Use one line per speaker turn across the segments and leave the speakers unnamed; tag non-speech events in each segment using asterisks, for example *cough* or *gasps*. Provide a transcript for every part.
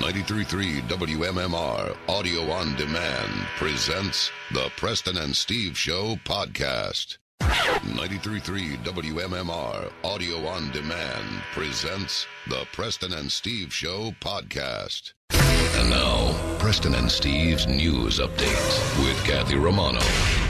933 WMMR Audio on Demand presents the Preston and Steve Show podcast. 933 WMMR Audio on Demand presents the Preston and Steve Show podcast. And now, Preston and Steve's news update with Kathy Romano.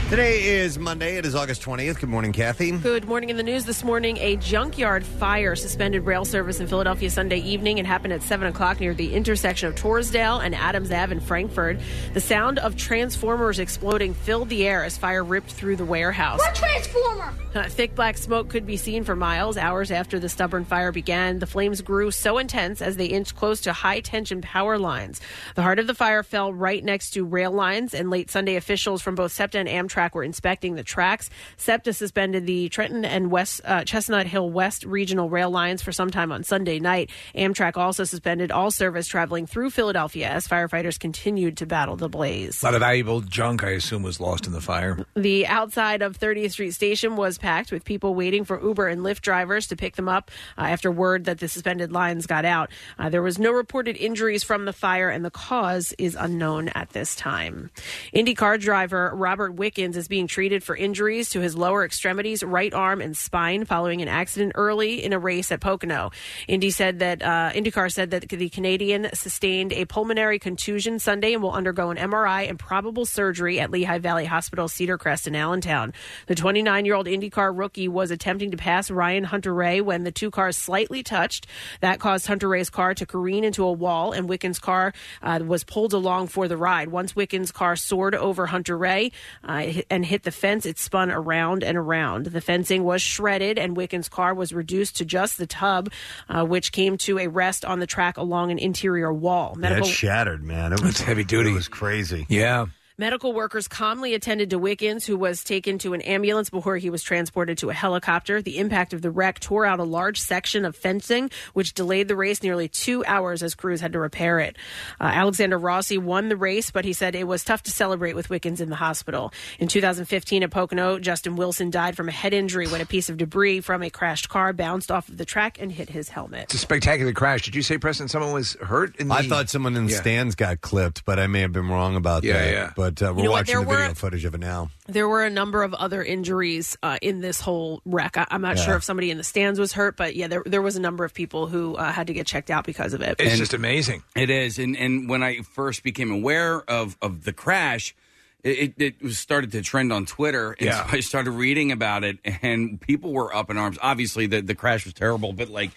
Today is Monday. It is August 20th. Good morning, Kathy.
Good morning. In the news this morning, a junkyard fire suspended rail service in Philadelphia Sunday evening. It happened at 7 o'clock near the intersection of Torresdale and Adams Ave in Frankfurt. The sound of transformers exploding filled the air as fire ripped through the warehouse.
What transformer?
Uh, *laughs* Thick black smoke could be seen for miles hours after the stubborn fire began. The flames grew so intense as they inched close to high tension power lines. The heart of the fire fell right next to rail lines, and late Sunday officials from both SEPTA and Amtrak were inspecting the tracks. SEPTA suspended the Trenton and West uh, Chestnut Hill West regional rail lines for some time on Sunday night. Amtrak also suspended all service traveling through Philadelphia as firefighters continued to battle the blaze.
A lot of valuable junk, I assume, was lost in the fire.
The outside of 30th Street Station was packed with people waiting for Uber and Lyft drivers to pick them up uh, after word that the suspended lines got out. Uh, there was no reported injuries from the fire, and the cause is unknown at this time. IndyCar driver Robert Wickens is being treated for injuries to his lower extremities, right arm, and spine following an accident early in a race at Pocono. Indy said that uh, IndyCar said that the Canadian sustained a pulmonary contusion Sunday and will undergo an MRI and probable surgery at Lehigh Valley Hospital, Cedar Crest, in Allentown. The 29 year old IndyCar rookie was attempting to pass Ryan Hunter Ray when the two cars slightly touched. That caused Hunter Ray's car to careen into a wall, and Wickens' car uh, was pulled along for the ride. Once Wickens' car soared over Hunter Ray uh, and hit the fence, it spun around and around. The fencing was shredded, and Wickens' car was reduced to just the tub, uh, which came to a rest on the track along an interior wall.
That shattered, man. It was heavy duty. It was crazy.
Yeah.
Medical workers calmly attended to Wickens, who was taken to an ambulance before he was transported to a helicopter. The impact of the wreck tore out a large section of fencing, which delayed the race nearly two hours as crews had to repair it. Uh, Alexander Rossi won the race, but he said it was tough to celebrate with Wickens in the hospital. In 2015 at Pocono, Justin Wilson died from a head injury when a piece of debris from a crashed car bounced off of the track and hit his helmet.
It's a spectacular crash. Did you say, Preston, someone was hurt? In the...
I thought someone in the
Yeah.
stands got clipped, but I may have been wrong about
Yeah,
that.
yeah.
But uh, we're
know what,
watching
there
the video
were-
footage of it now.
There were a number of other injuries uh, in this whole wreck. I- I'm not
Yeah.
sure if somebody in the stands was hurt, but yeah, there, there was a number of people who uh, had to get checked out because of it.
And-
amazing.
It is, and and when I first became aware of of the crash, it it, it was started to trend on Twitter. And
Yeah.
so I started reading about it, and people were up in arms. Obviously, the the crash was terrible, but like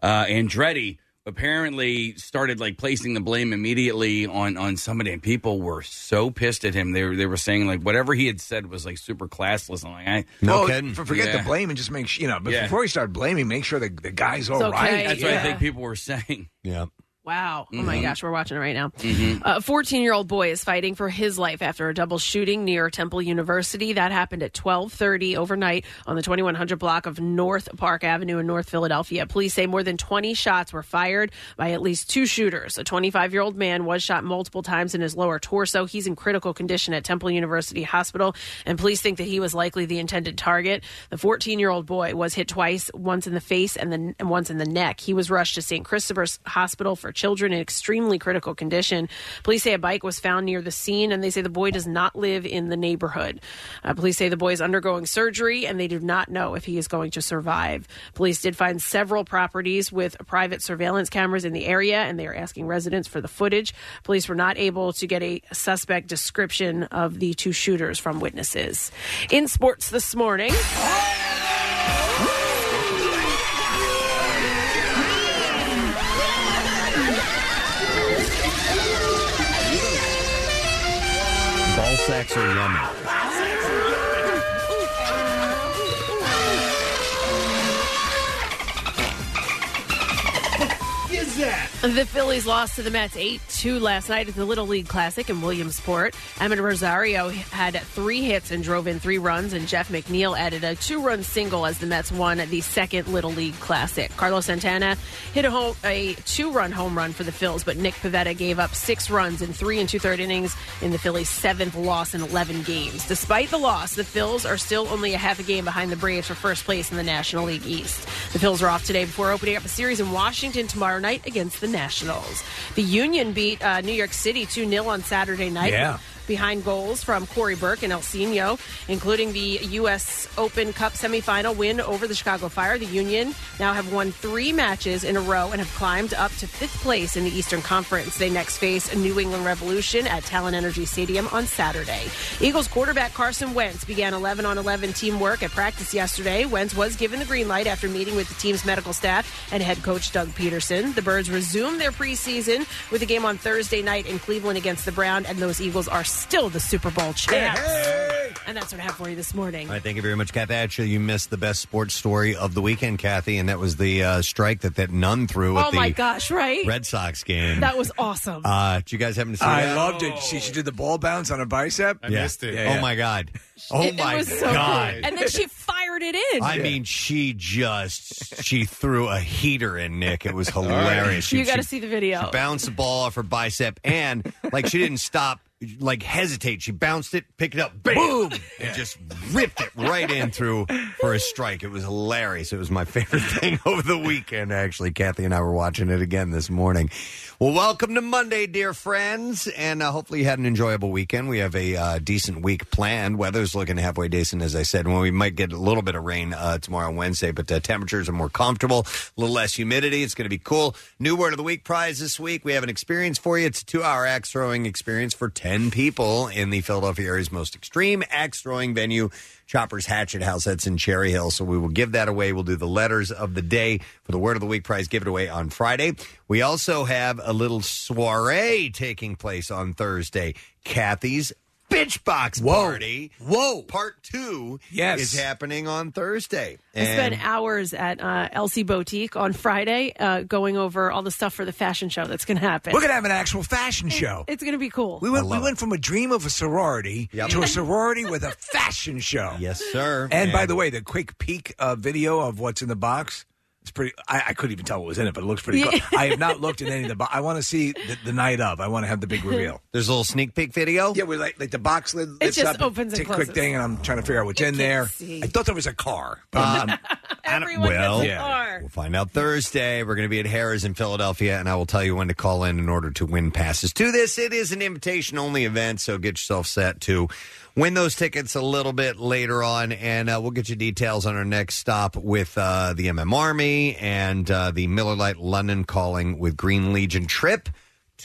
uh, Andretti apparently started like placing the blame immediately on on somebody, and people were so pissed at him. They were they were saying like whatever he had said was like super classless. And like I
Well, f- Oh, forget the blame and just make sure, you know, but
Yeah.
before we start blaming, make sure the, the guy's all
okay.
right.
That's what I
Yeah.
think people were saying.
Yeah.
Wow. Oh my
Mhm.
gosh, we're watching it right now. A 14 year old boy is fighting for his life after a double shooting near Temple University. That happened at 1230 overnight on the 2100 block of North Park Avenue in North Philadelphia. Police say more than 20 shots were fired by at least two shooters. A 25 year old man was shot multiple times in his lower torso. He's in critical condition at Temple University Hospital, and police think that he was likely the intended target. The 14 year old boy was hit twice, once in the face and then and once in the neck. He was rushed to St. Christopher's Hospital for children in extremely critical condition. Police say a bike was found near the scene, and they say the boy does not live in the neighborhood. Uh, police say the boy is undergoing surgery, and they do not know if he is going to survive. Police did find several properties with private surveillance cameras in the area, and they are asking residents for the footage. Police were not able to get a suspect description of the two shooters from witnesses. In sports this morning.
Ball sacks are yummy.
is that?
The Phillies lost to the Mets 8 2 last night at the Little League Classic in Williamsport. Emmett Rosario had three hits and drove in three runs, and Jeff McNeil added a two run single as the Mets won the second Little League Classic. Carlos Santana hit a, home, a two run home run for the Phils, but Nick Pavetta gave up six runs in three and two third innings in the Phillies' seventh loss in 11 games. Despite the loss, the Phils are still only a half a game behind the Braves for first place in the National League East. The Phils are off today before opening up a series in Washington tomorrow night against the Nationals. The Union beat uh, New York City 2 0 on Saturday night.
Yeah.
Behind goals from Corey Burke and El Seno, including the U.S. Open Cup semifinal win over the Chicago Fire. The Union now have won three matches in a row and have climbed up to fifth place in the Eastern Conference. They next face New England Revolution at Talon Energy Stadium on Saturday. Eagles quarterback Carson Wentz began 11 on 11 teamwork at practice yesterday. Wentz was given the green light after meeting with the team's medical staff and head coach Doug Peterson. The Birds resume their preseason with a game on Thursday night in Cleveland against the Brown, and those Eagles are still the Super Bowl champs. And that's what I have for you this morning.
All right, thank you very much, Kathy. Actually, you missed the best sports story of the weekend, Kathy, and that was the uh, strike that that nun threw at
Oh
the
my gosh, right?
Red Sox game.
That was awesome.
uh, did you guys happen to see
I
that?
loved it. She, she did the ball bounce on a bicep.
I yeah.
missed it.
Yeah, yeah.
Oh my god. Oh
it, it
my
was so
god.
cool. And then she fired it in.
I mean, she just she threw a heater in Nick. It was hilarious. She,
you got to
she-
see the
She
video.
bounced the ball off her bicep and like she didn't stop, like hesitate. She bounced it, picked it up, bam,
*laughs*
boom, and just ripped it right in through for a strike. It was hilarious. It was my favorite *laughs* thing over the weekend. Actually, Kathy and I were watching it again this morning. Well, welcome to Monday, dear friends, and uh, hopefully you had an enjoyable weekend. We have a uh, decent week planned. Weather's looking halfway decent, as I said. Well, we might get a little bit of rain uh, tomorrow and Wednesday, but uh, temperatures are more comfortable, a little less humidity. It's going to be cool. New word of the week prize this week. We have an experience for you. It's a two-hour axe throwing experience for ten people in the Philadelphia area's most extreme axe throwing venue. Chopper's Hatchet House. That's in Cherry Hill. So we will give that away. We'll do the letters of the day for the Word of the Week prize. Give it away on Friday. We also have a little soiree taking place on Thursday. Kathy's Bitch Box Party. Whoa. Part two
Yes.
is happening on Thursday.
I
And-
spent hours at uh, Elsie Boutique on Friday uh, going over all the stuff for the fashion show that's going to happen.
We're gonna have an actual fashion show.
It's going to be cool.
We went, we went from a dream of a sorority to a sorority with a fashion show.
Yes, sir.
And, by the way, the quick peek uh, video of what's in the box. It's pretty. I, I couldn't even tell what was in it, but it looks pretty. cool. I have not looked at any of the. Bo- I want to see the, the night of. I want to have the big reveal.
There's a little sneak peek video.
Yeah, we like like the box lid.
It
lifts
just
up
opens and
take a quick
closes.
thing, and I'm trying to figure out what's in there. I thought there was a car. But
*laughs*
I'm- I'm-
Everyone
well,
gets a
yeah.
car.
We'll find out Thursday. We're going to be at Harris in Philadelphia, and I will tell you when to call in in order to win passes to this. It is an invitation only event, so get yourself set to win those tickets a little bit later on, and uh, we'll get you details on our next stop with uh, the MM Army and uh, the Miller Lite London Calling with Green Legion trip.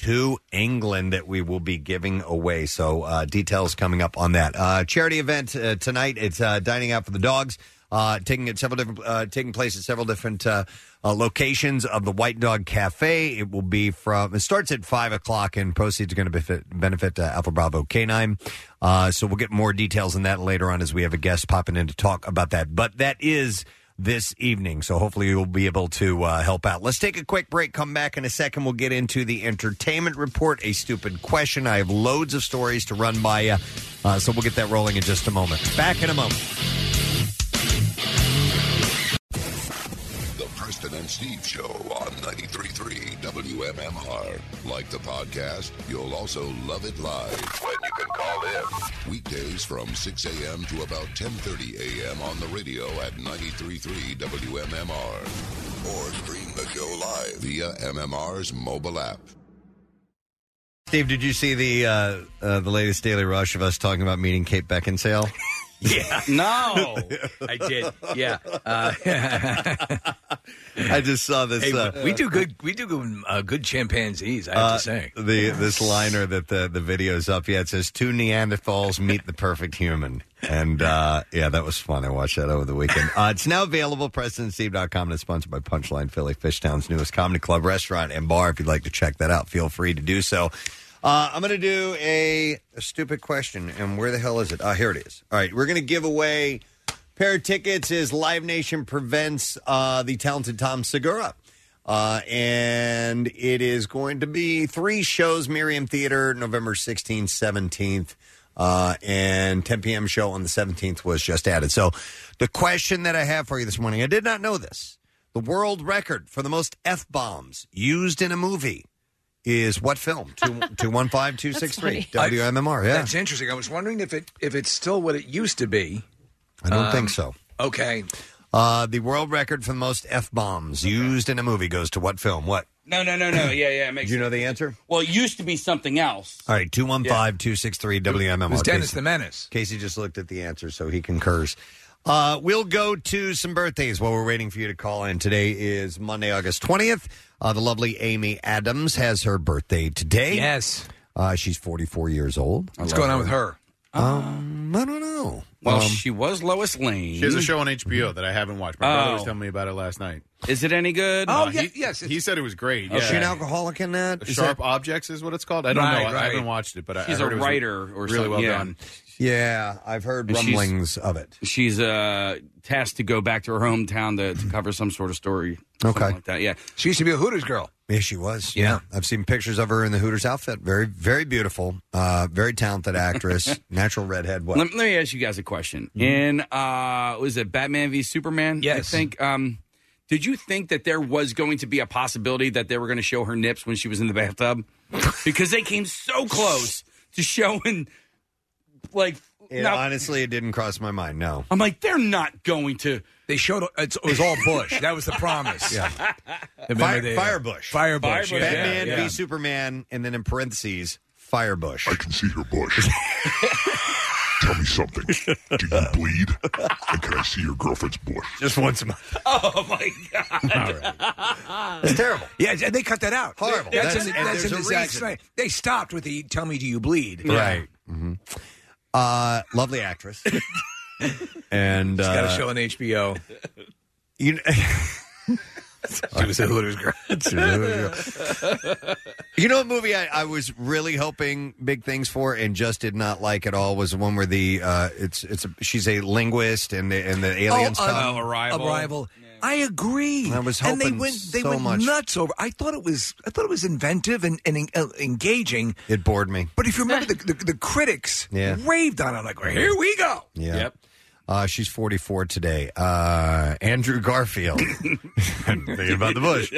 To England that we will be giving away. So uh, details coming up on that uh, charity event uh, tonight. It's uh, dining out for the dogs uh, taking at several different uh, taking place at several different uh, uh, locations of the White Dog Cafe. It will be from it starts at five o'clock, and proceeds are going to benefit, benefit uh, Alpha Bravo Canine. Uh, so we'll get more details on that later on as we have a guest popping in to talk about that. But that is this evening. So hopefully you'll be able to uh, help out. Let's take a quick break. Come back in a second. We'll get into the entertainment report, a stupid question. I have loads of stories to run by you. Uh, so we'll get that rolling in just a moment. Back in a moment.
The Preston and Steve Show on 93.3 WMMR. Like the podcast, you'll also love it live when you can call in. Weekdays from 6 a.m. to about 10.30 a.m. on the radio at 93.3 WMMR. Or stream the show live via MMR's mobile app.
Steve, did you see the uh, uh, the latest Daily Rush of us talking about meeting Kate Beckinsale?
Yeah. No. I did. Yeah.
*laughs*
Uh,
Uh, I just saw this.
Hey,
uh,
we do good. We do good, uh, good chimpanzees. I have
uh,
to say.
the this liner that the the video's up. Yeah, it says two Neanderthals meet the perfect human, and uh, yeah, that was fun. I watched that over the weekend. Uh, it's now available. PresidentSteve.com and it's sponsored by Punchline Philly, Fishtown's newest comedy club, restaurant, and bar. If you'd like to check that out, feel free to do so. Uh, I'm going to do a, a stupid question, and where the hell is it? Uh, here it is. All right, we're going to give away pair of tickets is Live Nation prevents uh, the talented Tom Segura. Uh, and it is going to be three shows Miriam Theater, November 16th, 17th, uh, and 10 p.m. show on the 17th was just added. So, the question that I have for you this morning I did not know this. The world record for the most F bombs used in a movie is what film? *laughs* 215 263 *laughs* WMMR. Yeah.
That's interesting. I was wondering if it if it's still what it used to be. Um,
I don't think so.
Okay.
Uh, the world record for the most f bombs used in a movie goes to what film? What?
No, no, no, no. Yeah, yeah. It makes
Do you know the answer?
Well, it used to be something else.
All right, 215 263 WMMR.
It's Dennis
the Menace. Casey just looked at the answer, so he concurs. Uh, we'll go to some birthdays while we're waiting for you to call in. Today is Monday, August 20th. Uh, the lovely Amy Adams has her birthday today. Yes. Uh, she's 44 years old.
What's going on with her?
Um, I don't know.
Well,
Um,
she was Lois Lane.
She has a show on HBO that I haven't watched. My brother was
Oh.
telling me about it last night.
Is it any good?
Oh,
Uh,
yeah,
he-
yes.
He said it was great.
Okay.
Yeah.
Is she an alcoholic in that? Is
Sharp
that-
Objects is what it's called. I don't
Right,
know.
right.
I haven't watched it, but I-
She's
I heard
a
it was
writer or
really
something,
well
yeah.
done.
Yeah, I've heard
And she's-
rumblings of it.
She's uh, tasked to go back to her hometown to, to cover some sort of story. something
Okay.
Like that. Yeah.
She used to be a Hooters girl.
Yeah, she was. Yeah. I've seen pictures of her in the Hooters outfit. Very, very beautiful. Uh, very talented
*laughs*
actress. natural redhead. What? Mm-hmm.
Let, let me ask you guys a question. In uh, was it Batman v Superman? Yes. I think. Um, did you think that there was going to be a possibility that they were going to show her nips when she was in
*laughs*
the bathtub? because they came so close to showing, like,
It-
not-
honestly, it didn't cross my mind. No.
I'm like, they're not going to.
They showed it's, it was
*laughs*
all Bush. that was
*laughs*
the promise.
Yeah.
*laughs* Remember
Fire,
they-
Firebush.
Firebush, Firebush, yeah.
Batman
yeah.
v Superman, and then in parentheses, Firebush. I can see your *laughs* bush.
Tell me something. Do you bleed? And can I see your girlfriend's bush?
Just once a month.
Oh my
god!
It's terrible.
Yeah, and they cut that out.
Horrible.
That's,
That's-
in, the,
and
that's in the
there's a
Zack
reason.
Snyder. They stopped with the "Tell me, do you bleed?"
Right. hmm *laughs* Uh, lovely actress. and
She's
uh,
got a show on HBO.
You,
*laughs* she was a Hooters girl.
*laughs* She was a Hooters *laughs* You know, a movie I, I was really hoping big things for, and just did not like at all was the one where the uh, it's it's a, she's a linguist and the, and the *laughs* aliens
Oh, uh,
come.
Arrival. I agree.
I was
and they
hoping
went they
so
went
much.
nuts over. I thought it was I thought it was inventive and, and en- uh, engaging.
It bored me.
But if you remember, the, the, the critics
Yeah.
raved on it. I'm like, well, here we go.
Yeah. Uh, she's 44 today. Uh, Andrew
*laughs*
Garfield. Thinking about the *laughs* bush.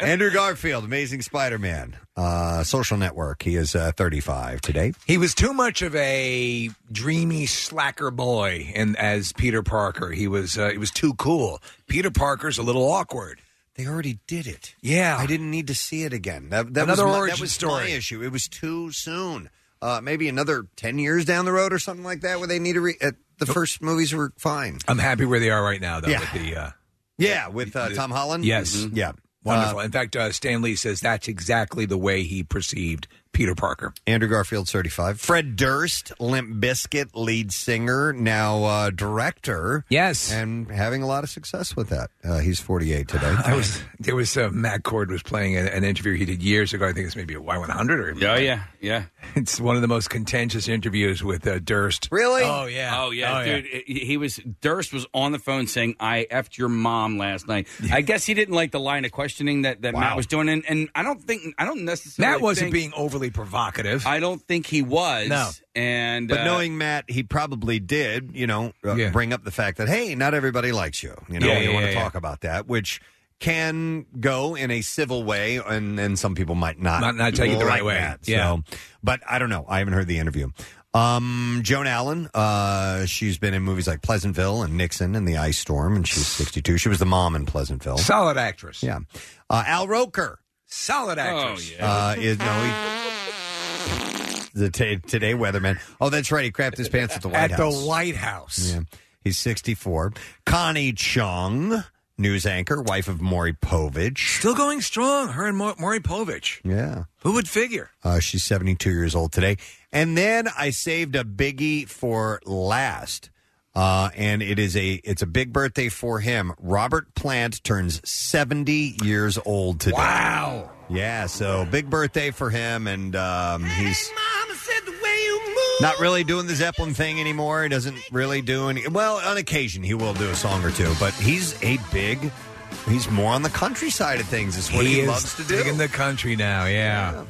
Andrew Garfield, Amazing Spider Man, uh, Social Network. He is uh, 35 today.
He was too much of a dreamy slacker boy, and as Peter Parker, he was uh, he was too cool. Peter Parker's a little awkward.
They already did it.
Yeah,
I didn't need to see it again. That, that
Another
was my,
origin
that was
story.
my issue. It was too soon. Uh, maybe another 10 years down the road or something like that where they need to re- uh, the first movies were fine.
I'm happy where they are right now, though.
Yeah.
With the uh,
Yeah, with uh,
the-
Tom Holland.
Yes.
Mhm. Yeah.
Wonderful. In fact, uh, Stan Lee says that's exactly the way he perceived Peter Parker.
Andrew Garfield, 35. Fred Durst, Limp Biscuit lead singer, now uh, director.
Yes.
And having a lot of success with that. Uh, he's 48 today.
*laughs* I was there was uh, Matt Cord was playing an, an interview he did years ago. I think it's maybe a Y100 or *laughs*
Yeah, yeah, yeah.
It's one of the most contentious interviews with uh, Durst. Oh yeah.
Oh yeah,
Oh, yeah.
dude. He he was Durst was on the phone saying, "I effed your mom last
*laughs*
night." I guess he didn't like the line of questioning that, that Matt was doing, and, and I don't think I don't necessarily
Matt wasn't
think-
being overly provocative.
I don't think he was.
No.
and
But
uh,
knowing Matt, he probably did, you know, uh,
Yeah.
bring up the fact that hey, not everybody likes you. You know,
Yeah,
we
yeah,
want to
yeah,
talk about that, which can go in a civil way, and then some people might not
Might not take it the
like
right way.
Matt,
Yeah.
So, but I don't know. I haven't heard the interview. Um, Joan Allen, uh, she's been in movies like Pleasantville and Nixon and The Ice Storm, and she's 62. She was the mom in Pleasantville.
Solid actress.
Yeah. Uh, Al Roker
Oh,
Solid actress.
uh, is no, he, the t- today weatherman. Oh, that's right. He crapped his pants at the White
At
House.
the White House.
Yeah. He's 64. Connie Chung, news anchor, wife of Maury Povich.
Still going strong. Her and Ma- Maury Povich.
Yeah.
Who would figure?
Uh, she's 72 years old today. And then I saved a biggie for last. Uh, and it is a it's a big birthday for him. Robert Plant turns 70 years old today.
Wow.
Yeah, so big birthday for him and um, he's not really doing the Zeppelin thing anymore. He doesn't really do any. Well, on occasion he will do a song or two, but he's a big. He's more on the country side of things. Is what he,
is
loves to do.
big in the country now. Yeah.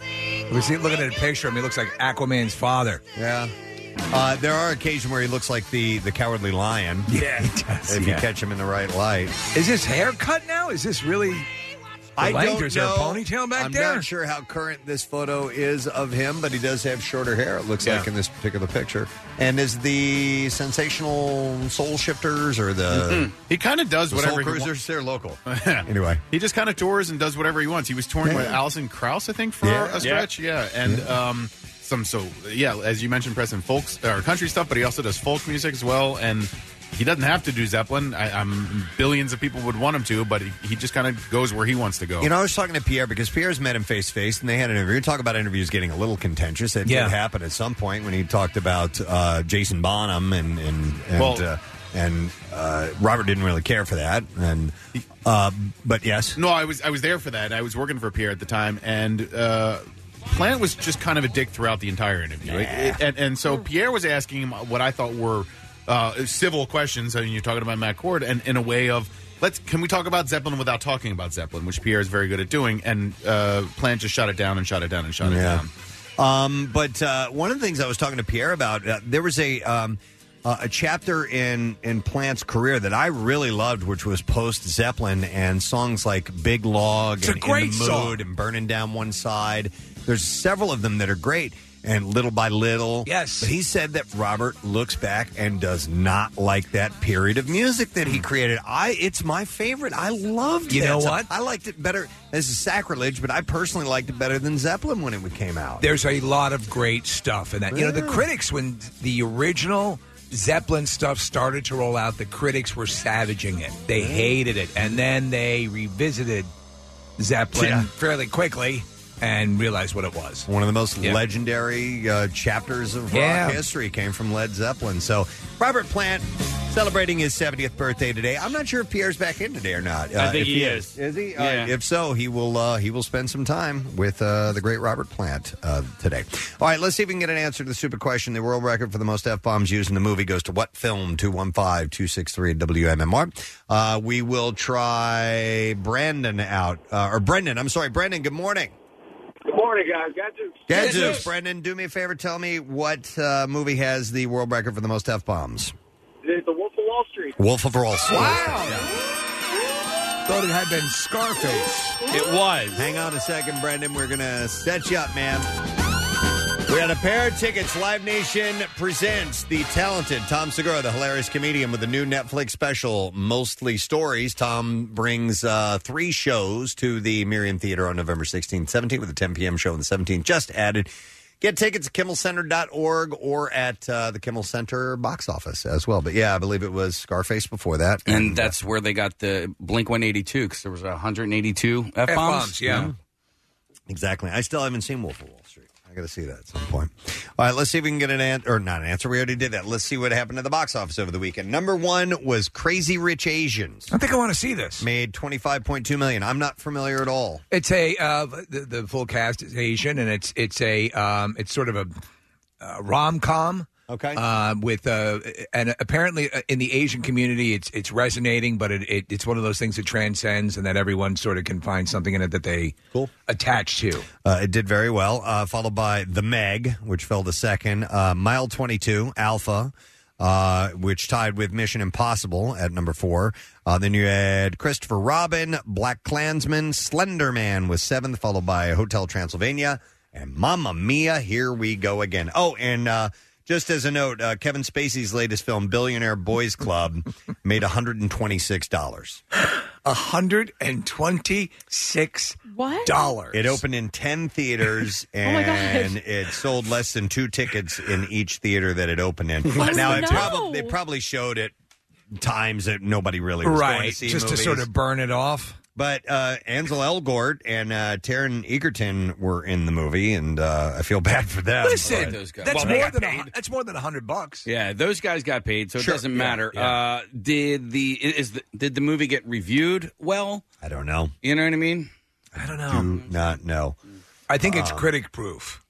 We see looking at a picture of him. He looks like Aquaman's father.
Yeah. Uh, there are occasions where he looks like the the cowardly lion. *laughs*
Yeah, he does.
If you
yeah.
catch him in the right light.
Is his hair cut now? Is this really?
I don't know.
Is there a ponytail back
I'm
there?
not sure how current this photo is of him, but he does have shorter hair. It looks
Yeah.
like in this particular picture, and is the sensational soul shifters or the
Mhm. he kind of does
the
whatever
soul
he
cruisers?
wants.
They're local. *laughs*
Mm-hmm. *laughs*
anyway,
he just kind of tours and does whatever he wants. He was touring with
Yeah.
Alison Krauss, I think, for
Yeah.
a
*laughs*
stretch. Yeah, and um, some so yeah, as you mentioned, Preston, folks or country stuff, but he also does folk music as well. And he doesn't have to do Zeppelin. I, I'm billions of people would want him to, but he, he just kind of goes where he wants to go.
You know, I was talking to Pierre because Pierre's met him face to face, and they had an interview. Talk about interviews getting a little contentious. It
Yeah.
did happen at some point when he talked about uh, Jason Bonham and and and,
Well-
uh, and uh, Robert didn't really care for that. And uh, but yes,
No, I was I was there for that. I was working for Pierre at the time, and uh, Plant was just kind of a dick throughout the entire interview. It- it- and, and so Pierre was asking him what I thought were uh, civil questions. I mean, you're talking about Matt Cord, and in a way of let's can we talk about Zeppelin without talking about Zeppelin, which Pierre is very good at doing. And uh, Plant just shot it down and shot it down and shot it
yeah.
down.
Um, but uh, one of the things I was talking to Pierre about, uh, there was a um, uh, a chapter in in Plant's career that I really loved, which was post Zeppelin and songs like Big Log
It's a
and
great
In the
song.
Mood and Burning Down One Side. There's several of them that are great. And little by little, yes. But he said that Robert looks back and does not like that period of music that he created. I, it's my favorite. I loved.
Mm. You
that
know
song.
what?
I liked it better. This is sacrilege, but I personally liked it better than Zeppelin when it came out.
There's a lot of great stuff in that. You know, the
Yeah.
critics, when the original Zeppelin stuff started to roll out, the critics were savaging it. They hated it. And then they revisited Zeppelin
Yeah.
fairly quickly and realized what it was.
One of the most
Yeah.
legendary uh, chapters of
Yeah.
rock history came from Led Zeppelin. So Robert Plant celebrating his 70th birthday today. I'm not sure if Pierre's back in today or not.
I think
if
he is.
Is he?
Yeah.
All right, if so, he will uh, he will spend some time with uh, the great Robert Plant uh, today. All right, let's see if we can get an answer to the stupid question. The world record for the most F bombs used in the movie goes to what film? 215 263 WMMR. Uh, we will try Brandon out. Uh, or Brendan, I'm sorry. Brandon, good morning.
Good morning, guys. Gadzooks.
Gadzooks, Brendan, do me a favor. Tell me what uh, movie has the world record for the most f bombs.
It's the Wolf of Wall Street.
Wolf of Wall Street.
Thought it had been Scarface.
It was.
Hang on a second, Brendan. We're gonna set you up, man. We had a pair of tickets. Live Nation presents the talented Tom Segura, the hilarious comedian, with a new Netflix special, Mostly Stories. Tom brings uh, three shows to the Miriam Theater on November 16th, 17th, with a 10 p.m. show on the 17th, just added. Get tickets at kimmelcenter.org or at uh, the Kimmel Center box office as well. But yeah, I believe it was Scarface before that.
And that's where they got the Blink 182 because there was 182 F bombs. Mm-hmm.
Exactly. I still haven't seen Wolf of Wall Street. I got to see that at some point. All right, let's see if we can get an answer, or not an answer. We already did that. Let's see what happened at the box office over the weekend. Number one was Crazy Rich Asians.
I think I want to see this.
Made twenty five point two million. I'm not familiar at all.
It's a uh, the, the full cast is Asian, and it's it's a um, it's sort of a uh, rom com.
Okay.
Uh, with uh, and apparently uh, in the Asian community, it's it's resonating, but it, it it's one of those things that transcends, and that everyone sort of can find something in it that they
cool.
attach to.
Uh, it did very well, uh, followed by The Meg, which fell to second, uh, Mile 22, Alpha, uh, which tied with Mission Impossible at number four. Uh, then you had Christopher Robin, Black Klansman, Slender Man was seventh, followed by Hotel Transylvania, and Mamma Mia, Here We Go Again. Oh, and. Uh, just as a note, uh, Kevin Spacey's latest film, Billionaire Boys Club, *laughs* made $126.
hundred and twenty six
What?
dollars. Oh
It opened in 10 theaters
*laughs*
my God.
and it sold less than two tickets in each theater that it opened in.
Less
now,
than
it
two.
prob- they probably showed it times that nobody really was going
right,
to see
just
movies.
to sort of burn it off.
But uh, Ansel Elgort and uh, Taryn Egerton were in the movie, and uh, I feel bad for them.
Listen,
but-
that's more than a, that's more than a hundred bucks.
Yeah, those guys got paid, so
Sure,
it doesn't
yeah,
matter.
yeah.
Uh, did the is the, did the movie get reviewed well?
I don't know.
You know what I mean?
I don't
Do not know.
I think it's
Um,
critic proof.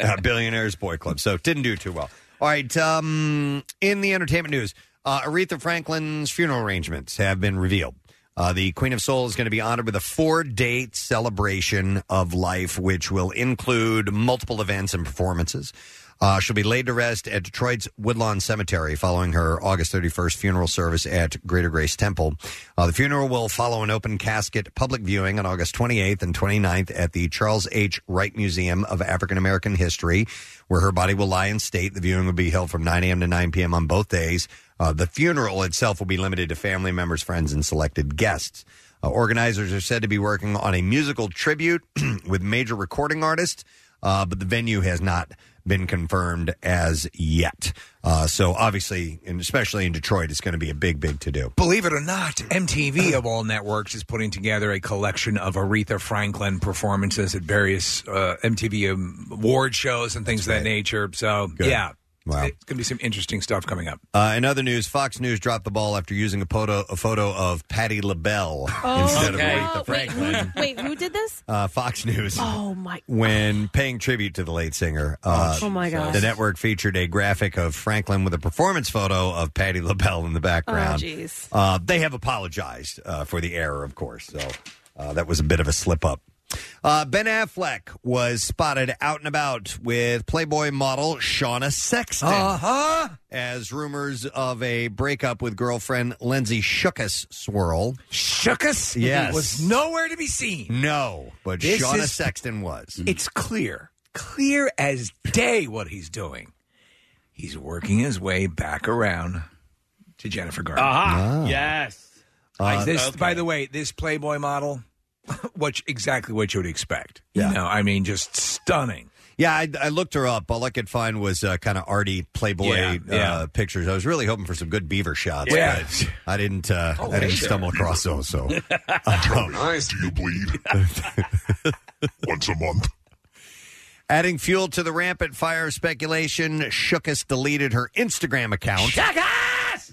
uh, Billionaires Boy Club. So it didn't do too well. All right. Um, in the entertainment news, uh, Aretha Franklin's funeral arrangements have been revealed. Uh, the Queen of Soul is going to be honored with a four date celebration of life, which will include multiple events and performances. Uh, she'll be laid to rest at Detroit's Woodlawn Cemetery following her August 31st funeral service at Greater Grace Temple. Uh, the funeral will follow an open casket public viewing on August 28th and 29th at the Charles H. Wright Museum of African American History, where her body will lie in state. The viewing will be held from 9 a.m. to 9 p.m. on both days. Uh, the funeral itself will be limited to family members, friends, and selected guests. Uh, organizers are said to be working on a musical tribute *clears throat* with major recording artists, uh, but the venue has not been confirmed as yet. Uh, so obviously, and especially in Detroit, it's going to be a big, big to do.
Believe it or not, MTV of all networks is putting together a collection of Aretha Franklin performances at various uh, MTV um, award shows and things of that nature. So, yeah.
Wow.
It's going to be some interesting stuff coming up.
Uh, in other news, Fox News dropped the ball after using a photo, a photo of Patti LaBelle instead of Aretha
Oh, wait,
Franklin.
who, wait, who did this?
Uh, Fox News.
Oh my!
when paying tribute to the late singer. Uh,
Oh, my gosh.
The network featured a graphic of Franklin with a performance photo of Patti LaBelle in the background.
Oh, jeez.
uh, they have apologized uh, for the error, of course. So uh, that was a bit of a slip up. Uh, ben Affleck was spotted out and about with Playboy model Shauna Sexton.
Uh-huh.
As rumors of a breakup with girlfriend Lindsay Shookus swirl.
Shookus?
Yes.
Was nowhere to be seen.
No, but
This
Shauna
is-
Sexton was.
It's clear, clear as day what he's doing. He's working his way back around to Jennifer Garner.
Aha. Yes. Uh,
Like this,
okay.
By the way, this Playboy model, *laughs* which exactly what you would expect. You know, I mean, just stunning.
Yeah, I, I looked her up. All I could find was uh, kind of arty Playboy
Yeah, yeah.
Uh, pictures. I was really hoping for some good beaver shots.
Yeah.
but I didn't. Uh, I didn't
sure.
stumble across those.
*laughs*
So Uh, *laughs* Oh.
nice. Do you bleed? Once a month.
Adding fuel to the rampant fire of speculation, Shookus deleted her Instagram account.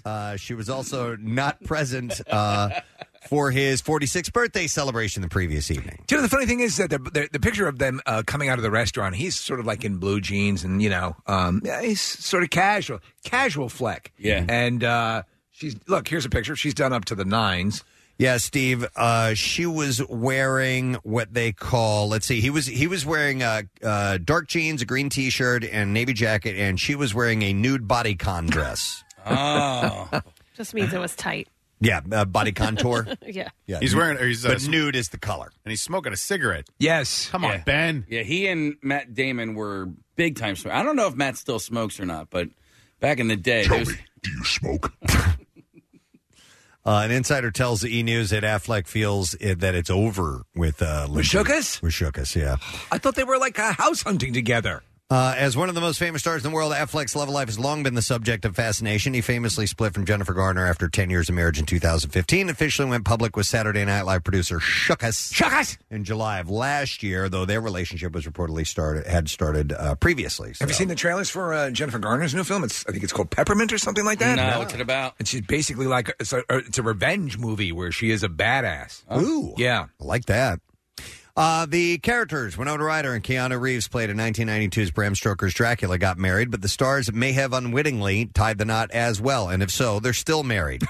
Uh, she was also not present uh, for his 46th birthday celebration the previous evening.
Do you know, the funny thing is that the, the, the picture of them uh, coming out of the restaurant, he's sort of like in blue jeans and, you know, um, yeah, he's sort of casual, casual Fleck.
Yeah.
And uh, she's, look, here's a picture. She's done up to the nines.
Yeah, Steve. Uh, she was wearing what they call. Let's see. He was he was wearing uh, uh, dark jeans, a green t shirt, and navy jacket, and she was wearing a nude
*laughs*
bodycon dress.
Oh.
Just means it was tight.
yeah, uh, bodycon tour.
*laughs* Yeah.
Yeah,
He's wearing- or he's, uh,
but nude is the color.
And he's smoking a cigarette.
Yes.
Come
Yeah.
on, Ben.
Yeah, he and Matt Damon were big time smokers. I don't know if Matt still smokes or not, but back in the day,
Tell
there's-
me, do you smoke?
*laughs* Uh, an insider tells the E News that Affleck feels it, that it's over with uh, Lindsay-
Shookus?
With Shookus, yeah.
I thought they were like uh, house hunting together.
Uh, as one of the most famous stars in the world, Affleck's love life has long been the subject of fascination. He famously split from Jennifer Garner after 10 years of marriage in 2015, officially went public with Saturday Night Live producer Shookus.
Shookus!
In July of last year, though their relationship was reportedly started had started uh, previously.
Have you
so.
seen the trailers for uh, Jennifer Garner's new film? It's I think it's called Peppermint or something like that.
no, what's it about?
And she's basically like it's a, it's a revenge movie where she is a badass.
Oh.
Ooh.
Yeah.
I like that. Uh, the characters, Winona Ryder and Keanu Reeves, played in 1992's Bram Stoker's Dracula, got married, but the stars may have unwittingly tied the knot as well. And if so, they're still married.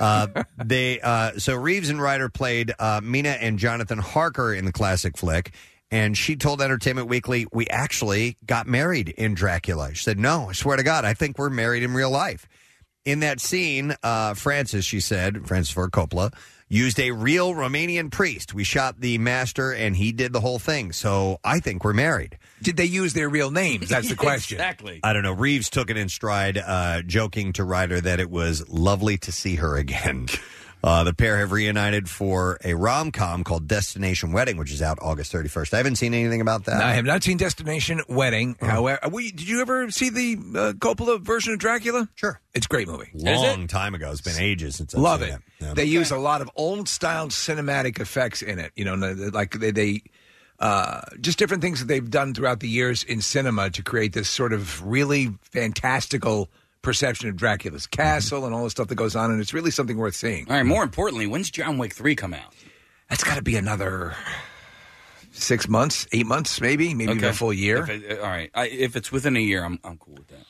uh, they uh, So Reeves and Ryder played uh, Mina and Jonathan Harker in the classic flick. And she told Entertainment Weekly, We actually got married in Dracula. She said, No, I swear to God, I think we're married in real life. In that scene, uh, Francis, she said, Francis Ford Coppola, used a real Romanian priest. We shot the master and he did the whole thing. So I think we're married.
Did they use their real names?
*laughs*
That's the question.
Exactly.
I don't know. Reeves took it in stride, uh, joking to Ryder that it was lovely to see her again. Uh, the pair have reunited for a rom com called Destination Wedding, which is out August 31st. I haven't seen anything about that. Uh-huh.
I have not seen Destination Wedding. However, were you- did you ever see the uh, Coppola version of Dracula?
Sure.
It's a great movie.
Long time ago. It's been ages since I've
Love
seen
it.
that. Yeah.
They use a lot of old style cinematic effects in it. You know, like they, they uh, just different things that they've done throughout the years in cinema to create this sort of really fantastical perception of Dracula's
Mm-hmm.
castle and all the stuff that goes on. And it's really something worth seeing.
All right, more importantly, when's John Wick 3 come out?
That's got to be another six months, eight months, maybe, maybe even a full year.
If it- uh, all right. I, if it's within a year, I'm, I'm cool with that.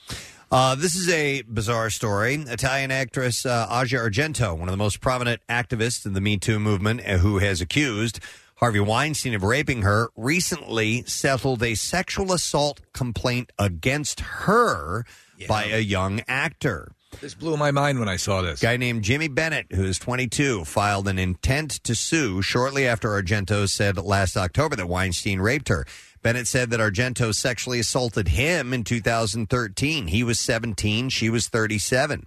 Uh, this is a bizarre story. Italian actress uh, Aja Argento, one of the most prominent activists in the Me Too movement, uh, who has accused Harvey Weinstein of raping her, recently settled a sexual assault complaint against her by a young actor.
This blew my mind when I saw this.
Guy named Jimmy Bennett, who is 22, filed an intent to sue shortly after Argento said last October that Weinstein raped her. Bennett said that Argento sexually assaulted him in 2013. He was 17, she was 37.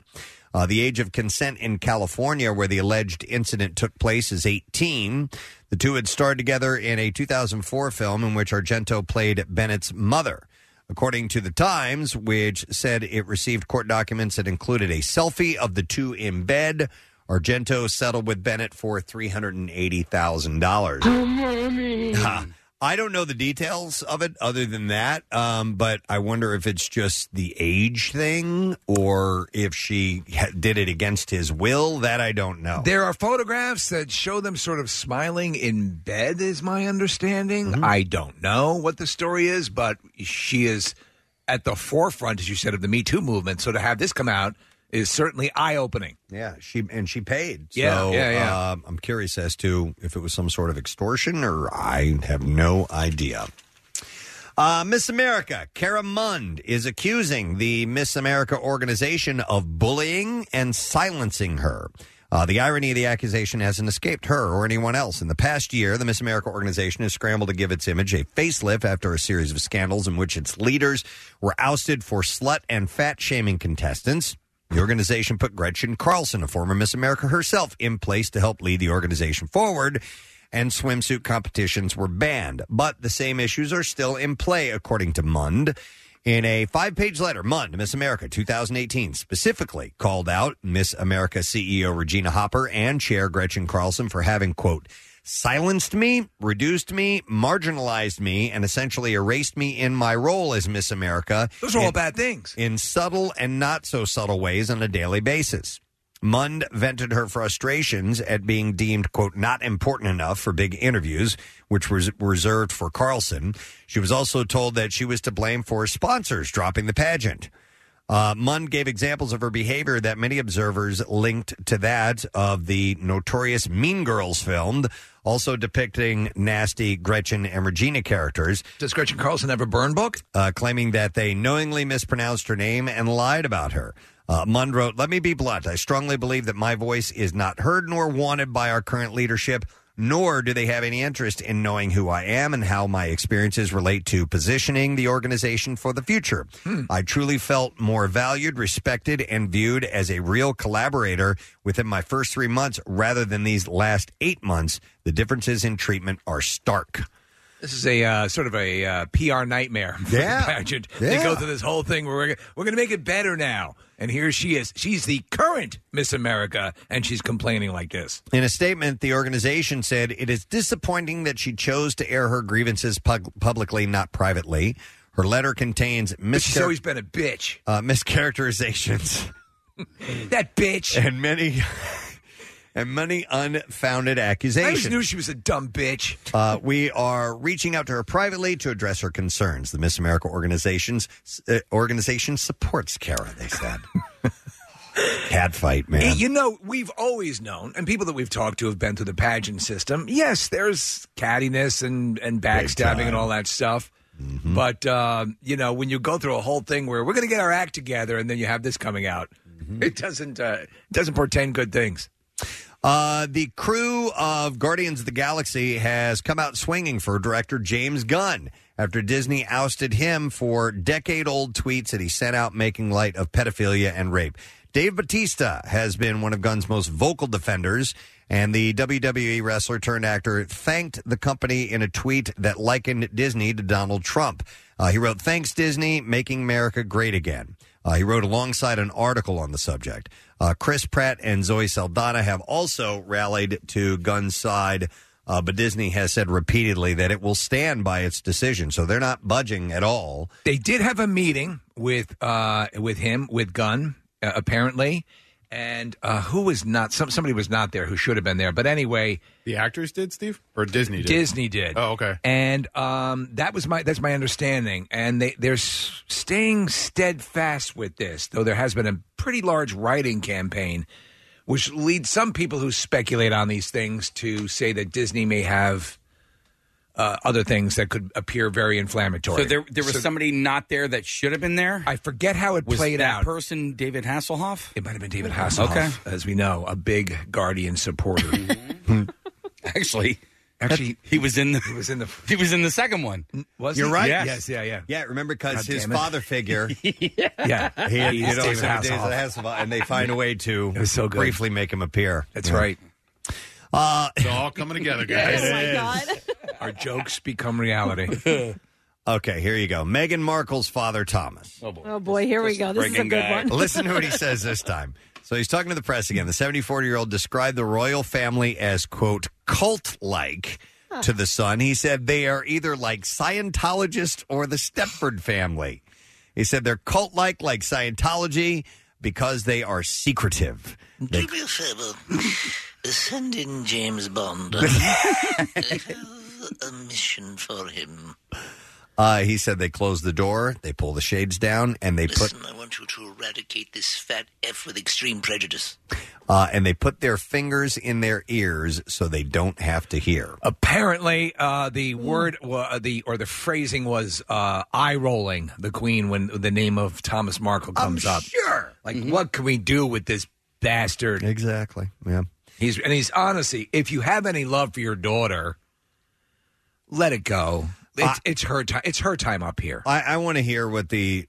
Uh, the age of consent in California, where the alleged incident took place, is 18. The two had starred together in a 2004 film in which Argento played Bennett's mother. According to The Times, which said it received court documents that included a selfie of the two in bed, Argento settled with Bennett for $380,000. Huh. I don't know the details of it other than that, um, but I wonder if it's just the age thing or if she ha- did it against his will. That I don't know.
There are photographs that show them sort of smiling in bed, is my understanding. I don't know what the story is, but she is at the forefront, as you said, of the Me Too movement. So to have this come out is certainly eye opening.
Yeah, she and she paid.
Yeah,
so,
yeah, yeah.
Um, I'm curious as to if it was some sort of extortion or I have no idea. Uh, Miss America, Kara Mund is accusing the Miss America organization of bullying and silencing her. Uh, the irony of the accusation hasn't escaped her or anyone else. In the past year, the Miss America organization has scrambled to give its image a facelift after a series of scandals in which its leaders were ousted for slut and fat shaming contestants. The organization put Gretchen Carlson, a former Miss America herself, in place to help lead the organization forward and swimsuit competitions were banned. But the same issues are still in play, according to Mund. In a five page letter, Mund, Miss America 2018, specifically called out Miss America CEO Regina Hopper and Chair Gretchen Carlson for having, quote, silenced me, reduced me, marginalized me, and essentially erased me in my role as Miss America.
Those are all
in-
bad things.
In subtle and not so subtle ways on a daily basis. Mund vented her frustrations at being deemed, quote, not important enough for big interviews, which was reserved for Carlson. She was also told that she was to blame for sponsors dropping the pageant. Uh, Mund gave examples of her behavior that many observers linked to that of the notorious Mean Girls film, also depicting nasty Gretchen and Regina characters.
Does Gretchen Carlson have a burn book?
Uh, claiming that they knowingly mispronounced her name and lied about her. Uh, Mund wrote, Let me be blunt. I strongly believe that my voice is not heard nor wanted by our current leadership, nor do they have any interest in knowing who I am and how my experiences relate to positioning the organization for the future. I truly felt more valued, respected, and viewed as a real collaborator within my first three months rather than these last eight months. The differences in treatment are stark.
This is a uh, sort of a uh, PR nightmare for
Yeah.
the pageant.
Yeah.
They go through this whole thing where we're, we're going to make it better now. And here she is. She's the current Miss America, and she's complaining like this.
In a statement, the organization said it is disappointing that she chose to air her grievances pub- publicly, not privately. Her letter contains
But she's
mischar-
always been a bitch.
uh, mischaracterizations
*laughs* That bitch.
and many *laughs* and many unfounded
I always
accusations.
knew she was a dumb bitch.
Uh, we are reaching out to her privately to address her concerns. The Miss America organizations uh, organization supports Kara. They
*laughs*
said. Catfight, man.
You know, we've always known, and people that we've talked to have been through the pageant system. Yes, there's cattiness and, and backstabbing and all that stuff.
Mm-hmm.
But, um, you know, when you go through a whole thing where we're going to get our act together and then you have this coming out,
Mm-hmm.
it doesn't uh, it doesn't portend good things.
Uh, the crew of Guardians of the Galaxy has come out swinging for director James Gunn after Disney ousted him for decade old tweets that he sent out making light of pedophilia and rape. Dave Batista has been one of Gunn's most vocal defenders, and the WWE wrestler turned actor thanked the company in a tweet that likened Disney to Donald Trump. Uh, he wrote, Thanks, Disney, making America great again. Uh, he wrote alongside an article on the subject. Uh, Chris Pratt and Zoe Saldana have also rallied to Gunn's side, uh, but Disney has said repeatedly that it will stand by its decision, so they're not budging at all.
They did have a meeting with uh, with him, with Gunn, uh, apparently. And uh, who was not? Some, somebody was not there who should have been there. But anyway,
The actors did, Steve? Or Disney did?
Disney did.
Oh, okay.
And um, that was my that's my understanding. And they they're s- staying steadfast with this, though there has been a pretty large writing campaign, which leads some people who speculate on these things to say that Disney may have uh, other things that could appear very inflammatory.
So there, there was somebody not there that should have been there.
I forget how it
was
played
that
out.
Person, David Hasselhoff.
It might have been David Hasselhoff,
Okay.
as we know, a big Guardian supporter.
*laughs* Actually,
actually,
he was in the
he *laughs* was in the
he was in the second one.
was
You're
he?
right.
Yes, yeah, yeah,
Yeah, remember
God
because his
damn it.
father figure, he,
*laughs* yeah.
had, you know,
David
David
Hasselhoff.
Hasselhoff, and they find a way
*laughs*
to
was so good.
briefly make him appear.
That's *laughs* right.
Uh,
It's all coming together, guys.
Oh my god.
Our jokes become reality.
*laughs* okay, here you go. Meghan Markle's father, Thomas.
Oh, boy.
Oh boy, here we go. This is a
friggin'
good
guy.
one.
Listen to what
*laughs*
he says this time. So he's talking to the press again. The 74 year old described the royal family as, quote, cult like to the son. He said they are either like Scientologists or the Stepford family. He said they're cult like, like Scientology, because they are secretive. They-
Do me a favor. Send in
*laughs*
James Bond. *laughs* I have a mission for him.
uh, he said they close the door, they pull the shades down, and they put
Listen, I want you to eradicate this fat F with extreme prejudice.
uh, and they put their fingers in their ears so they don't have to hear.
Apparently, uh, the
Hmm.
word wa- uh, the or the phrasing was uh, eye rolling. The Queen when the name of Thomas Markle comes up.
Sure. Mm-hmm.
Like, what can we do with this bastard?
Exactly. Yeah.
He's and he's honestly, if you have any love for your daughter, let it go. It's, it's her time. It's her time up here.
I, I want to hear what the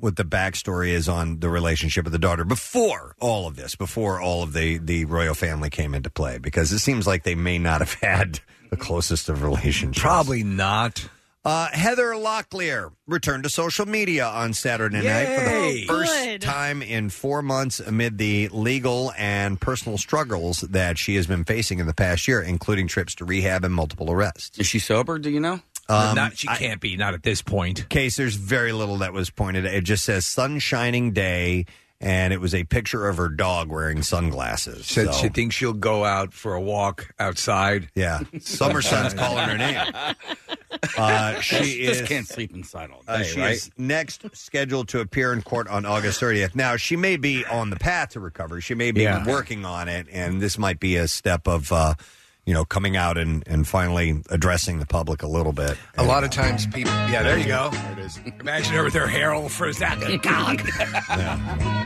what the backstory is on the relationship of the daughter before all of this, before all of the the royal family came into play, because it seems like they may not have *laughs* had the closest of relationships.
Probably not.
Uh, Heather Locklear returned to social media on Saturday night for the
Yay.
first
Good.
time in four months amid the legal and personal struggles that she has been facing in the past year, including trips to rehab and multiple arrests.
Is she sober? Do you know?
Um,
not, she
I-
can't be. Not at this point.
case, there's very little that was pointed. It just says "sun shining day," and it was a picture of her dog wearing sunglasses.
Said
So,
she thinks she'll go out for a walk outside. *laughs*
yeah, summer sun's calling her
*laughs*
name. Uh, she
just
is.
can't sleep inside all day,
uh, she
right?
is next scheduled to appear in court on August 30th. Now, she may be on the path to recovery. She may be
Yeah.
working on it, and this might be a step of, uh, you know, coming out and, and finally addressing the public a little bit. uh,
A lot of times, people. Yeah, there you go.
There it is.
Imagine her with her hair all
*laughs*
frizzed out. God.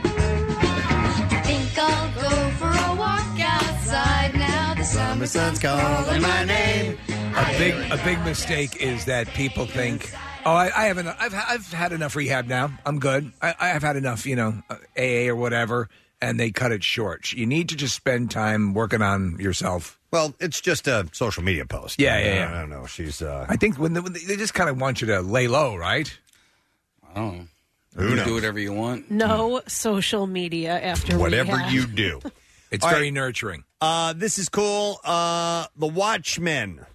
I think I'll go for a walk outside now. The summer sun's calling my name.
a big, a big mistake is that people think, "Oh, I, I haven't. I've, I've had enough rehab now. I'm good. I, I've had enough. You know, uh, AA or whatever." And they cut it short. You need to just spend time working on yourself.
Well, it's just a social media post.
Yeah, yeah,
I
yeah.
don't, I don't know. She's uh,
I think when, the, when they, they just kind of want you to lay low, right?
I don't know.
Who
you
knows?
do whatever you want.
No social media after
whatever
rehab.
you do.
It's
All
very
right.
nurturing.
Uh, this is cool. Uh, the Watchmen.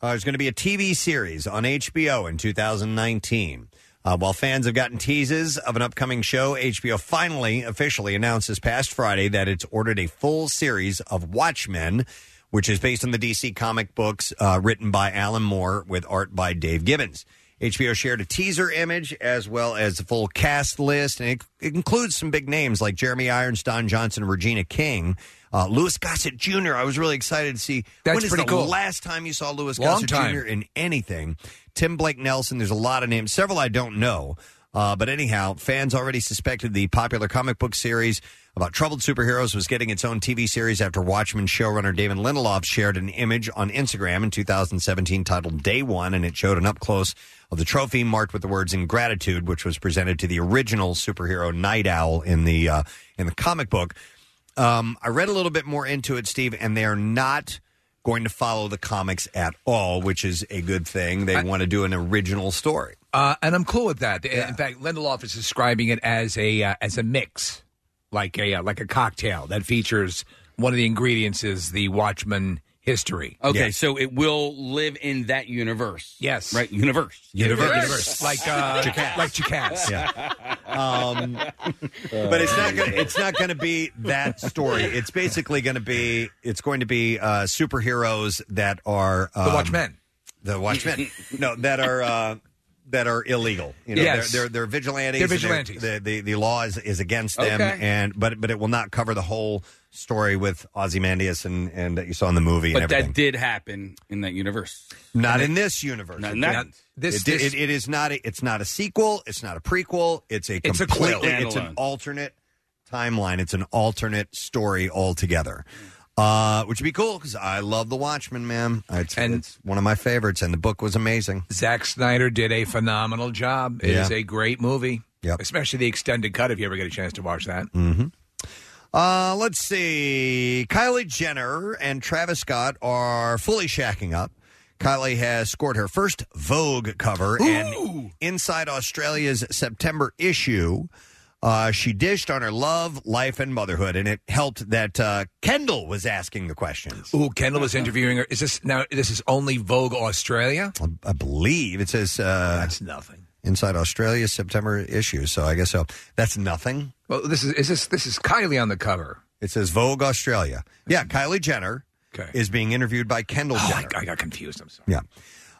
Uh, there's going to be a TV series on HBO in 2019. Uh, while fans have gotten teases of an upcoming show, HBO finally officially announced this past Friday that it's ordered a full series of Watchmen, which is based on the DC comic books uh, written by Alan Moore with art by Dave Gibbons. HBO shared a teaser image as well as the full cast list, and it it includes some big names like Jeremy Irons, Don Johnson, Regina King, uh, Louis Gossett Jr. I was really excited to see.
That's
when is
pretty
the
cool.
last time you saw Louis
Long
Gossett
time.
Jr. in anything? Tim Blake Nelson. There's a lot of names, several I don't know. Uh, but anyhow, fans already suspected the popular comic book series about troubled superheroes was getting its own TV series after Watchmen showrunner David Lindelof shared an image on Instagram in 2017 titled Day One, and it showed an up close of the trophy marked with the words "Ingratitude," which was presented to the original superhero Night Owl in the uh, in the comic book. Um, I read a little bit more into it, Steve, and they are not going to follow the comics at all, which is a good thing. They want to do an original story.
Uh, and I'm cool with that. In fact, Lindelof is describing it as a uh, as a mix, like a uh, like a cocktail that features one of the ingredients is the Watchman history.
Okay,
Yeah.
so it will live in that universe.
Yes.
Right? Universe.
Universe, like
*laughs*
uh, like Jackass.
Yeah. Um, but it's not gonna, it's not going to be that story. It's basically going to be it's going to be uh, superheroes that are
The
um,
Watchmen.
the Watchmen. no, that are uh, that are illegal. You know,
Yes.
they're, they're they're vigilantes.
They're
and
vigilantes.
The, the the law is, is against them,
Okay.
and but but it will not cover the whole story with Ozymandias and and that you saw in the movie and
But
everything.
that did happen in that universe.
Not in this universe.
Not in that-
It-
This-
it, did-
this-
it- it is not. A, it's not a sequel. It's not a prequel. It's a
It's a
completely.
quill.
it's an
Standalone.
alternate timeline. It's an alternate story altogether, uh, which would be cool because I love The Watchmen, man. It's, it's one of my favorites, and the book was amazing.
Zack Snyder did a phenomenal job. It is
Yeah.
a great movie,
Yep.
especially the extended cut. If you ever get a chance to watch that,
Mm-hmm. Uh, let's see. Kylie Jenner and Travis Scott are fully shacking up. Kylie has scored her first Vogue cover and inside Australia's September issue. Uh, she dished on her love, life, and motherhood, and it helped that uh, Kendall was asking the questions.
Ooh, Kendall was interviewing her. Is this now? This is only Vogue Australia.
I believe it says uh, that's
nothing.
Inside Australia's September issue, so I guess so. That's nothing.
Well, this is, is this this is Kylie on the cover.
It says Vogue Australia. Yeah, Kylie Jenner is being interviewed by Kendall Jenner.
Oh, I got confused. I'm sorry.
Yeah.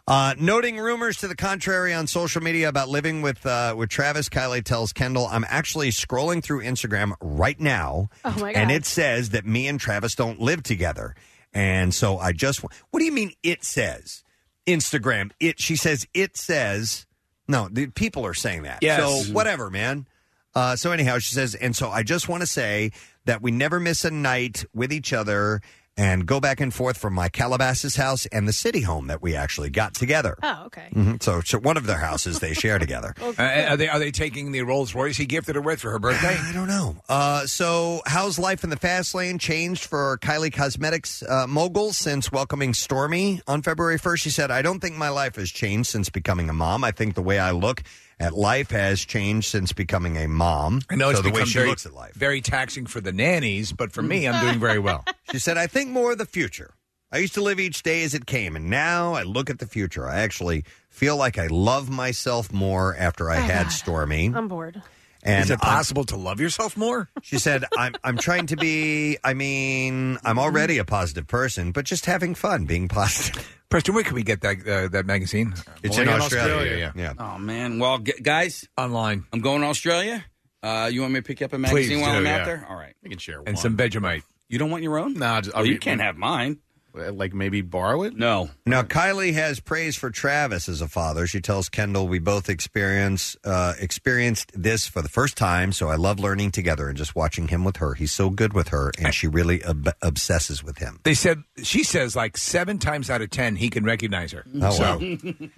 Uh, noting rumors to the contrary on social media about living with uh, with Travis, Kylie tells Kendall, "I'm actually scrolling through Instagram right now,
Oh, my God.
and it says that me and Travis don't live together, and so I just wa- what do you mean it says Instagram? It she says it says no, the people are saying that,
Yes.
so whatever, man. Uh, so anyhow, she says, and so I just want to say that we never miss a night with each other." And go back and forth from my Calabasas house and the city home that we actually got together.
Oh, okay.
Mhm. So, so one of their houses they share together.
Uh, are they are they taking the Rolls Royce he gifted her with for her birthday? I
don't know. Uh, so, how's life in the fast lane changed for Kylie Cosmetics uh, mogul since welcoming Stormy on February 1st? She said, I don't think my life has changed since becoming a mom. I think the way I look at life has changed since becoming a mom.
I know
so
it's
the way
become
she
very,
looks at life.
very taxing for the nannies, but for me, I'm doing very well.
*laughs* She said, I think more of the future. I used to live each day as it came, and now I look at the future. I actually feel like I love myself more after I had Stormy.
I'm bored.
And
Is it
I'm-
possible to love yourself more?
*laughs* She said, "I'm I'm trying to be. I mean, I'm already a positive person, but just having fun, being positive."
*laughs* Preston, where can we get that uh, that magazine?
It's
Only
in Australia. yeah.
Oh man. Well, g- guys,
online.
I'm going to Australia. Uh, you want me to pick up a magazine
Please
while
do,
I'm
yeah.
out there? All right, we can share.
And some Vegemite.
You don't want your own?
Nah,
Oh, you can't have mine.
Like maybe borrow it?
No.
Now, Kylie has praise for Travis as a father. She tells Kendall, "We both experience uh, experienced this for the first time, so I love learning together and just watching him with her. He's so good with her, and she really ob- obsesses with him."
They said she says like seven times out of ten he can recognize her.
Oh,
*laughs*
wow.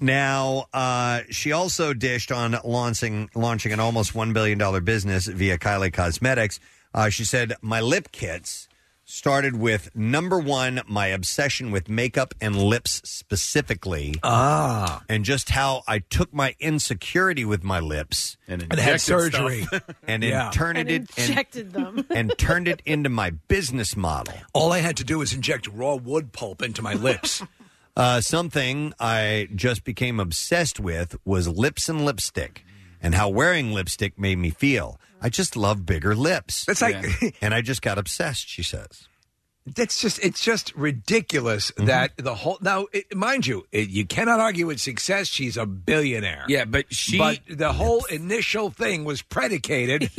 Now, uh, she also dished on launching launching an almost one billion dollar business via Kylie Cosmetics. Uh, she said, "My lip kits started with number one, my obsession with makeup and lips specifically,
Ah.
and just how I took my insecurity with my lips and,
had surgery.
*laughs* and
Yeah.
then turned
And
it and,
injected
*laughs*
them.
and turned it into my business model."
All I had to do was inject raw wood pulp into my lips.
*laughs* Uh, something I just became obsessed with was lips and lipstick and how wearing lipstick made me feel. I just love bigger lips.
That's like- *laughs* Yeah.
and I just got obsessed, she says.
That's just it's just ridiculous
Mm-hmm.
that the whole now it, mind you it, you cannot argue with success. She's a billionaire.
Yeah, but she-
but the whole initial thing was predicated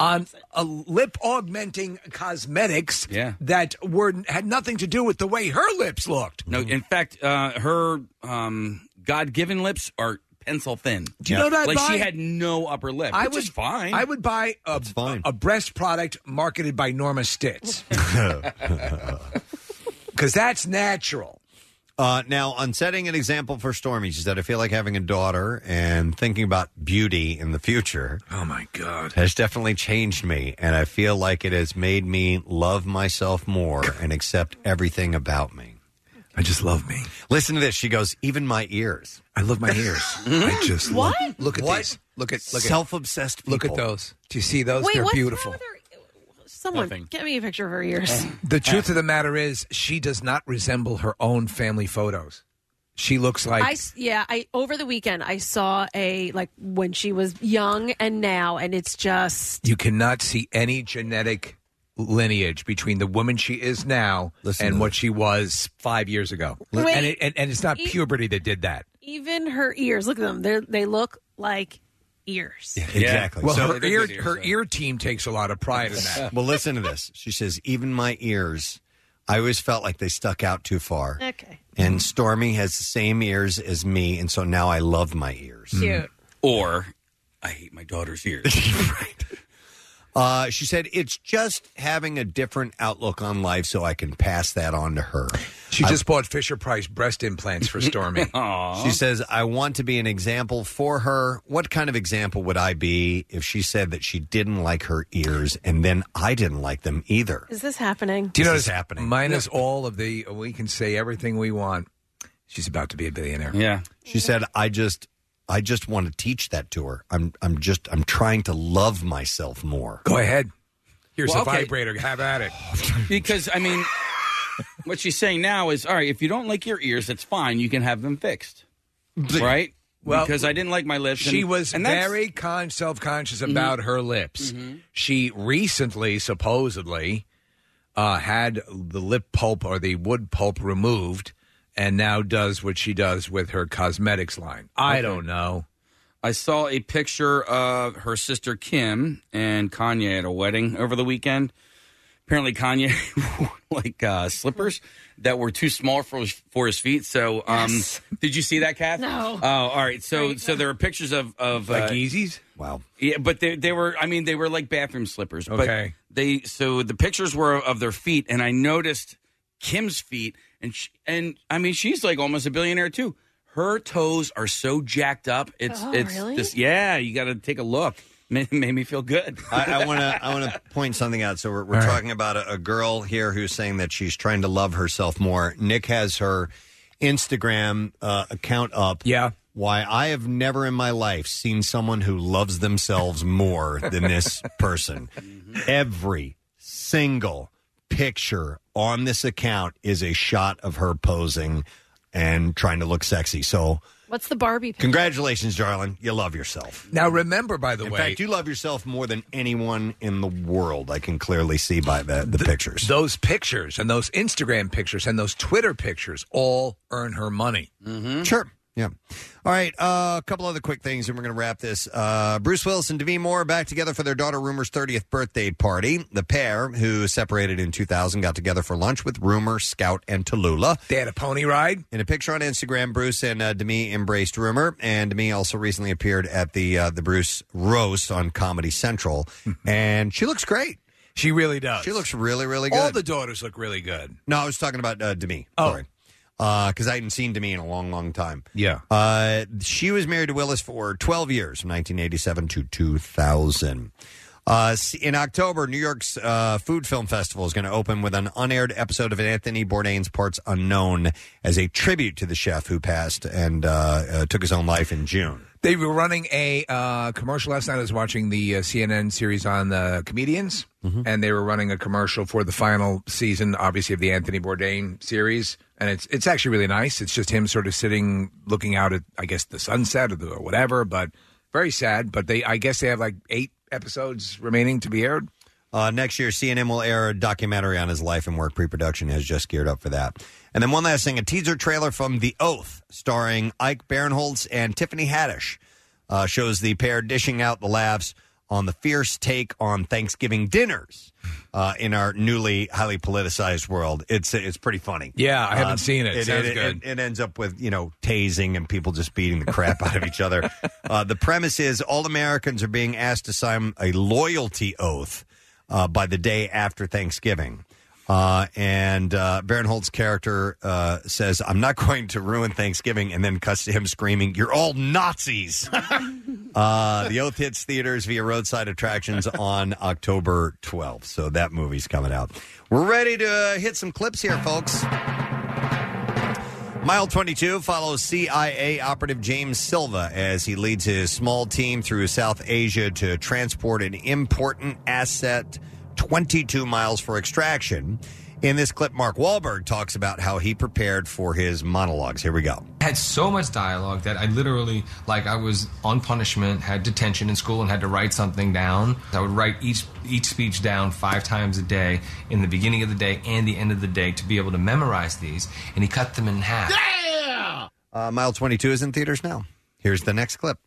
on a lip augmenting cosmetics
Yeah.
that were had nothing to do with the way her lips looked.
No,
Mm-hmm.
in fact, uh, her um, God-given lips are pencil thin.
Do you know what I'd
Like
buy?
she had no upper lip.
I
which
would
is fine.
I would buy a, a breast product marketed by Norma *laughs* Stitz because that's natural.
Uh, now, on setting an example for Stormy, she said, I feel like having a daughter and thinking about beauty in the future.
Oh, my God.
Has definitely changed me, and I feel like it has made me love myself more and accept everything about me.
I just love me.
Listen to this. She goes, even my ears.
I love my ears. I just
What?
Love, look at
What?
these. Look at look at
Self-obsessed
Look at
people.
those. Do you see those?
Wait,
They're
what's wrong
beautiful.
with her- Someone get me a picture of her ears.
The truth of the matter is, she does not resemble her own family photos. She looks like
I s- yeah, I over the weekend I saw a like when she was young and now, and it's just
you cannot see any genetic lineage between the woman she is now and what she was five years ago.
Wait.
and, it, and and it's not
E-
puberty that did that.
Even her ears. Look at them. They're, they look like ears. Yeah,
exactly.
Well,
So-
her ear, her ear team takes a lot of pride in that.
well, listen to this. She says, even my ears, I always felt like they stuck out too far.
Okay.
And Stormy has the same ears as me, and so now I love my ears.
Hmm.
Cute.
Or I hate my
*laughs*
daughter's ears.
Uh, she said, it's just having a different outlook on life, so I can pass that on to her.
She just bought Fisher Price breast implants for
*laughs*
Stormy.
She says, I want to be an example for her. What kind of example would I be if she said that she didn't like her ears and then I didn't like them either?
Is this happening?
Do you know
This is
it's
happening.
Minus all of the, we can say everything we want. She's about to be a billionaire.
Yeah.
She said, I just I just want to teach that to her. I'm I'm just I'm trying to love myself more.
Go ahead. Here's
Well,
a
okay.
vibrator. Have at it.
*laughs* because I mean, what she's saying now is, all right, if you don't like your ears, that's fine. You can have them fixed, right?
Well,
because I didn't like my lips.
She
and-
was
and that's- Mm-hmm.
very con- self conscious about her lips. She recently, supposedly, uh, had the lip pulp or the wood pulp removed and now does what she does with her cosmetics line. I
Okay.
don't know.
I saw a picture of her sister Kim and Kanye at a wedding over the weekend. Apparently, Kanye *laughs* wore like uh, slippers that were too small for his, for his feet. So, um, did you see that, Kath?
No.
Oh, all right. So, so there are pictures of of
Like
uh,
Yeezys?
Wow.
Yeah, but they they were. I mean, they were like bathroom slippers. But
Okay.
They so the pictures were of their feet, and I noticed Kim's feet, and she, and I mean, she's like almost a billionaire too. Her toes are so jacked up. It's
Oh,
it's
really?
this. Yeah, you got to take a look. *laughs* Made, made me feel good.
I want
*laughs*
to I want to point something out. So we're, we're talking about a, a girl here who's saying that she's trying to love herself more. Nick has her Instagram uh, account up.
Yeah.
Why I have never in my life seen someone who loves themselves more than this person. Every single picture on this account is a shot of her posing and trying to look sexy. So
What's the Barbie? pic-
congratulations, darling. You love yourself.
Now, remember, by the
In
way,
fact, you love yourself more than anyone in the world. I can clearly see by the, the pictures.
those pictures and those Instagram pictures and those Twitter pictures all earn her money.
Sure. Yeah. All right. Uh, a couple other quick things, and we're going to wrap this. Uh, Bruce Willis and Demi Moore back together for their daughter Rumor's 30th birthday party. The pair, who separated in 2000, got together for lunch with Rumor, Scout, and Tallulah.
They had a pony ride.
In a picture on Instagram, Bruce and uh, Demi embraced Rumor, and Demi also recently appeared at the uh, the Bruce roast on Comedy
*laughs*
Central, and she looks great.
She really does.
She looks really, really good.
All the daughters look really good.
No, I was talking about uh, Demi.
Oh.
Sorry. Because I hadn't seen Demi in a long, long time.
Yeah.
Uh, she was married to Willis for 12 years, from 1987 to 2000. Uh, s- in October, New York's uh, Food Film Festival is going to open with an unaired episode of Anthony Bourdain's Parts Unknown as a tribute to the chef who passed and uh, uh, took his own life in June.
They were running a uh, commercial last night. I was watching the uh, CNN series on the comedians,
Mm-hmm.
and they were running a commercial for the final season, obviously of the Anthony Bourdain series. And it's it's actually really nice. It's just him sort of sitting, looking out at I guess the sunset or, the, or whatever. But very sad. But they I guess they have like eight episodes remaining to be aired.
Uh, next year, CNN will air a documentary on his life and work. Pre production has just geared up for that. And then one last thing a teaser trailer from The Oath, starring Ike Barinholtz and Tiffany Haddish, uh, shows the pair dishing out the laughs on the fierce take on Thanksgiving dinners uh, in our newly highly politicized world. It's it's pretty funny.
Yeah, I haven't
Um,
seen it. Sounds good.
it ends up with you know tasing and people just beating the crap out of each
*laughs*
other. Uh, the premise is all Americans are being asked to sign a loyalty oath uh, by the day after Thanksgiving. Uh, and uh, Barinholtz's character uh, says, "I'm not *laughs* going to ruin Thanksgiving," and then cuts to him screaming, "You're all Nazis!" *laughs* uh, the Oath hits theaters via roadside attractions on October 12th, so that movie's coming out. We're ready to uh, hit some clips here, folks. Mile 22 follows CIA operative James Silva as he leads his small team through South Asia to transport an important asset 22 miles for extraction. In this clip, Mark Wahlberg talks about how he prepared for his monologues. Here we go.
I had so much dialogue that I literally, like, I was on punishment, had detention in school, and had to write something down. I would write each each speech down five times a day, in the beginning of the day and the end of the day, to be able to memorize these. And he cut them in half.
Yeah! Uh, Mile 22 is in theaters now. Here's the next clip.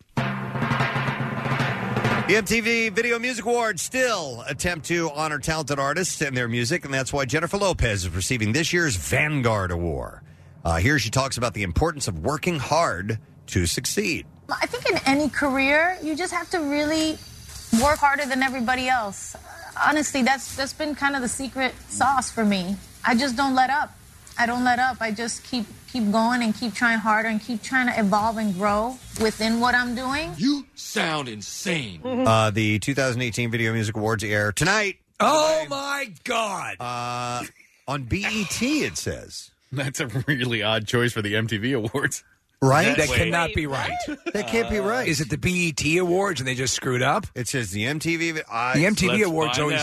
E The MTV Video Music Awards still attempt to honor talented artists and their music, and that's why Jennifer Lopez is receiving this year's Vanguard Award. Uh, here she talks about the importance of working hard to succeed.
I think in any career, you just have to really work harder than everybody else. Honestly, that's that's been kind of the secret sauce for me. I just don't let up. I don't let up. I just keep keep going and keep trying harder and keep trying to evolve and grow within what I'm doing. You
Sound insane. Uh, the 2018 Video Music Awards air tonight.
Oh my God!
Uh, on BET, it says.
That's a really odd choice for the MTV Awards.
Right?
That cannot be right.
That can't be right.
Is it the BET Awards and they just screwed *laughs* up?
It says the MTV.
the MTV Awards always.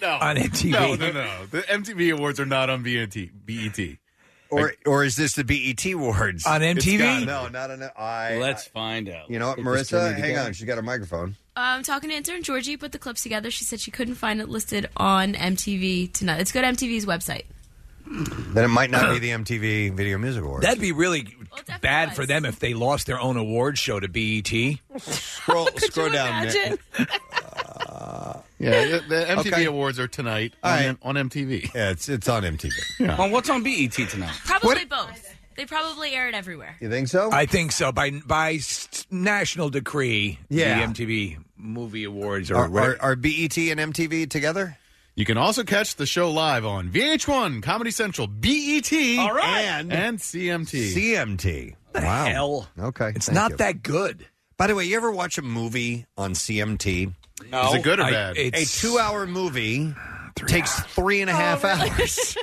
no.
On MTV.
Oh. No, no, no. The MTV Awards are not on BET. BET.
Or, or is this the BET Awards?
On
It's
MTV?
gotta- No, not on. I,
Let's find out.
You know what,
Get this
Marissa?
turned
Hang
together.
on. She's got her microphone.
Um, talking to intern Georgie put the clips together. She said she couldn't find it listed on MTV tonight. Let's go to MTV's website.
Then it might
*clears throat*
not be the MTV Video Music Awards.
That'd be really bad for them if they lost their own award show to E
*laughs*
BET.
Scroll, scroll down.
imagine?
Yeah,
Yeah, the, the MTV
Okay.
Awards are tonight
All right.
on, on MTV.
Yeah, it's it's on MTV.
Well, what's on BET tonight?
Probably both. They probably air it everywhere.
You think so?
I think so. By by s- national decree,
Yeah.
the MTV Movie Awards
Are,
are.
are, are BET and MTV together?
You can also catch the show live on VH1, Comedy Central, BET,
All right.
and, and CMT.
CMT. wow. Okay.
It's
thank
not
you.
that good.
By the way, you ever watch a movie on CMT?
No. Is it good or I- bad? it's-
a two-hour movie takes three Oh, and a half *laughs* hours.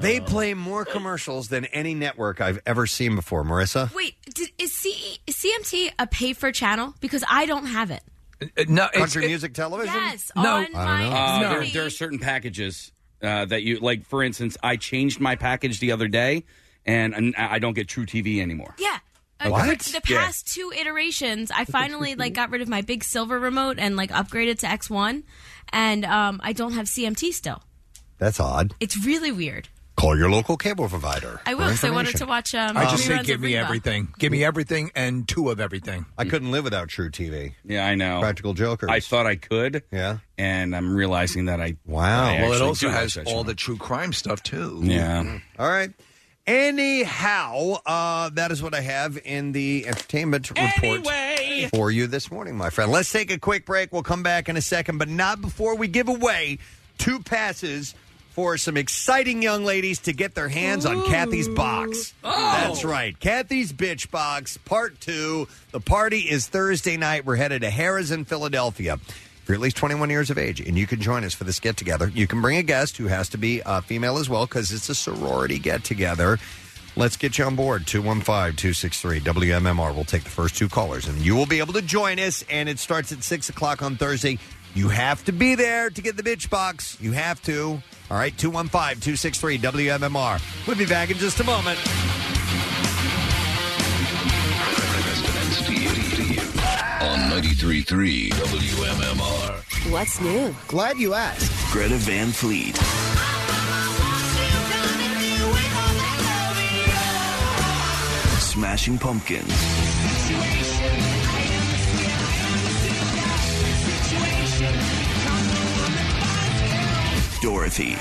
they play more commercials than any network I've ever seen before. Marissa,
Wait, did, is, C, is CMT a pay for channel? Because I don't have it.
Uh,
no,
country music television.
Yes,
No.
on
I
my
don't know.
Uh,
MTV.
there, there are certain packages uh, that you like. For instance, I changed my package the other day, and, and I I don't get True TV anymore.
Yeah. Uh,
What?
for The
Yeah.
past two iterations, I finally like got rid of my big silver remote and like upgraded to X1, and um, I don't have CMT still.
That's odd.
It's really weird.
Call your local cable provider.
I
for
will. So I wanted
information.
to watch. Um,
I just say,
reruns of
give me
Reba.
everything. Give me everything and two of everything.
I couldn't live without True TV.
Yeah, I know.
Practical Jokers.
I thought I could.
Yeah.
And I'm realizing that I
wow.
well, it also has all the true crime stuff too.
Yeah. Mm-hmm.
All right. Anyhow, uh, that is what I have in the entertainment report for you this morning, my friend. Let's take a quick break. We'll come back in a second, but not before we give away two passes for some exciting young ladies to get their hands on Kathy's box. That's right. Kathy's Bitch Box, part two. The party is Thursday night. We're headed to Harrah's in Philadelphia. If you're at least 21 years of age and you can join us for this get together, you can bring a guest who has to be uh, female as well because it's a sorority get together. Let's get you on board. 215 263 WMMR. We'll take the first two callers and you will be able to join us. And it starts at 6 o'clock on Thursday. You have to be there to get the bitch box. You have to. All right, 215 263 WMMR. We'll be back in just a moment.
On 93.3 WMMR.
*laughs* What's new? Glad you asked.
Greta Van Fleet.
Smashing Pumpkins. Dorothy.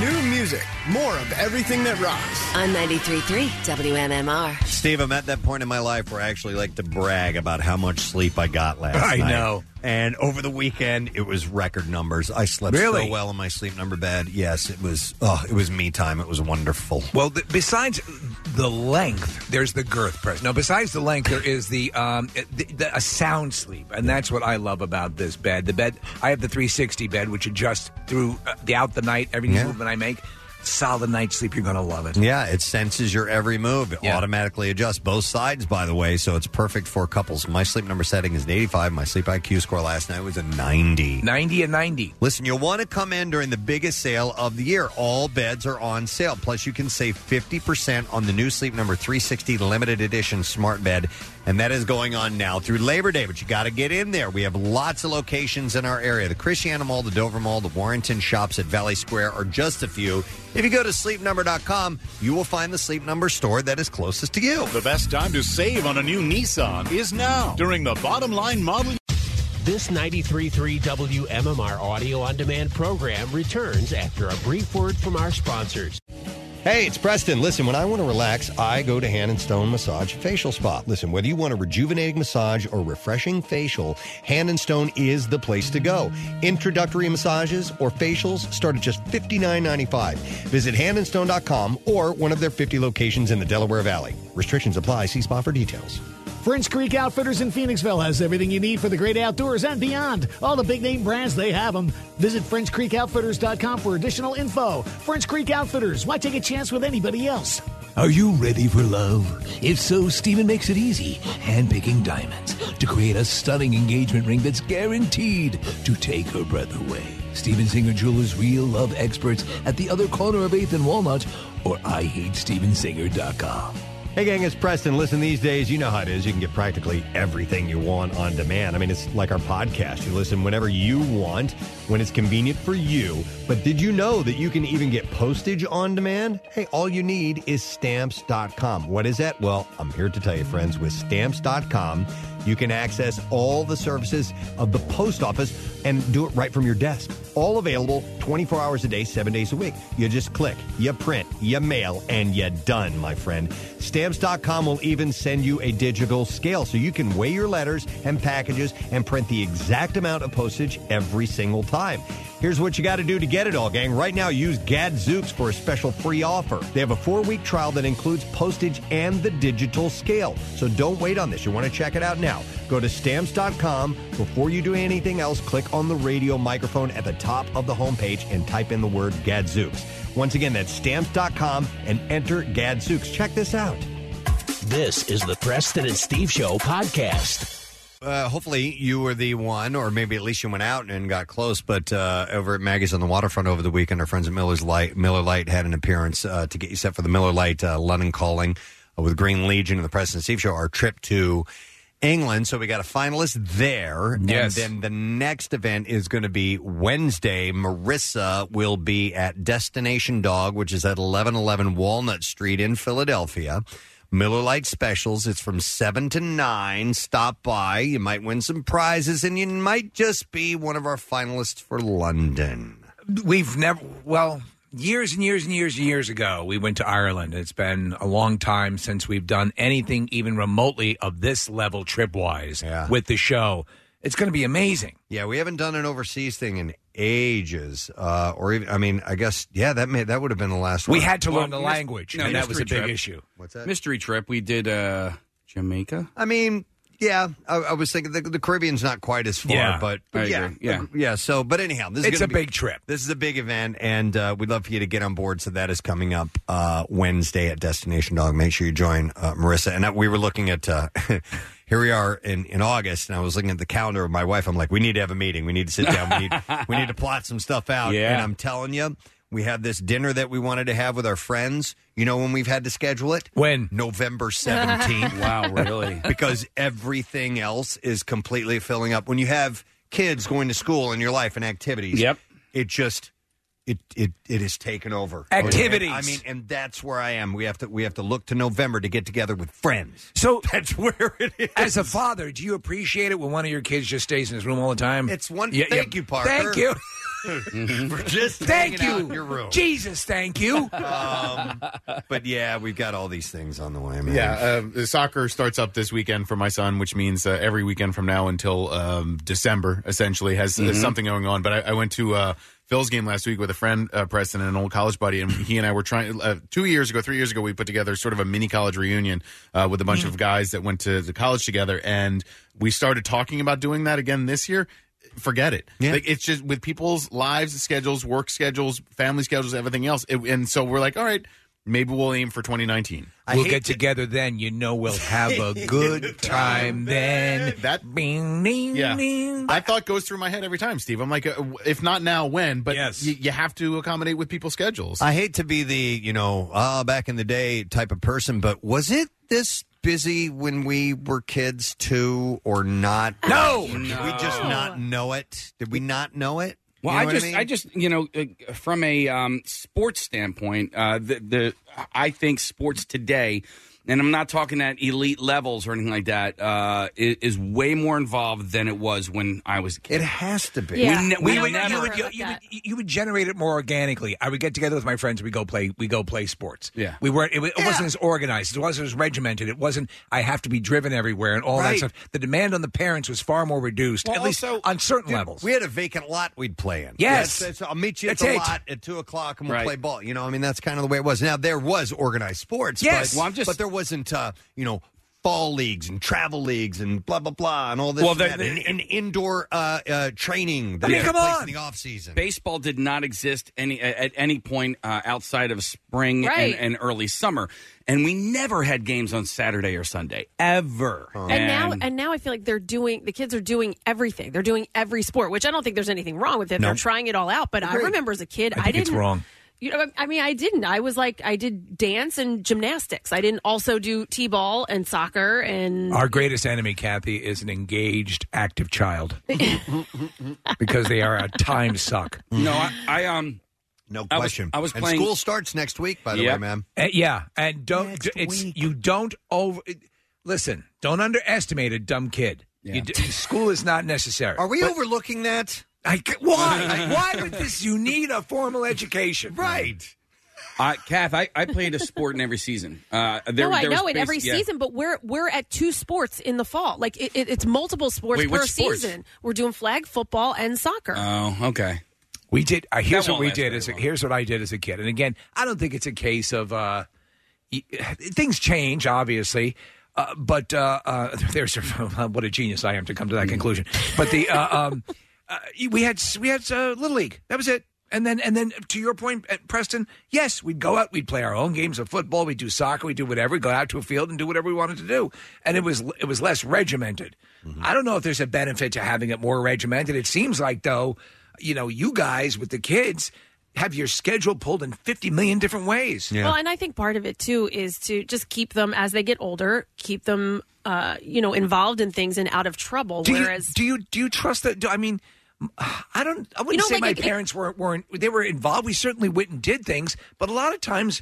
New music. More of everything that rocks. On 93.3 WMMR.
Steve, I'm at that point in my life where I actually like to brag about how much sleep I got last
I
night.
know.
And over the weekend, it was record numbers. I slept
Really?
so well in my sleep number bed. Yes, it was. Oh, it was me time. It was wonderful.
Well, th- besides the length, there's the girth press. Now, besides the length, there is the um the, the, a sound sleep, and that's what I love about this bed. The bed I have the 360 bed, which adjusts through uh, the out the night every
Yeah.
movement I make. solid night's sleep. You're going to love it.
Yeah, it senses your every move. It automatically adjusts both sides, by the way, so it's perfect for couples. My sleep number setting is an 85. My sleep IQ score last night was a 90.
90 and 90.
Listen, you'll want to come in during the biggest sale of the year. All beds are on sale. Plus, you can save 50% on the new Sleep Number 360 limited edition smart bed. And that is going on now through Labor Day, but you got to get in there. We have lots of locations in our area. The Christiana Mall, the Dover Mall, the Warrington shops at Valley Square are just a few. If you go to sleepnumber.com, you will find the Sleep Number store that is closest to you.
The best time to save on a new Nissan is now during the bottom line model.
This 93.3 WMMR audio on demand program returns after a brief word from our sponsors.
Hey, it's Preston. Listen, when I want to relax, I go to Hand and Stone Massage and Facial Spa. Listen, whether you want a rejuvenating massage or refreshing facial, Hand and Stone is the place to go. Introductory massages or facials start at just $59.95. Visit handandstone.com or one of their 50 locations in the Delaware Valley. Restrictions apply. See spa for details.
French Creek Outfitters in Phoenixville has everything you need for the great outdoors and beyond. All the big name brands, they have them. Visit FrenchCreekOutfitters.com for additional info. French Creek Outfitters, why take a chance with anybody else?
Are you ready for love? If so, Steven makes it easy, handpicking diamonds to create a stunning engagement ring that's guaranteed to take her breath away. Steven Singer Jewelers real love experts at the other corner of 8th and Walnut or IHateStevenSinger.com.
Hey, gang, it's Preston. Listen, these days, you know how it is. You can get practically everything you want on demand. I mean, it's like our podcast. You listen whenever you want, when it's convenient for you. But did you know that you can even get postage on demand? Hey, all you need is stamps.com. What is that? Well, I'm here to tell you, friends, with stamps.com, you can access all the services of the post office and do it right from your desk. All available 24 hours a day, seven days a week. You just click, you print, you mail, and you're done, my friend. Stamps.com will even send you a digital scale so you can weigh your letters and packages and print the exact amount of postage every single time. Here's what you got to do to get it all, gang. Right now, use Gadzooks for a special free offer. They have a four week trial that includes postage and the digital scale. So don't wait on this. You want to check it out now. Go to stamps.com. Before you do anything else, click on the radio microphone at the top of the homepage and type in the word Gadzooks. Once again, that's stamps.com and enter Gadzooks. Check this out.
This is the Preston and Steve Show podcast.
Uh, hopefully, you were the one, or maybe at least you went out and got close. But uh, over at Maggie's on the Waterfront over the weekend, our friends at Miller's Light, Miller Light had an appearance uh, to get you set for the Miller Light uh, London Calling uh, with Green Legion and the President Steve Show. Our trip to England, so we got a finalist there.
Yes.
And then the next event is going to be Wednesday. Marissa will be at Destination Dog, which is at 1111 Walnut Street in Philadelphia. Miller Lite specials. It's from 7 to 9. Stop by. You might win some prizes, and you might just be one of our finalists for London.
We've never, well, years and years and years and years ago, we went to Ireland. It's been a long time since we've done anything even remotely of this level trip wise with the show. It's going to be *laughs* amazing.
Yeah, we haven't done an overseas thing in ages, uh, or even I mean, I guess yeah, that may that would have been the last.
We
one.
had to learn the language, and that was a big issue.
What's that?
Mystery trip. We did uh, Jamaica.
I mean, yeah, I, I was thinking the, the Caribbean's not quite as far,
Yeah.
but,
I
but yeah,
agree. Yeah.
yeah. So, but anyhow, this
It's
is gonna
a
be-
big trip.
This is a big event, and uh, we'd love for you to get on board. So that is coming up uh, Wednesday at Destination Dog. Make sure you join uh, Marissa. And uh, we were looking at. Uh, *laughs* Here we are in, in August, and I was looking at the calendar of my wife. I'm like, we need to have a meeting. We need to sit down. We need, we need to plot some stuff out.
Yeah.
And I'm telling you, we have this dinner that we wanted to have with our friends. You know when we've had to schedule it?
When?
November 17th.
Wow, really?
because everything else is completely filling up. When you have kids going to school in your life and activities, yep. it just it it it has taken over.
Activities.
I mean, and that's where I am. We have to we have to look to November to get together with friends.
So
*laughs* that's where it is.
As a father, do you appreciate it when one of your kids just stays in his room all the time? It's
one. thank you, Parker. *laughs*
Thank you.
For just
*laughs* thank
hanging
you.
out in your room.
Jesus, thank you.
*laughs* Um, but yeah, we've got all these things on the way, man.
Yeah, uh, soccer starts up this weekend for my son, which means uh, every weekend from now until um, December essentially has
Mhm.
uh, something going on. But I, I went to uh, Phil's game last week with a friend, uh, Preston, and an old college buddy, and he and I were trying uh, two years ago, three years ago, we put together sort of a mini college reunion uh, with a bunch of guys that went to the college together, and we started talking about doing that again this year. forget it. Like, it's just with people's lives, schedules, work schedules, family schedules, everything else. It, and so we're like, all right, maybe we'll aim for 2019.
we'll get together then. You know, we'll have
*laughs*
a good time then.
That
bing, ding,
yeah.
ding.
That thought goes through my head every time, Steve. I'm like, uh, if not now, when? But y- you have to accommodate with people's schedules.
I hate to be the, you know, ah, back in the day type of person, but was it this busy when we were kids too or not? No! Did we just not know it? Did we not know it?
Well,
You know
I
what
just, I,
mean?
just, you know, uh, from a um, sports standpoint, uh, the, the I think sports today, and I'm not talking at elite levels or anything like that, uh, is, is way more involved than it was when I was a kid.
It has to be.
We, ne- we would, you, would, you, would, you would generate it more organically. I would get together with my friends. We go play. We go play sports.
Yeah.
we weren't. It, wa- it wasn't as organized. It wasn't as regimented. It wasn't. I have to be driven everywhere and all
Right.
that stuff. The demand on the parents was far more reduced. at least on certain
Dude,
levels.
We had a vacant lot we'd play in.
Yes.
Yeah, so- so I'll meet you at
That's
the
it.
lot at 2 o'clock and we'll
Right.
play ball. You know, I mean, that's kind of the way it was. Now, there was organized sports.
Yes.
But,
Well, I'm just-
but there wasn't, uh, you know, fall leagues and travel leagues and blah, blah, blah, and all this
Well,
and,
the-
that, and, and indoor uh, uh, training that
I mean,
took
come
place
on.
in the off season.
Baseball did not exist any at any point uh, outside of spring
Right.
and, and early summer, and we never had games on Saturday or Sunday ever.
Oh,
And now, and now I feel like they're doing the kids are doing everything. They're doing every sport, which I don't think there's anything wrong with it.
No.
They're trying it all out. But I
Agreed.
remember as a kid, I,
I think
didn't.
it's wrong.
You know, I mean, I didn't. I was like, I did dance and gymnastics. I didn't also do t-ball and soccer and
Our greatest enemy, Kathy, is an engaged, active child *laughs* because they are a time suck.
no, I, I um,
no
I was- question. I was
and
playing-
school starts next week, by the
Yeah.
way, man.
Uh, yeah, and don't d- it's you don't over it- listen. Don't underestimate a dumb kid. You d- *laughs* school is not necessary.
Are we
But
overlooking that?
I, c-
*laughs*
why? why would this? You need a formal education,
right?
Uh, Kath, I, I played a sport in every season. Uh, there,
no, I
there was
know it
basi-
every
yeah.
season, but we're we're at two sports in the fall. Like it, it, it's multiple sports
Wait,
per
which sports?
season. We're doing flag football and soccer.
Oh, okay.
We did. Uh, here's
That
what
won't
we
last
did. As a, here's what I did as a kid. And again, I don't think it's a case of uh, y- things change, obviously. Uh, but uh, uh, *laughs* there's what a genius I am to come to that conclusion. But the uh, um, *laughs* uh, we had we had uh, little league. That was it. And then and then to your point, uh, Preston. Yes, we'd go out. We'd play our own games of football. We'd do soccer. We'd do whatever. We'd go out to a field and do whatever we wanted to do. And it was it was less regimented. I don't know if there's a benefit to having it more regimented. It seems like though, you know, you guys with the kids have your schedule pulled in 50 million different ways.
Well, and I think part of it too is to just keep them as they get older, keep them, uh, you know, involved in things and out of trouble.
do you,
whereas,
do you do you trust that? Do, I mean, I don't. I wouldn't
know,
say
like,
my
it- it-
parents weren't weren't they were involved. We certainly went and did things, but a lot of times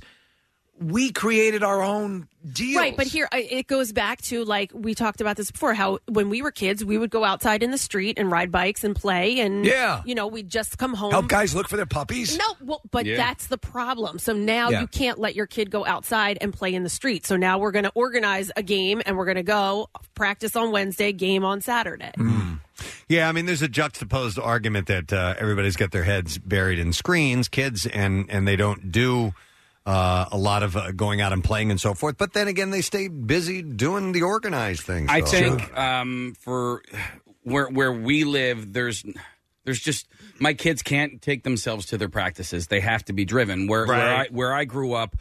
we created our own deals.
Right, but here I- it goes back to like we talked about this before. How when we were kids, we would go outside in the street and ride bikes and play, and
Yeah.
you know, we'd just come home.
help guys look for their puppies.
No, well, but
Yeah.
that's the problem. So now
Yeah.
you can't let your kid go outside and play in the street. So now we're going to organize a game, and we're going to go practice on Wednesday, game on Saturday.
Mm.
Yeah, I mean, there's a juxtaposed argument that uh, everybody's got their heads buried in screens, kids, and and they don't do uh, a lot of uh, going out and playing and so forth. But then again, they stay busy doing the organized things.
I
though.
think um, for where where we live, there's there's just my kids can't take themselves to their practices. They have to be driven. Where where I
Right.
where I grew up,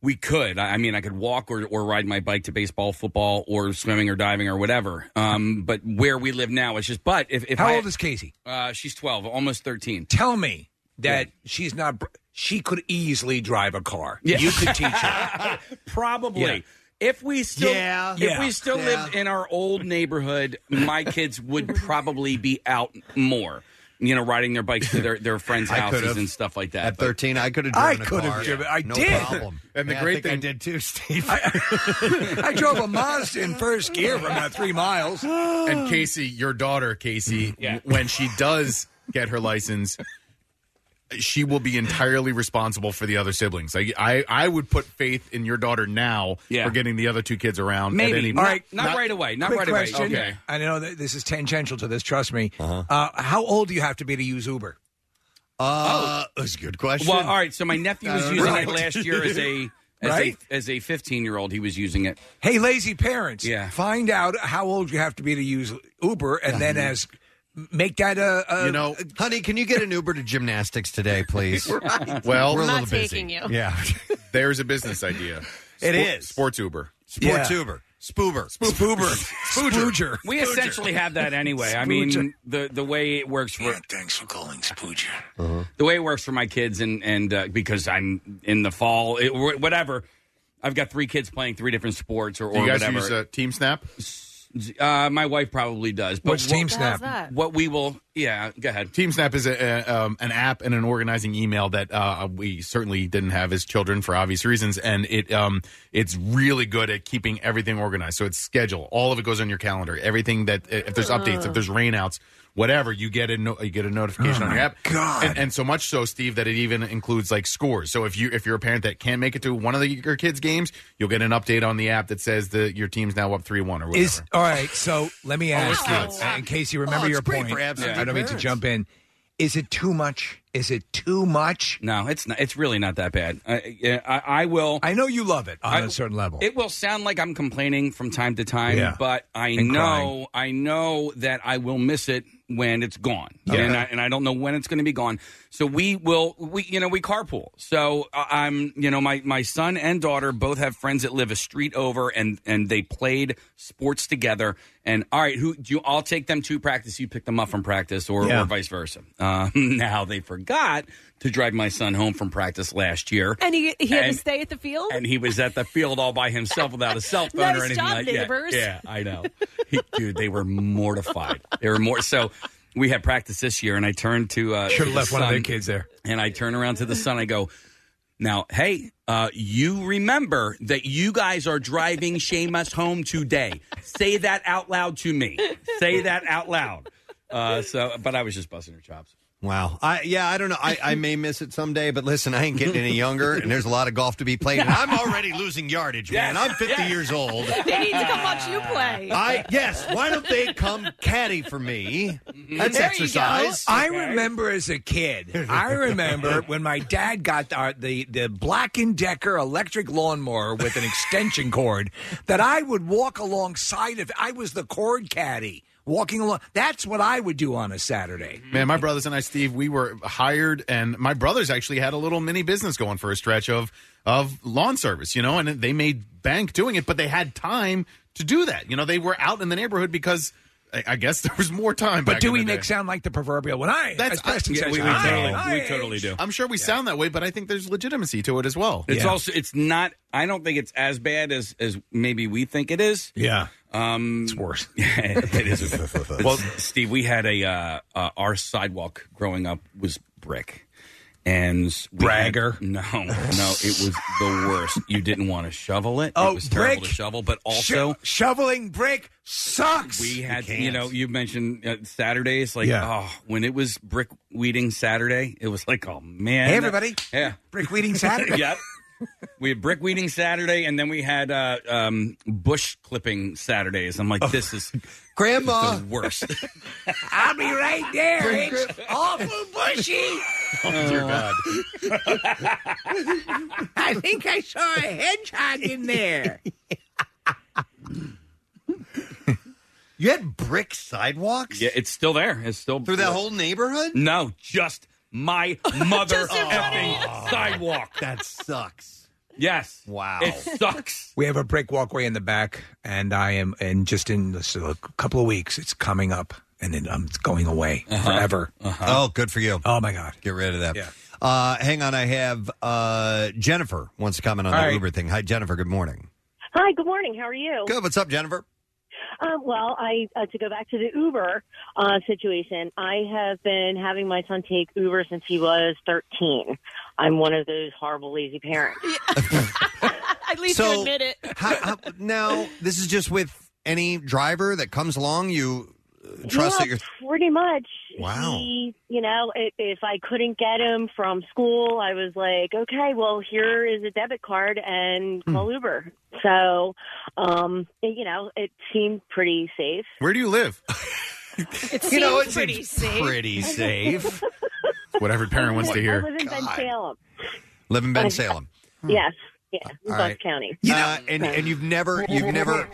we could. I I mean, I could walk or, or ride my bike to baseball, football, or swimming or diving or whatever. Um, but where we live now, it's just. But if, if
How
I-
old is Casey?
Uh, she's twelve, almost thirteen.
Tell me that she's not. br- She could easily drive a car.
Yeah.
You could teach her.
*laughs* Probably.
Yeah.
If we still,
Yeah.
if
Yeah.
we still
Yeah.
lived in our old neighborhood, my kids would probably be out more. You know, riding their bikes to their, their friends'
I
houses
could've.
and stuff like that.
At 13, I could have
I
driven a
could've
car.
driven- I
no
did.
Problem.
*laughs* And the
Yeah,
great
I think I
thing-
did too, Steve.
I drove a Mazda in first gear for about three
*gasps*
miles. Mm-hmm.
and Casey, your daughter, Casey, w- when she does get her license, she will be entirely responsible for the other siblings. Like I, I would put faith in your daughter now for getting the other two kids around.
um,
at any-
All right. Quick
away.
question.
Okay.
I know that this is tangential to this. Trust me. uh how old do you have to be to use Uber?
Uh, That's a good question.
Oh. Well, all right. So my nephew was
Uh,
using
right.
it last year
*laughs*
as a as
Right?
a as a fifteen year old. He was using it.
Hey, lazy parents.
Yeah.
Find out how old you have to be to use Uber, and then as make that a, a
uh,
You
*laughs*
know- honey, can you get an Uber to gymnastics today, please?
Right. *laughs* Well-
we're a
I'm not
little busy.
taking you.
*laughs* Yeah,
There's a business idea. Spor-
It is.
Sports Uber.
Sports Uber. Spoober.
Spoober.
Spooger. We essentially have that anyway. I
Spooger.
mean, the the way it works for
thanks for calling, Spooger.
Uh-huh.
the way it works for my kids and and uh, because I'm in the fall, it, wh- whatever. I've got three kids playing three different sports or,
Do
or
you guys
whatever.
use uh, Team Snap?
Uh, my wife probably does. But
What's
what-
Team What the hell's Snap? that?
What we will, yeah, go ahead.
TeamSnap is a, a, um, an app and an organizing email that uh, we certainly didn't have as children for obvious reasons, and it um, it's really good at keeping everything organized. So it's schedule, all of it goes on your calendar. Everything that uh, if there's updates,
Oh.
if there's rainouts, whatever, you get a no- you get a notification
Oh
on your
my
app.
God.
And, and so much so, Steve, that it even includes like scores. So if you if you're a parent that can't make it to one of the, your kids' games, you'll get an update on the app that says that your team's now up three one or whatever.
Is all right. So let
Oh,
me ask you, uh, in case you remember
Oh, it's
your
great
point.
for absentee
I don't mean to
parents.
jump in. Is it too much? Is it too much?
No, it's not, it's really not that bad. I, yeah, I, I will.
I know you love it on
a
a certain level.
It will sound like I'm complaining from time to time,
Yeah.
but I
And
know I know that I will miss it when it's gone,
Yeah.
and I and I don't know when it's going to be gone. So we will we you know we carpool. So I- I'm you know my my son and daughter both have friends that live a street over, and and they played sports together. And all right, who do you, I'll take them to practice. You pick them up from practice, or
Yeah.
or vice versa. Uh, *laughs* now they forgot to drive my son home from practice last year,
And he, he had
And-
to stay at the field?
and he was at the field all by himself without a cell phone
Nice
or anything
job,
like that.
neighbors.
Yeah, I know. He, dude, they
*laughs*
were mortified. They were more so. We had practice this year, and I turned to uh,
Should've
the
left one of
son,
their kids there.
And I turn around to the son. I go, "Now, hey, uh, you remember that you guys are driving Seamus home today. Say that out loud to me. Say that out loud." Uh, so, but I was just busting her chops.
Wow. I yeah, I don't know. I, I may miss it someday, but listen, I ain't
*laughs*
getting any younger and there's a lot of golf to be played. And I'm already losing yardage, man. I'm 50 years old.
They need to come watch you play.
I yes, why don't they come caddy for me? That's
Mm-hmm. There you go.
exercise.
I remember as a kid. I remember when my dad got the the, the Black and Decker electric lawnmower with an extension cord that I would walk alongside of. I was the cord caddy walking along. That's what I would do on a Saturday.
Mm-hmm. Man, my brothers and I, Steve, we were hired, and my brothers actually had a little mini business going for a stretch of of lawn service, you know, and they made bank doing it, but they had time to do that. You know, they were out in the neighborhood because I, I guess *laughs* there was more time.
But
back
do
in the
we
day.
make sound like the proverbial when I?
That's
as Preston
I-
says,
we- we
I-
totally-
I-
we totally do.
I'm sure we sound that way, but I think there's legitimacy to it as well.
It's also it's not. I don't think it's as bad as as maybe we think it is.
Yeah.
Um, it's
worse.
*laughs* it is. well, Steve, we had a uh, uh, our sidewalk growing up was brick, and we had-
Bragger.
no, no, it was the worst. You didn't want to shovel it.
Oh,
it was terrible
brick.
to shovel, but
Sho-
also
shoveling brick sucks.
we had, you, know, you mentioned uh, Saturdays. Like,
Yeah.
oh, when it was brick weeding Saturday, it was like, oh man,
Hey, everybody.
yeah,
brick weeding Saturday.
*laughs* yep. We had brick weeding Saturday, and then we had uh, um, bush clipping Saturdays. I'm like, this is
Grandma.
the worst.
I'll be right there. It's awful bushy.
Oh, dear God. Oh.
I think I saw a hedgehog in there.
*laughs* You had brick sidewalks?
Yeah, it's still there. It's still
Through that whole neighborhood?
No, just my mother effing sidewalk.
That sucks.
Yes.
Wow.
It sucks.
We have a brick walkway in the back, and I am, and just in this, a couple of weeks, it's coming up, and then um, it's going away
Uh-huh.
forever.
Oh, good for you.
Oh my God.
Get rid of that. Uh, hang on, I have uh, Jennifer wants to comment on
All
the
right.
Uber thing. Hi, Jennifer. Good morning.
Hi, good morning. How are you?
Good. What's up, Jennifer?
Um, well, I uh, to go back to the Uber uh, situation. I have been having my son take Uber since he was 13. I'm one of those horrible lazy parents.
*laughs*
*laughs* At least
So-
you admit it.
how, how, now, this is just with any driver that comes along. You uh, trust
yeah,
that you're.
pretty much.
Wow.
He, you know, i if I couldn't get him from school, I was like, okay, well, here is a debit card and
Hmm.
call Uber. So, um, you know, it seemed pretty safe.
Where do you live?
It
You know, it
seems pretty
seems
safe. *laughs*
Pretty safe.
Whatever parent wants to
I
hear.
live in Bensalem.
Live in Ben Salem.
Yes. Yeah. in
All
Bucks
right.
County. *laughs*
Uh, and and you've never you've never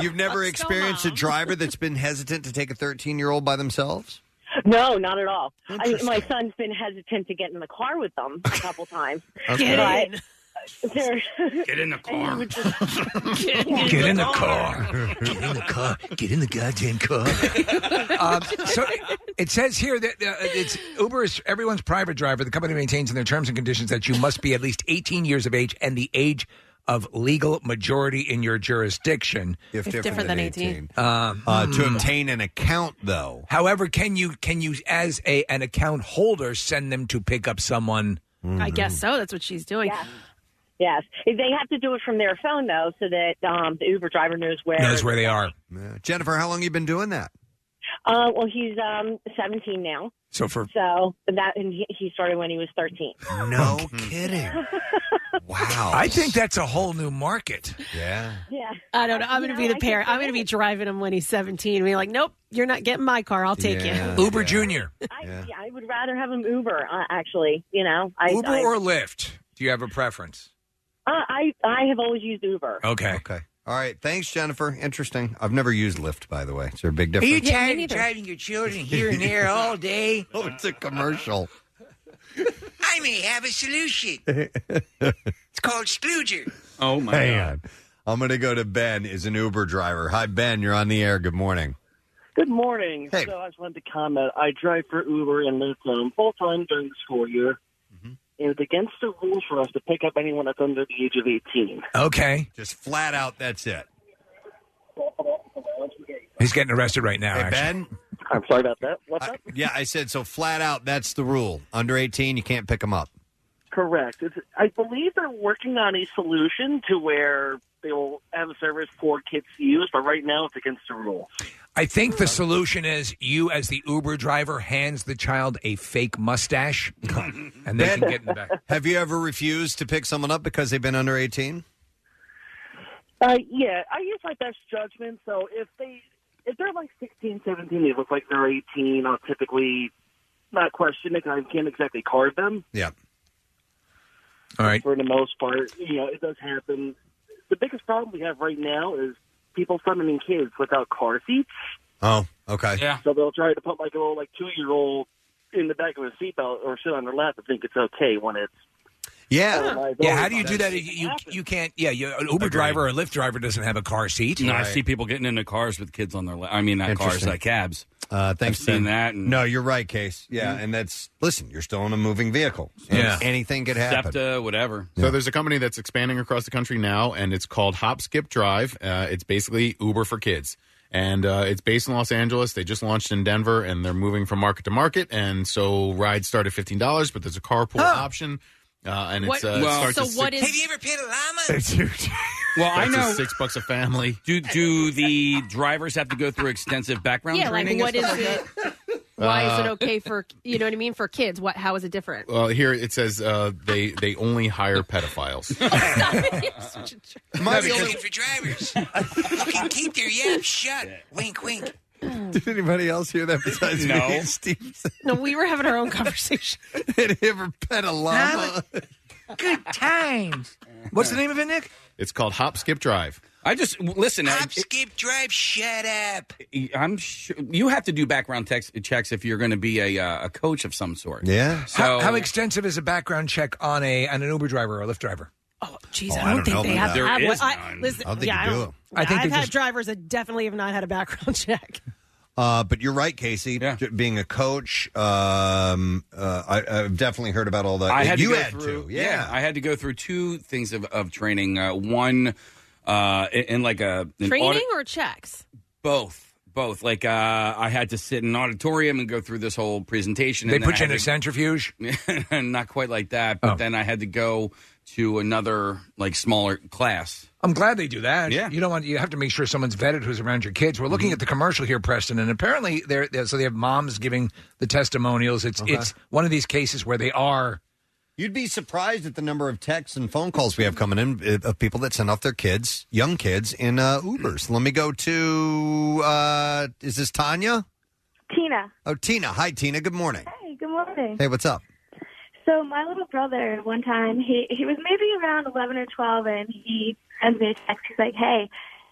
You've never experienced a driver that's been hesitant to take a 13 year old by themselves?
No, not at all. I mean, my son's been hesitant to get in the car with them a couple times.
Okay. Get
But
in.
they're-
Get in the
*laughs* and he
car.
would just- Get
Get
*laughs*
in the car. Get in the car. Get in the goddamn car.
um, so it says here that uh, it's Uber is everyone's private driver. The company maintains in their terms and conditions that you must be at least 18 years of age and the age of legal majority in your jurisdiction.
If
If different different than than 18. 18.
Um,
Uh, to obtain an account, though.
However, can you can you as a an account holder send them to pick up someone?
Mm.
I guess so. That's what she's doing.
Yes, they have to do it from their phone though, so that um, the Uber driver knows where.
knows where they are.
Jennifer, how long you been doing that?
Uh, well, he's um, 17 now.
So for
So that and he, he started when he was 13.
no kidding. Wow.
I think that's a whole new market.
Yeah.
Yeah.
I don't know. I'm going to be the parent. I'm going to be driving him when he's 17. Be like, nope, you're not getting my car. I'll take you.
Uber Junior.
Yeah, I would rather have him Uber. Uh, actually, you know, I,
Uber
I,
or Lyft? Do you have a preference?
uh, I I have always used
Oh.
Uber.
Okay.
Okay. All right. Thanks, Jennifer. Interesting. I've never used Lyft, by the way. Is there a big difference?
Are you tired of driving your *laughs* children here and there all day?
*laughs* Oh, it's a commercial.
I may have a solution. It's called Splooger.
*laughs* Oh my
Hang on. I'm going to go to Ben. Is an Uber driver. Hi, Ben. You're on the air. Good morning.
Good morning. So I just wanted to comment. I drive for Uber and Lyft um, full time during the school year. And It's against the rules for us to pick up anyone that's under the age of 18.
Okay.
Just flat out. That's it.
He's getting arrested right now.
Hey,
actually.
Ben.
I'm sorry about that. What's
up? Yeah, I said so. Flat out, that's the rule. Under 18, you can't pick them up.
Correct. It's, I believe they're working on a solution to where they will have a service for kids to use, but right now it's against the rules.
I think the solution is you, as the Uber driver, hands the child a fake mustache, *laughs* and they
Ben,
can get in the back.
*laughs* Have you ever refused to pick someone up because they've been under 18?
Uh, yeah, I use my best judgment. So if they if they're like 16, 17, they look like they're 18. I'll typically not question it. 'cause I can't exactly card them.
Yeah.
All right.
For the most part, you know, it does happen. The biggest problem we have right now is people summoning kids without car seats.
Oh, okay.
Yeah.
So they'll try to put like a little like two year old in the back of a seatbelt or sit on their lap and think it's okay when it's
Yeah, yeah. How do you do that? You you, you can't. Yeah, you, an Uber
Agreed.
driver or a Lyft driver doesn't have a car seat.
You know, I see people getting into cars with kids on their. La- I mean, not cars,
Interesting.
like cabs.
Uh, thanks,
I've seen
Ben.
that. And Mm-hmm.
No, you're right, Case. Yeah, and that's listen. You're still in a moving vehicle. So
Yeah.
anything could happen.
SEPTA, whatever.
So there's a company that's expanding across the country now, and it's called Hop Skip Drive. Uh, it's basically Uber for kids, and uh, it's based in Los Angeles. They just launched in Denver, and they're moving from market to market. And so rides start at fifteen dollars, but there's a carpool option, uh, and it's uh, it starts at six-
Have you ever paid a
*laughs*
llama?
Well, I
starts at
know.
six bucks a family.
Do do the drivers have to go through extensive background
Yeah, like
training?
what
and
is
stuff like
it? Why is it
Uh,
okay for you know what I mean for kids? What how is it different?
Well, here it says uh, they they only hire pedophiles.
*laughs*
Oh, *laughs*
Might be looking for drivers who can keep their yaps shut. Wink, wink.
*laughs* Did anybody else hear that besides
No.
me? and Steve
No, we were having our own conversation.
Did he ever pet a llama?
Good times.
What's the name of it, Nick?
It's called Hop Skip Drive.
I just listen. I-
Hop, skip, drive, shut up.
I'm sure you have to do background tex- checks if you're going to be a uh, a coach of some sort.
Yeah.
So
how, how extensive is a background check on a on an Uber driver or a Lyft driver?
Jeez,
Oh,
I,
I
don't
don't know
think they
about
have.
that.
I,
There is
I-
none.
listen,
I don't think
yeah,
you
I
do.
don't-
I think
I've
they
had
just-
drivers that definitely have not had a background *laughs* check.
Uh, but you're right, Casey. J- Being a coach, um, uh, I, I've definitely heard about all that.
I had
you
to go
had
through,
to, yeah.
I had to go through two things of, of training. Uh, one uh, in, in like a an
Training
audit-
or checks?
both, both. Like uh, I had to sit in an auditorium and go through this whole presentation.
They
and then
put
I
you in a
had
centrifuge. Oh.
to- *laughs* not quite like that, but then I had to go to another like smaller class.
I'm glad they do that. Yeah, Mm-hmm. you don't want you have to make sure someone's vetted who's around your kids. We're looking at the commercial here, Preston, and apparently they're, they're- so they have moms giving the testimonials. It's
Okay.
it's one of these cases where they are.
You'd be surprised at the number of texts and phone calls we have coming in uh, of people that send off their kids, young kids, in uh, Ubers. Let me go to, uh, is this Tanya?
Tina.
Oh, Tina. Hi, Tina. Good morning.
Hey, good morning.
Hey, what's up?
So my little brother, one time, he he was maybe around eleven or twelve, and he sends me a text. He's like, "Hey,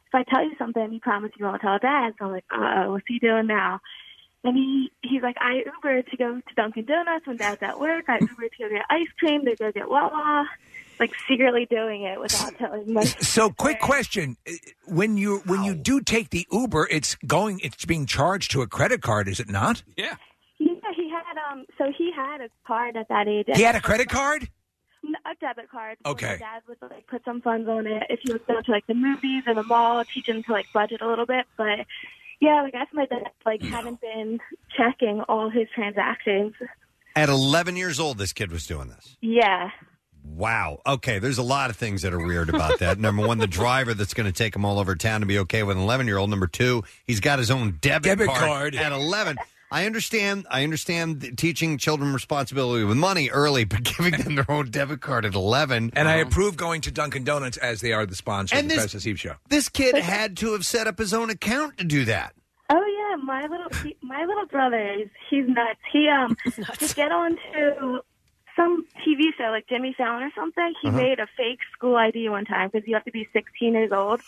if I tell you something, you promise you won't tell dad. So I'm like, oh, what's he doing now? And he he's like, I Ubered to go to Dunkin' Donuts when dad's at work. I Ubered to go get ice cream. They go get Wawa. Like secretly doing it
*laughs*
without telling my
So, quick question: Uh, when you when you do take the Uber, it's going, it's being charged to a credit card, is it not?
Yeah.
Yeah, he had um. So he had a card at that age.
He had a credit card.
N- A debit card.
Okay.
My dad would like put some funds on it if he was going to like the movies or the mall, teach him to like budget a little bit. But yeah, like that's my dad like hadn't been checking all his transactions.
At 11 years old, this kid was doing this.
Yeah.
Wow. Okay. There's a lot of things that are weird about that. *laughs* Number one, the driver that's going to take him all over town to be okay with an 11 year old. Number two, he's got his own debit,
Debit card.
at 11. I understand. I understand th- teaching children responsibility with money early, but *laughs* giving them their own debit card at Uh-huh. 11.
And I approve going to Dunkin' Donuts as they are the sponsor
And
of the
this-
Preston and Steve Show.
This kid had to have set up his own account to do that.
Oh yeah, my little he, my little brother is he's nuts.
*laughs*
He um to get onto some TV show like Jimmy Fallon or something. He
Uh-huh.
made a fake school ID one time because you have to be 16 years old.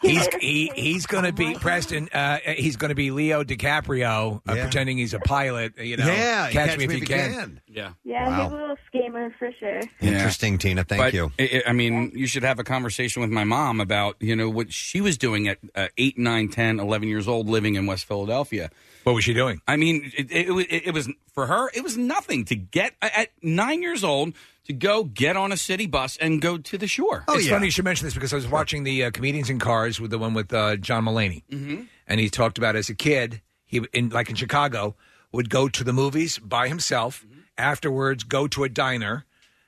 He's he, he's going to be Preston. Uh, he's going to be Leo DiCaprio uh, pretending he's a pilot. uh, You know,
Yeah,
catch, me if you can.
Yeah.
Yeah,
Wow.
he's a little schemer for sure.
Interesting, Tina. Thank
But
you.
i I I mean, you should have a conversation with my mom about, you know, what she was doing at uh, 8, 9, 10, 11 years old living in West Philadelphia.
What was she doing?
I mean, it, it, wa- it, it was, for her, it was nothing to get, at nine years old, to go get on a city bus and go to the shore.
Oh,
it's funny you should mention this because I was watching the uh, comedians in cars with the one with uh, John Mulaney,
Mhm.
and he talked about as a kid he in like in Chicago would go to the movies by himself. Afterwards, go to a diner,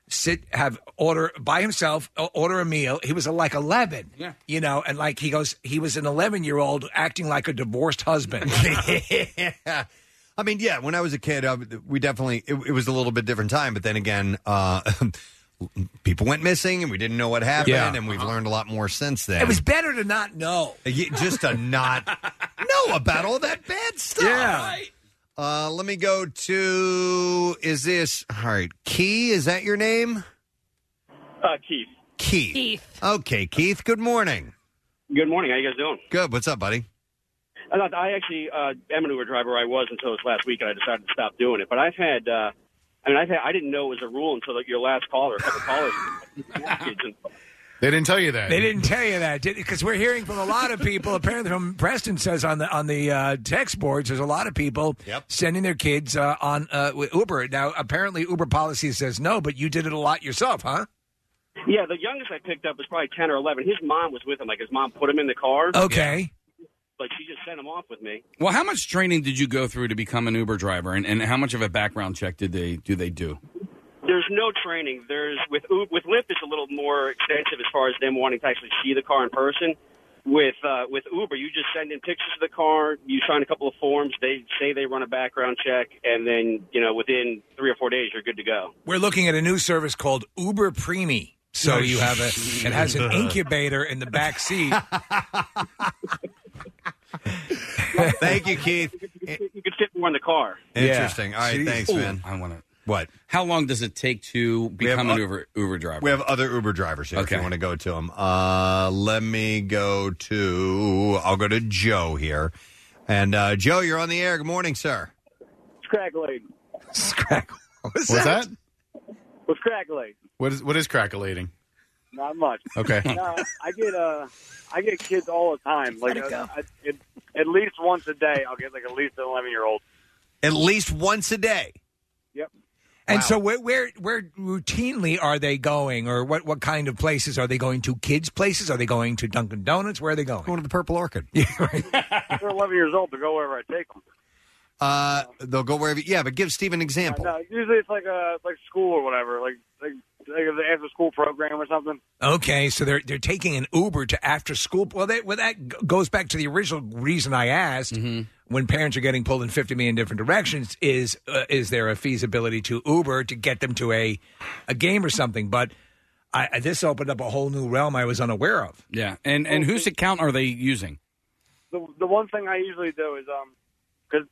sit have order by himself, o- order a meal. He was uh, like eleven,
Yeah.
you know, and like he goes, he was an eleven year old acting like a divorced husband. *laughs*
yeah. I mean, yeah, when I was a kid, uh, we definitely, it, it was a little bit different time. But then again, uh, *laughs* people went missing and we didn't know what happened.
Yeah. Uh-huh.
And we've learned a lot more since then.
It was better to not know.
Yeah, just to not know about all that bad stuff.
Yeah.
Uh, let me go to, is this, all right, Key, is that your name?
Uh, Keith.
Keith. Keith. Okay, Keith, good morning.
Good morning. How you guys doing?
Good. What's up, buddy?
I, thought- I actually uh, am an Uber driver. I was until this last week, and I decided to stop doing it. But I've had, uh, I mean, I've had, I didn't know it was a rule until like, your last caller, a couple *laughs* callers.
They didn't tell you that.
They didn't tell you that, did? Because we're hearing from a lot of people. apparently, from Preston says on the on the uh, text boards, there's a lot of people sending their kids uh, on uh, with Uber. Now, apparently, Uber policy says no, but you did it a lot yourself, huh?
yeah, the youngest I picked up was probably ten or eleven. His mom was with him. Like his mom put him in the car.
Okay.
But she just sent him off with me.
Well, how much training did you go through to become an Uber driver, and, and how much of a background check did they do they do?
There's no training. There's with U- with Lyft, it's a little more extensive as far as them wanting to actually see the car in person. With uh, with Uber, you just send in pictures of the car, you sign a couple of forms, they say they run a background check, and then you know within three or four days you're good to go.
We're looking at a new service called Uber Preemie. So you have a it has *laughs* an incubator in the back seat.
Thank you, Keith.
You could fit more in the car.
Interesting. All right, thanks,
Ooh,
man.
I want to.
What?
How long does it take to become an
o-
Uber Uber driver?
We have other Uber drivers here if
Okay.
you want to go to them. Uh, let me go to, I'll go to Joe here. And uh, Joe, you're on the air. Good morning, sir.
Crackling.
What's that?
What's crackling?
What is what is crackolating?
Not much.
Okay.
*laughs* No, I get uh, I get kids all the time. Like uh, I, it, at least once a day, I'll get like at least an eleven year old.
At least once a day.
Yep.
And so, where, where where routinely are they going, or what what kind of places are they going to? Kids' places? Are they going to Dunkin' Donuts? Where are they going? Going
to the Purple
*laughs*
Orchid.
They're eleven years old. They go wherever I take them.
Uh, they'll go wherever. Yeah, but give Steve an example.
No, usually it's like uh like school or whatever, like like like the after school program or something.
Okay, so they're they're taking an Uber to after school. Well, that well that g- goes back to the original reason I asked
Mm-hmm.
when parents are getting pulled in fifty million different directions. Is uh, is there a feasibility to Uber to get them to a a game or something? But I, I- this opened up a whole new realm I was unaware of.
Yeah, and
Oh,
and whose account are they using?
the the one thing I usually do is um because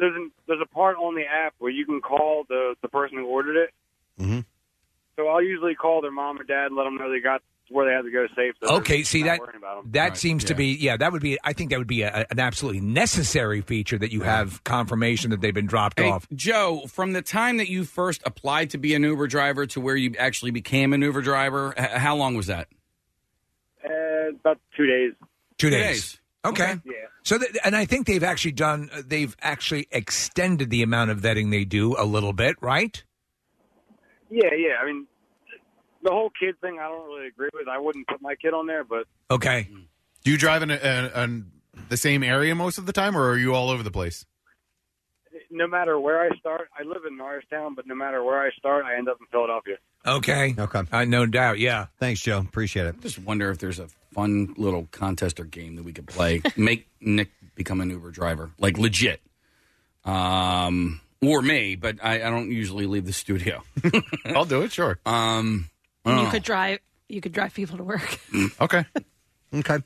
there's an, there's a part on the app where you can call the the person who ordered it.
Mm-hmm.
Mhm.
So I'll usually call their mom or dad, let them know they got where they have to go safe. So they're
Okay, see
not
that
worrying about 'em.
that seems to be yeah that would be I think that would be a, an absolutely necessary feature that you have confirmation that they've been dropped
Hey,
off.
Joe, from the time that you first applied to be an Uber driver to where you actually became an Uber driver, h- how long was that?
Uh, about two days.
Two days. Okay.
Yeah.
So th- and I think they've actually done uh, they've actually extended the amount of vetting they do a little bit, right?
Yeah, yeah. I mean, the whole kid thing, I don't really agree with. I wouldn't put my kid on there, but
Okay.
Do you drive in, a, a, a, the same area most of the time, or are you all over the place?
no matter where I start, I live in Norristown, but no matter where I start, I end up in Philadelphia.
Okay.
Okay.
Uh, no doubt. Yeah.
Thanks, Joe. Appreciate it.
Just wonder if there's a fun little contest or game that we
*laughs*
could play. Make Nick become an Uber driver, like legit, um, or me. But I, I don't usually leave the
*laughs*
studio.
I'll do it. Sure.
Um,
Oh.
I don't
You
know.
could drive. You could drive people
*laughs*
to work.
Okay.
Mm. *laughs* Okay.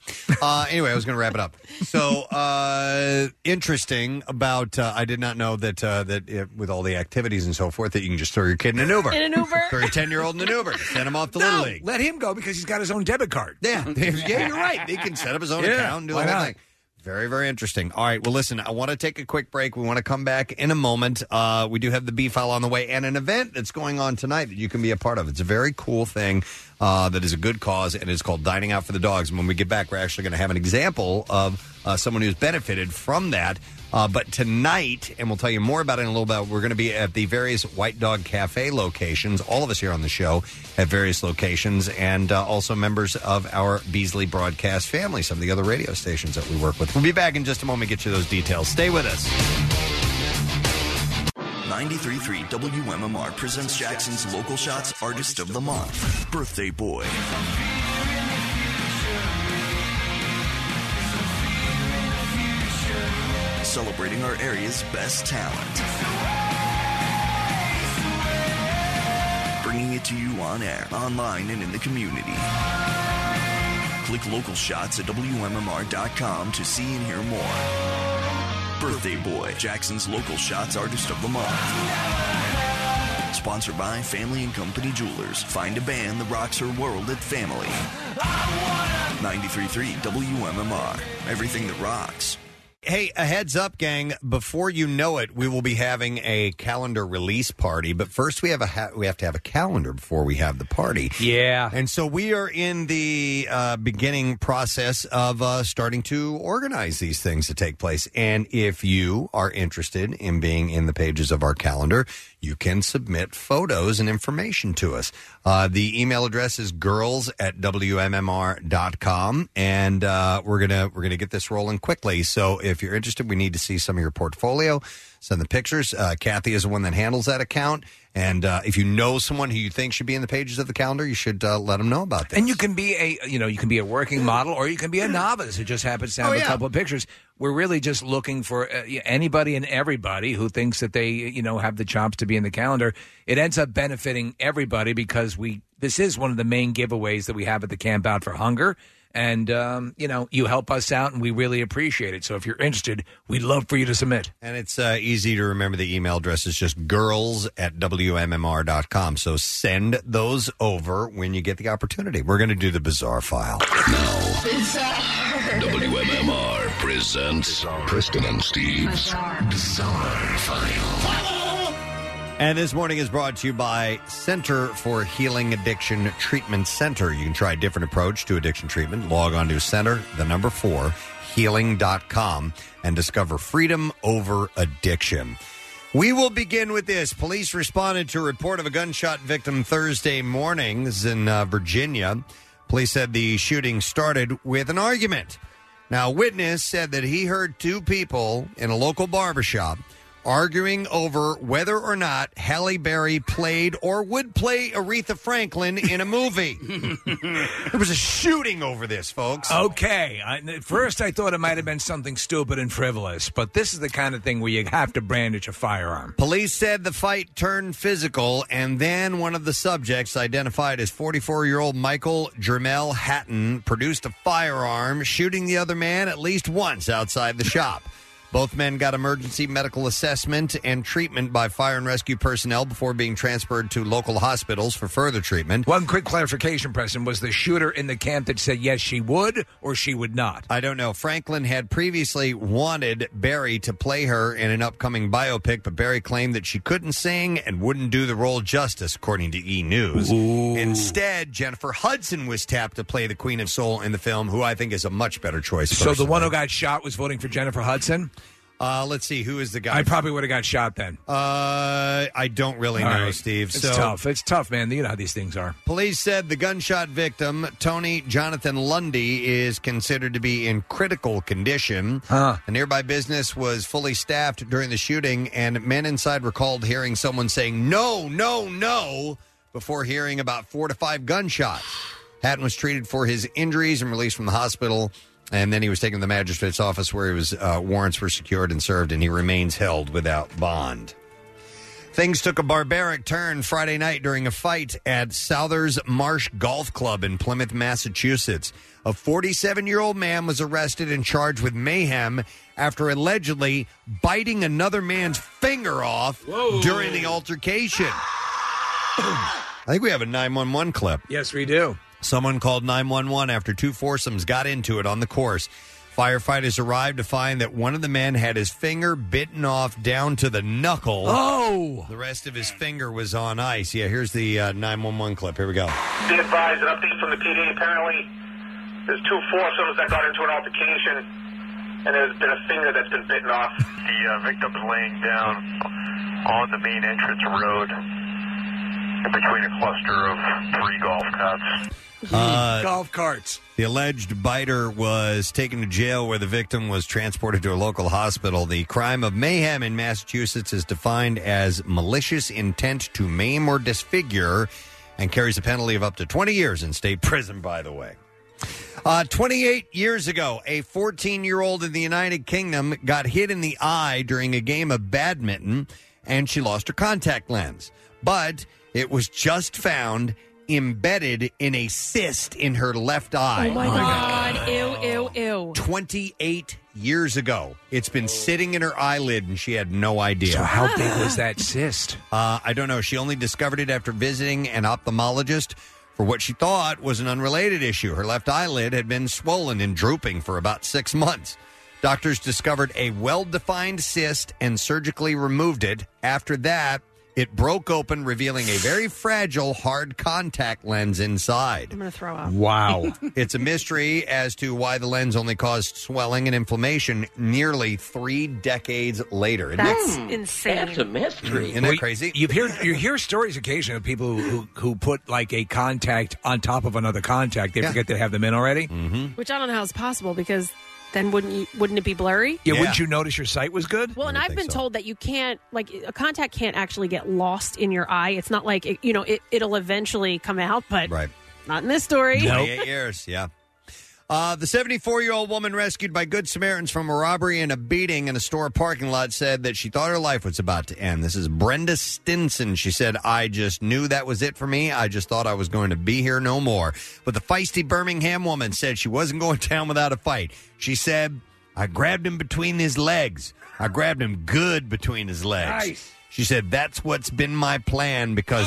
Uh, anyway, I was going to wrap it up. So uh, interesting about uh, I did not know that uh, that it, with all the activities and so forth that you can just throw your kid in an Uber.
In an Uber.
*laughs* throw your ten year old in an Uber. Send him off to
No,
Little League.
let him go because he's got his own debit card.
*laughs* Yeah,
*laughs*
yeah, you're right. He can set up his own account and do the whole thing. Very, very interesting. All right. Well, listen, I want to take a quick break. We want to come back in a moment. Uh, we do have the B file on the way and an event that's going on tonight that you can be a part of. It's a very cool thing uh, that is a good cause, and it's called Dining Out for the Dogs. And when we get back, we're actually going to have an example of uh, someone who's benefited from that. Uh, but tonight, and we'll tell you more about it in a little bit, we're going to be at the various White Dog Cafe locations, all of us here on the show at various locations, and uh, also members of our Beasley broadcast family, some of the other radio stations that we work with. We'll be back in just a moment, get you those details. Stay with us.
93.3 WMMR presents Jackson's Local Shots Artist of the Month, Birthday Boy. Celebrating our area's best talent. Bringing it to you on air, online, and in the community. Click local shots at WMMR.com to see and hear more. Birthday Boy, Jackson's Local Shots Artist of the Month. Sponsored by Family and Company Jewelers. Find a band that rocks her world at Family. 93.3 WMMR. Everything that rocks.
Hey, a heads up, gang! Before you know it, we will be having a calendar release party. But first, we have a ha- we have to have a calendar before we have the party.
Yeah,
and so we are in the uh, beginning process of uh, starting to organize these things to take place. And if you are interested in being in the pages of our calendar, you can submit photos and information to us. Uh, the email address is girls at wmmr.com, and uh, we're gonna we're gonna get this rolling quickly. So if you're interested, we need to see some of your portfolio. Send the pictures. Uh, Kathy is the one that handles that account. And uh, if you know someone who you think should be in the pages of the calendar, you should uh, let them know about that.
And you can be a you know you can be a working model or you can be a novice who just happens to have
Oh,
a
yeah.
couple of pictures. We're really just looking for uh, anybody and everybody who thinks that they you know have the chops to be in the calendar. It ends up benefiting everybody because we this is one of the main giveaways that we have at the Camp Out for Hunger. And um, you know you help us out, and we really appreciate it. So if you're interested, we'd love for you to submit.
And it's uh, easy to remember the email address. is just girls at WMMR.com. So send those over when you get the opportunity. We're going to do the bizarre file.
WMMR presents Preston and Steve's Bizarre, File.
And this morning is brought to you by Center for Healing Addiction Treatment Center. You can try a different approach to addiction treatment. Log on to center, the number four, healing.com, and discover freedom over addiction. We will begin with this. Police responded to a report of a gunshot victim Thursday morning. This is in uh, Virginia. Police said the shooting started with an argument. Now, a witness said that he heard two people in a local barbershop arguing over whether or not Halle Berry played or would play Aretha Franklin in a movie. there was a shooting over this, folks.
Okay. I, at first, I thought it might have been something stupid and frivolous, but this is the kind of thing where you have to brandish a firearm.
Police said the fight turned physical, and then one of the subjects, identified as 44 year old Michael Jermel Hatton, produced a firearm, shooting the other man at least once outside the shop. Both men got emergency medical assessment and treatment by fire and rescue personnel before being transferred to local hospitals for further treatment.
One quick clarification, Preston. Was the shooter in the camp that said yes, she would, or she would not?
I don't know. Franklin had previously wanted Barry to play her in an upcoming biopic, but Barry claimed that she couldn't sing and wouldn't do the role justice, according to E! News. Instead, Jennifer Hudson was tapped to play the Queen of Soul in the film, who I think is a much better choice.
So the
personally.
one who got shot was voting for Jennifer Hudson.
Uh, let's see who is the guy.
I probably would have got shot then.
Uh, I don't really
All
know,
right.
Steve.
It's
so
tough. It's tough, man. You know how these things are.
Police said the gunshot victim, Tony Jonathan Lundy, is considered to be in critical condition. A nearby business was fully staffed during the shooting, and men inside recalled hearing someone saying, no, no, no, before hearing about four to five gunshots. Hatton was treated for his injuries and released from the hospital. And then he was taken to the magistrate's office where he was uh, warrants were secured and served, and he remains held without bond. Things took a barbaric turn Friday night during a fight at Southers Marsh Golf Club in Plymouth, Massachusetts. A 47 year old man was arrested and charged with mayhem after allegedly biting another man's finger off during the altercation. I think we have a 911 clip.
Yes, we do.
Someone called 911 after two foursomes got into it on the course. Firefighters arrived to find that one of the men had his finger bitten off down to the knuckle.
Oh!
The rest of his finger was on ice. Yeah, here's the uh, 911 clip. Here we go.
Be advised, an update from the PD. Apparently, there's two foursomes that got into an altercation, and there's been a finger that's been bitten off. The uh, victim's laying down on the main entrance road between a cluster of three golf carts.
Hmm.
Uh,
Golf carts.
The alleged biter was taken to jail where the victim was transported to a local hospital. The crime of mayhem in Massachusetts is defined as malicious intent to maim or disfigure and carries a penalty of up to 20 years in state prison, by the way. Uh, 28 years ago, a 14 year old in the United Kingdom got hit in the eye during a game of badminton and she lost her contact lens. But it was just found embedded in a cyst in her left eye.
Oh my God. Ew, ew, ew.
28 years ago. It's been sitting in her eyelid, and she had no idea. So
how big
*laughs*
was that cyst?
Uh, I don't know. She only discovered it after visiting an ophthalmologist for what she thought was an unrelated issue. Her left eyelid had been swollen and drooping for about six months. Doctors discovered a well defined cyst and surgically removed it. After that, it broke open, revealing a very fragile, hard contact lens inside.
I'm going to throw up.
Wow. it's a mystery as to why the lens only caused swelling and inflammation nearly three decades later. Isn't
That's
that-
insane.
Isn't that crazy?
You hear you hear stories occasionally of people who, who who put like a contact on top of another contact. They forget they have them in already. Mm-hmm.
*laughs* Which I don't know how it's possible because then wouldn't you, wouldn't it be blurry?
Yeah, Wouldn't you notice your sight was good?
Well, and I've been told that you can't like a contact can't actually get lost in your eye. It's not like it, you know it, it'll eventually come out, but
Right.
not in this story.
28 years, yeah. Uh, the 74 year old woman rescued by Good Samaritans from a robbery and a beating in a store parking lot said that she thought her life was about to end. This is Brenda Stinson. She said, I just knew that was it for me. I just thought I was going to be here no more. But the feisty Birmingham woman said she wasn't going *laughs* down without a fight. She said, I grabbed him between his legs. I grabbed him good between his legs.
Nice.
She said, That's what's been my plan because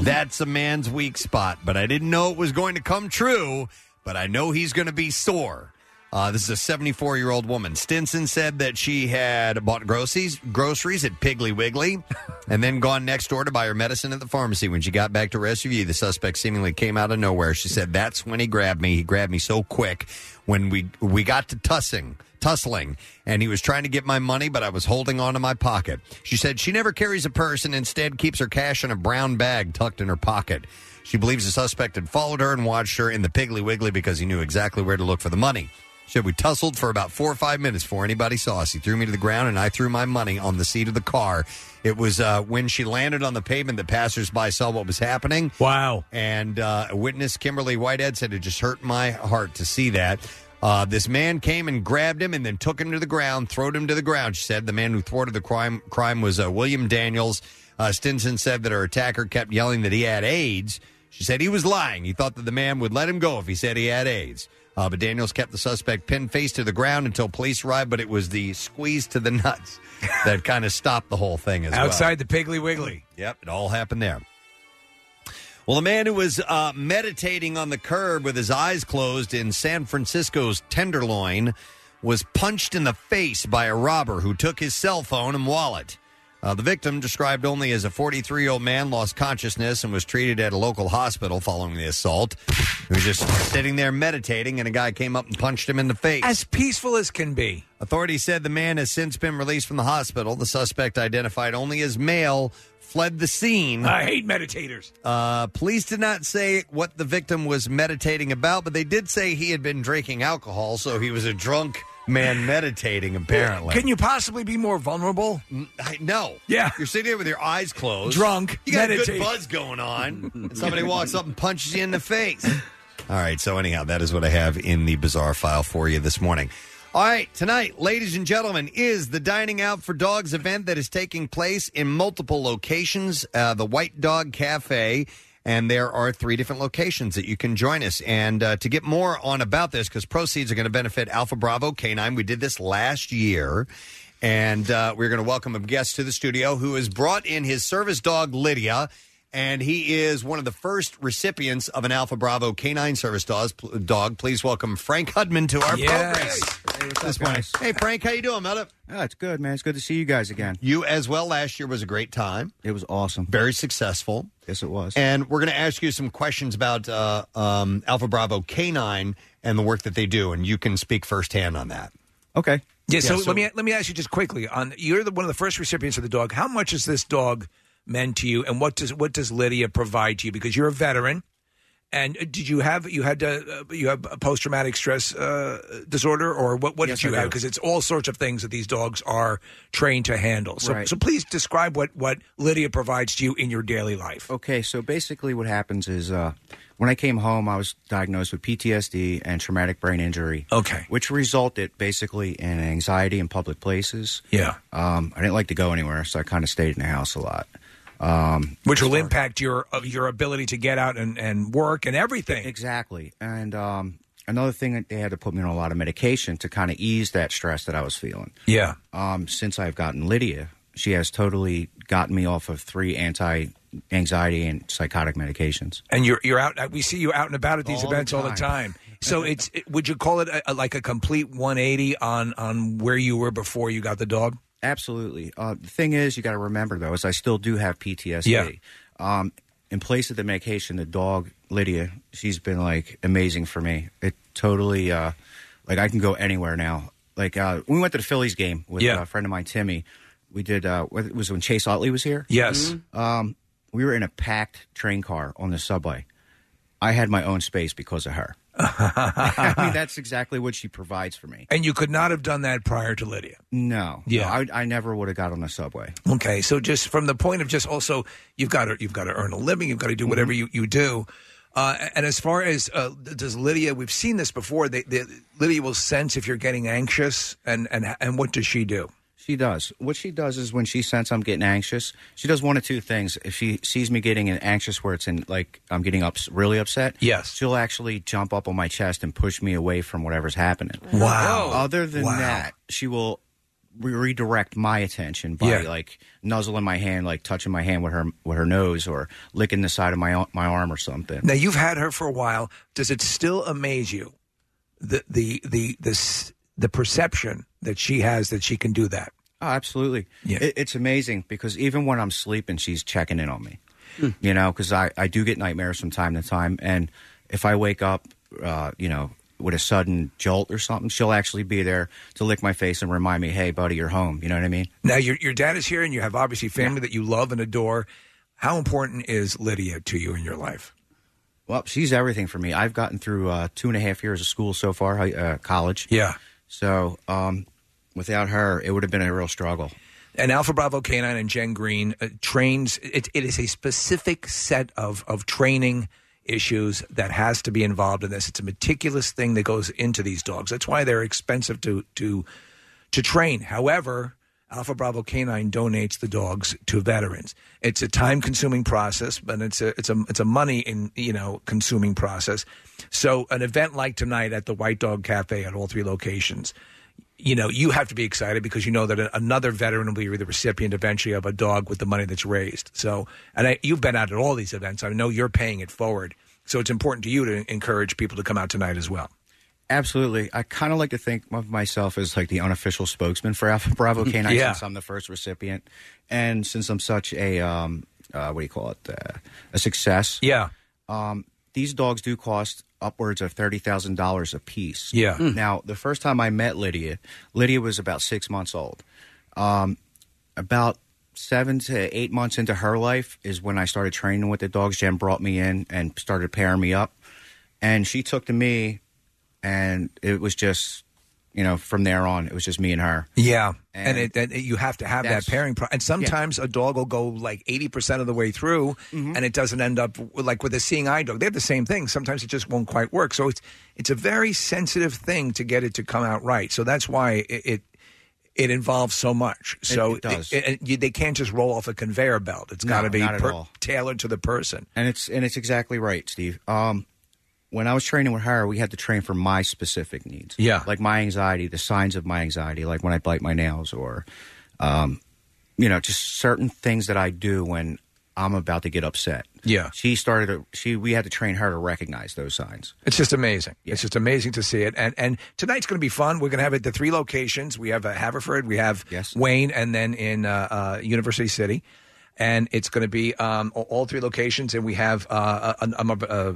that's a man's weak spot, but I didn't know it was going to come true, but I know he's going to be sore. Uh, this is a 74 year old woman. Stinson said that she had bought groceries, groceries at Piggly Wiggly and then gone next door to buy her medicine at the pharmacy. When she got back to her SUV, the suspect seemingly came out of nowhere. She said, That's when he grabbed me. He grabbed me so quick. When we, we got to tussing, tussling and he was trying to get my money but i was holding on to my pocket she said she never carries a purse and instead keeps her cash in a brown bag tucked in her pocket she believes the suspect had followed her and watched her in the piggly wiggly because he knew exactly where to look for the money she said we tussled for about four or five minutes before anybody saw us he threw me to the ground and i threw my money on the seat of the car it was uh, when she landed on the pavement that passersby saw what was happening
wow
and uh, a witness kimberly whitehead said it just hurt my heart to see that uh, this man came and grabbed him and then took him to the ground, throwed him to the ground. She said the man who thwarted the crime crime was uh, William Daniels. Uh, Stinson said that her attacker kept yelling that he had AIDS. She said he was lying. He thought that the man would let him go if he said he had AIDS. Uh, but Daniels kept the suspect pinned face to the ground until police arrived, but it was the squeeze to the *laughs* nuts that kind of stopped the whole thing as well.
Outside the Piggly Wiggly.
Yep, it all happened there. Well, the man who was uh, meditating on the curb with his eyes closed in San Francisco's Tenderloin was punched in the face by a robber who took his cell phone and wallet. Uh, the victim, described only as a 43 year old man, lost consciousness and was treated at a local hospital following the assault. He was just sitting there meditating, and a guy came up and punched him in the face.
As peaceful as can be.
Authorities said the man has since been released from the hospital. The suspect, identified only as male, fled the scene.
I hate meditators.
Uh, police did not say what the victim was meditating about, but they did say he had been drinking alcohol, so he was a drunk man meditating, apparently.
Can you possibly be more vulnerable?
I, no.
Yeah.
You're sitting there with your eyes closed.
Drunk.
You got a good
meditating.
buzz going on.
*laughs*
and somebody walks up and punches you in the face. All right. So, anyhow, that is what I have in the bizarre file for you this morning. All right. Tonight, ladies and gentlemen, is the Dining Out for Dogs event that is taking place in multiple locations. Uh, the White Dog Cafe. And there are three different locations that you can join us. And uh, to get more on about this, because proceeds are going to benefit Alpha Bravo Canine. We did this last year. And uh, we're going to welcome a guest to the studio who has brought in his service dog, Lydia. And he is one of the first recipients of an Alpha Bravo canine service dog. dog. Please welcome Frank Hudman to our program this morning. Hey, Frank, how you doing, Meta?
Oh, it's good, man. It's good to see you guys again.
You as well. Last year was a great time.
It was awesome.
Very successful.
Yes, it was.
And we're going to ask you some questions about uh, um, Alpha Bravo Canine and the work that they do, and you can speak firsthand on that.
Okay.
Yeah, so, let me let me ask you just quickly on you're the, one of the first recipients of the dog. How much has this dog meant to you, and what does what does Lydia provide to you? Because you're a veteran, and uh, did you have you had uh, you have post traumatic stress uh, disorder, or what what
Yes,
did you
I
have?
do.
Because it's all sorts of things that these dogs are trained to handle. So
Right.
so please describe what what Lydia provides to you in your daily life.
Okay, so basically what happens is uh, when I came home, I was diagnosed with PTSD and traumatic brain injury.
Okay.
Which resulted basically in anxiety in public places.
Yeah.
Um, I didn't like to go anywhere, so I kind of stayed in the house a lot. Um,
Which will impact your of your ability to get out and, and work and everything.
Exactly. And um, another thing that they had to put me on a lot of medication to kind of ease that stress that I was feeling.
Yeah.
Um, since I've gotten Lydia, she has totally gotten me off of three anti anxiety and psychotic medications.
and you're you're out. We see you out and about at these
All the
events all the
time.
time.
*laughs*
So it's it- would you call it a, a- like a complete 180 on on where you were before
*laughs*
you got the dog?
Absolutely. Uh, the thing is, you got to remember though, is I still do have PTSD.
Yeah.
Um, in place of the medication, the dog Lydia, she's been like amazing for me. It totally, uh, like I can go anywhere now. Like uh, we went to the Phillies game with
Yeah.
uh, a friend of mine, Timmy. We did. Uh, wh- it was when Chase Otley was here.
Yes.
Um, we were in a packed train car on the subway. I had my own space because of her. I mean, that's exactly what she provides for me.
And you could not have done that prior to Lydia.
No, yeah, I, I never would have got on the subway.
Okay, so just from the point of just also you've got to you've got to earn a living, you've got to do whatever
Mm-hmm.
you you do. Uh, and as far as uh, does Lydia, we've seen this before. They, they, Lydia will sense if you're getting anxious, and and and what does she do?
She does. What she does is when she senses I'm getting anxious, she does one of two things. If she sees me getting anxious where it's in like I'm getting ups really upset,
yes,
she'll actually jump up on my chest and push me away from whatever's happening.
Wow.
Other than
Wow.
that, she will re- redirect my attention by
Yeah.
like nuzzling my hand, like touching my hand with her with her nose or licking the side of my ar- my arm or something.
Now you've had her for a while. Does it still amaze you the the the this the perception that she has that she can do that?
Oh, absolutely. It, it's amazing because even when I'm sleeping, she's checking in on me.
Hmm.
You know, because I, I do get nightmares from time to time. And if I wake up, uh, you know, with a sudden jolt or something, she'll actually be there to lick my face and remind me, hey, buddy, you're home. You know what I mean?
Now your your dad is here, and you have obviously family that you love and adore. How important is Lydia to you in your life?
Well, she's everything for me. I've gotten through uh, two and a half years of school so far, hi- uh, college.
Yeah.
So um, without her, it would have been a real struggle.
And Alpha Bravo Canine and Jen Green uh, trains. It, it is a specific set of of training issues that has to be involved in this. It's a meticulous thing that goes into these dogs. That's why they're expensive to to to train. However, Alpha Bravo Canine donates the dogs to veterans. It's a time-consuming process, but it's a it's a it's a money in you know consuming process. So an event like tonight at the White Dog Cafe at all three locations, you know, you have to be excited because you know that a- another veteran will be the recipient eventually of a dog with the money that's raised. So, and I, you've been out at all these events. I know you're paying it forward. So it's important to you to encourage people to come out tonight as well.
Absolutely. I kind of like to think of myself as like the unofficial spokesman for Alpha Bravo *laughs* Canine
Yeah.
since I'm the first recipient. And since I'm such a, um, uh, what do you call it, uh, a success.
Yeah.
Um, these dogs do cost upwards of $30,000 a piece.
Yeah. Hmm.
Now, the first time I met Lydia, Lydia was about six months old. Um, about seven to eight months into her life is when I started training with the dogs. Jen brought me in and started pairing me up. And she took to me and it was just you know from there on it was just me and her
Yeah,
And
and, it, and it- you have to have that
that's-
pairing. Pro- and sometimes a dog will go like eighty percent of the way through,
Mm-hmm.
and it doesn't end up w- like with a seeing eye dog. They have the same thing. Sometimes it just won't quite work. So it's it's a very sensitive thing to get it to come out right. So that's why it it, it involves so much.
It-
So
it does.
it- it- you- they can't just roll off a conveyor belt. It's
No,
got to be
not at
per-
all.
tailored to the person.
and it's and it's exactly right steve um when i was training with her we had to train for my specific needs
Yeah.
like my anxiety the signs of my anxiety like when i bite my nails or um you know just certain things that i do when i'm about to get upset
Yeah.
she started to, she we had to train her to recognize those signs
It's just amazing. It's just amazing to see it. And and tonight's going to be fun. We're going to have it at the three locations. We have uh, Haverford, we have Wayne, and then in uh, uh, University City. And it's going to be um, a- all three locations. And we have uh, uh, um, uh,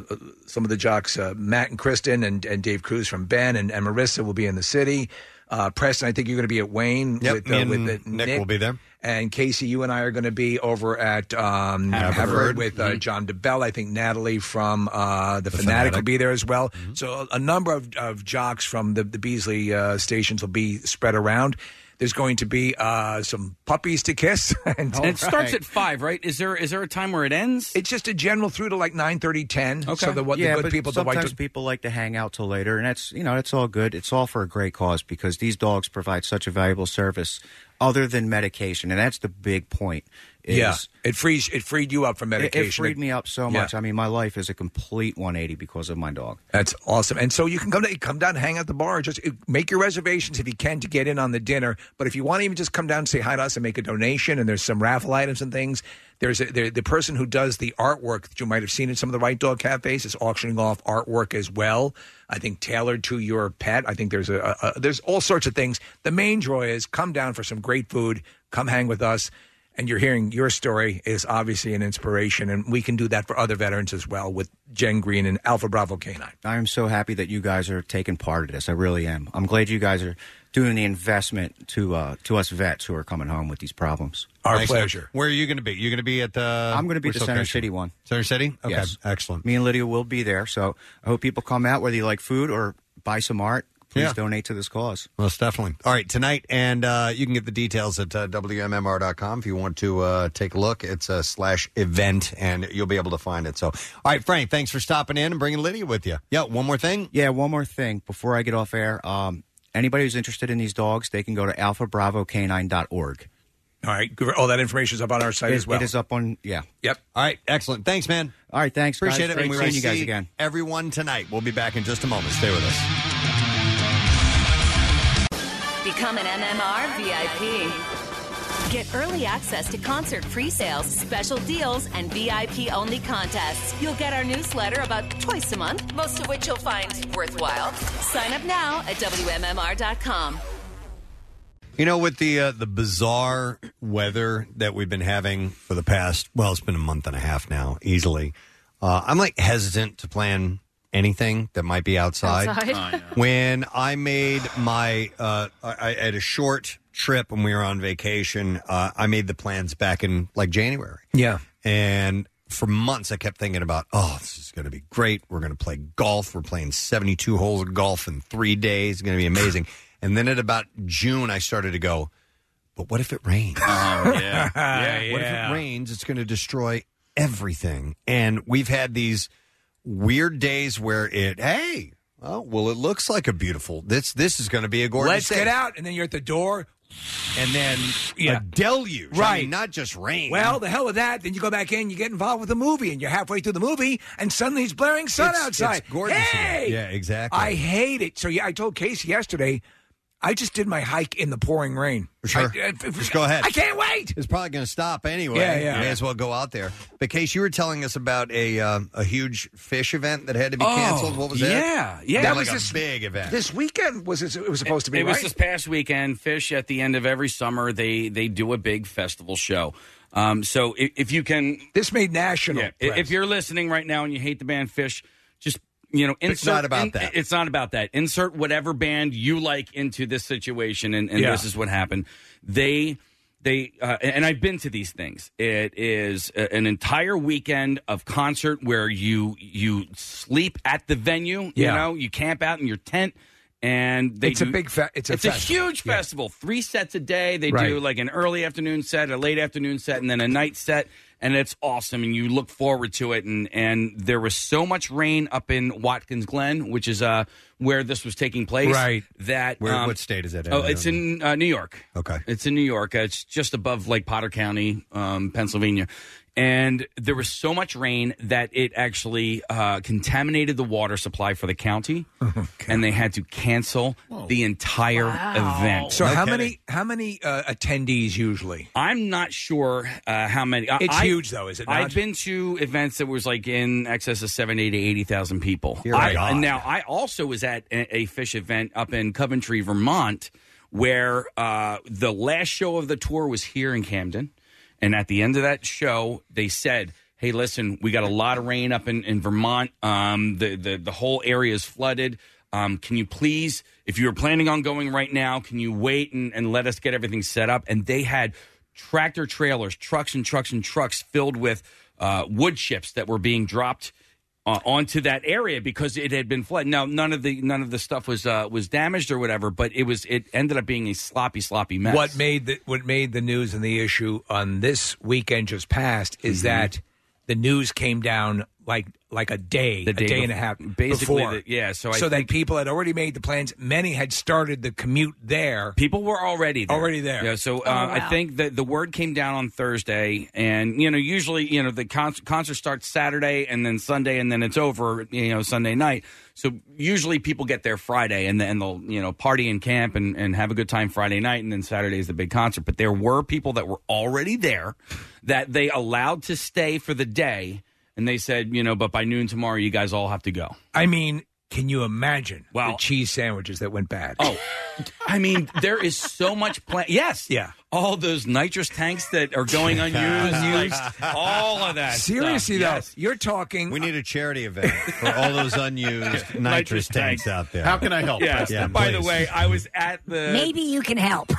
some of the jocks, uh, Matt and Kristen and, and Dave Cruz from Ben, and, and Marissa will be in the city. Uh, Preston, I think you're going to be at Wayne.
Yep,
with,
me
uh,
and
with uh,
Nick will be there.
And Casey, you and I are going to be over at um,
Haverford.
Haverford with
Mm-hmm.
uh, John DeBell. I think Natalie from uh, the, Fanatic, will
Fanatic.
be there as well.
Mm-hmm.
So a, a number of, of jocks from the, the Beasley uh, stations will be spread around. There's going to be uh, some puppies to kiss, *laughs* and
And it starts at five, right? Is there is there a time where it ends?
It's just a general through to like 9:30, 10. So the, what,
yeah,
the good
but
people, the
sometimes
white.
people like to hang out till later, and that's you know that's all good. It's all for a great cause because these dogs provide such a valuable service, other than medication, and that's the big point. Is
yeah, it frees it freed you up from
it-
medication.
It, freed me up so
Yeah.
much. I mean, my life is a complete 180 because of my dog.
That's awesome. And so you can come down, come down, hang out the bar, just uh, make your reservations if you can to get in on the dinner. But if you want to even just come down, and say hi to us, and make a donation, and there's some raffle items and things. There's a, there, the person who does the artwork that you might have seen in some of the White Dog cafes is auctioning off artwork as well. I think tailored to your pet. I think there's a, a, a there's all sorts of things. The main draw is come down for some great food, come hang with us. And you're hearing your story is obviously an inspiration, and we can do that for other veterans as well with Jen Green and Alpha Bravo Canine.
I am so happy that you guys are taking part of this. I really am. I'm glad you guys are doing the investment to uh, to us vets who are coming home with these problems.
Thanks, Nick. Where are you going to be? You're going to be at the.
I'm going to be
we're
at the
still
Center
finishing.
City one.
Center City. Okay,
Yes.
excellent.
Me and Lydia will be there, so I hope people come out whether you like food or buy some art. Please
Yeah.
donate to this cause.
Most definitely. All right, tonight, and uh, you can get the details at uh, WMMR.com if you want to uh, take a look. It's a slash event, and you'll be able to find it. So, all right, Frank, thanks for stopping in and bringing Lydia with you. Yeah, one more thing.
Yeah, one more thing before I get off air. Um, anybody who's interested in these dogs, they can go to alphabravocanine.org.
All right, all that information is up on our site
It-
as well.
It is up on yeah.
Yep.
All right, excellent. Thanks, man.
All right, thanks. guys.
Appreciate it.
Great
and
seeing you guys
see
again.
Everyone tonight. We'll be back in just a moment. Stay with us.
Become an MMR VIP. Get early access to concert pre-sales, special deals, and VIP-only contests. You'll get our newsletter about twice a month, most of which you'll find worthwhile. Sign up now at WMMR.com.
You know, with the uh, the bizarre weather that we've been having for the past, well, it's been a month and a half now, easily. Uh, I'm like hesitant to plan anything that might be outside.
*laughs*
Outside. Oh, yeah.
When I made my, uh, I, I had a short trip when we were on vacation. Uh, I made the plans back in like January.
Yeah.
And for months, I kept thinking about, oh, this is going to be great. We're going to play golf. We're playing 72 holes of golf in three days. It's going to be amazing. and then at about June, I started to go, but what if it
*laughs*
rains?
Oh,
*laughs*
yeah. Yeah,
What if
yeah.
it rains? It's going to destroy everything. And we've had these weird days where it, hey, oh, well, it looks like a beautiful, this, this is going to be a gorgeous
Let's
day.
get out, and then you're at the door.
and then
a deluge. I
Right.
mean, not just rain.
Well, the hell with that. Then you go back in, you get involved with the movie, and you're halfway through the movie, and suddenly it's blaring sun
It's-
outside.
it's gorgeous in there.
Hey!
Yeah, exactly.
I hate it. So yeah, I told Casey yesterday, I just did my hike in the pouring rain.
Sure.
I- I-
Just go ahead.
I can't wait.
It's probably going to stop anyway.
Yeah, yeah.
May as well go out there. But case you were telling us about a um, a huge fish event that had to be
Oh,
canceled. What was that?
yeah, yeah.
That
That
was
was
like
this-
a big
*laughs*
event.
This weekend was it was supposed to be
It
right.
was this past weekend. Fish at the end of every summer, they they do a big festival show. Um, so if, if you can,
this made national.
if, you're listening right now and you hate the band Fish, just you know, insert,
It's not about that.
It's not about that. Insert whatever band you like into this situation, and, and
Yeah.
this is what happened. They they uh, and I've been to these things. It is a- an entire weekend of concert where you you sleep at the venue. You
Yeah.
know, you camp out in your tent. And they
It's a
do-
big fe- it's a festival.
huge festival. Three sets a day. They
Right.
do like an early afternoon set, a late afternoon set, and then a night set. And it's awesome, and you look forward to it. And and there was so much rain up in Watkins Glen, which is uh where this was taking place.
Right.
That
Where-
um,
what state is that in?
Oh,
I
it's
don't
in uh, New York.
Okay.
It's in New York. Uh, It's just above like Potter County, um, Pennsylvania. And there was so much rain that it actually uh, contaminated the water supply for the county, and they had to cancel the entire event.
So how many how many uh, attendees usually?
I'm not sure uh, how many. I-
It's
I-
huge, though, is it not?
I've been to events that was like in excess of seventy to eighty thousand people.
Dear
I,
God.
and Now I also was at a, a fish event up in Coventry, Vermont, where uh, the last show of the tour was here in Camden, and at the end of that show, they said. Hey, listen, we got a lot of rain up in, in Vermont. Um, the, the, the whole area is flooded. Um, can you please, if you were planning on going right now, can you wait and, and let us get everything set up? And they had tractor trailers, trucks and trucks and trucks filled with uh, wood chips that were being dropped uh, onto that area because it had been flooded. Now none of the none of the stuff was uh, was damaged or whatever, but it was it ended up being a sloppy sloppy mess.
What made the what made the news and the issue on this weekend just passed is
Mhm.
that the news came down like like a day,
The day
a day and a
bef-
half
basically
before.
the- yeah, so I
that people had already made the plans. Many had started the commute there.
People were already there.
already there. Oh,
Yeah, so uh,
wow.
I think that the word came down on Thursday, and you know, usually you know the con- concert starts Saturday and then Sunday, and then it's over, you know, Sunday night. So usually people get there Friday, and then they'll you know party in camp and, and have a good time Friday night, and then Saturday is the big concert. But there were people that were already there that they allowed to stay for the day, and they said, you know, but by noon tomorrow, you guys all have to go.
I mean, can you imagine the
Wow.
cheese sandwiches that went bad?
Oh, I mean, there is so much plant. Yes, yeah. All those nitrous tanks that are going unused,
*laughs*
like, *laughs* all of that.
Seriously,
stuff.
though, you're talking.
We need a charity event for all
*laughs*
those unused nitrous,
Nitrous
tanks.
tanks.
out there.
How can I help? Yes. By the way, I was at the
Maybe you can help.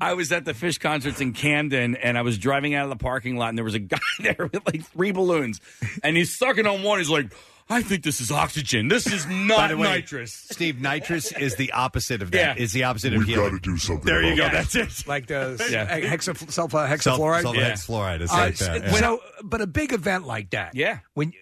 I was at the fish concerts in Camden, and I was driving out of the parking lot, and there was a *laughs* guy there with like three balloons, and he's sucking on one. He's like, "I think this is oxygen. This is not
By the way,
nitrous."
Steve, nitrous is the opposite of that.
Yeah.
It's the opposite of
We've
healing.
gotta do something There you about go. that. That's
it. *laughs* Like the
Yeah.
hexaf- sulfa-
Sul-
hexafluoride.
sulfahexafluoride is
Uh,
like
so-
that, yeah.
So, but a big event like that.
Yeah.
When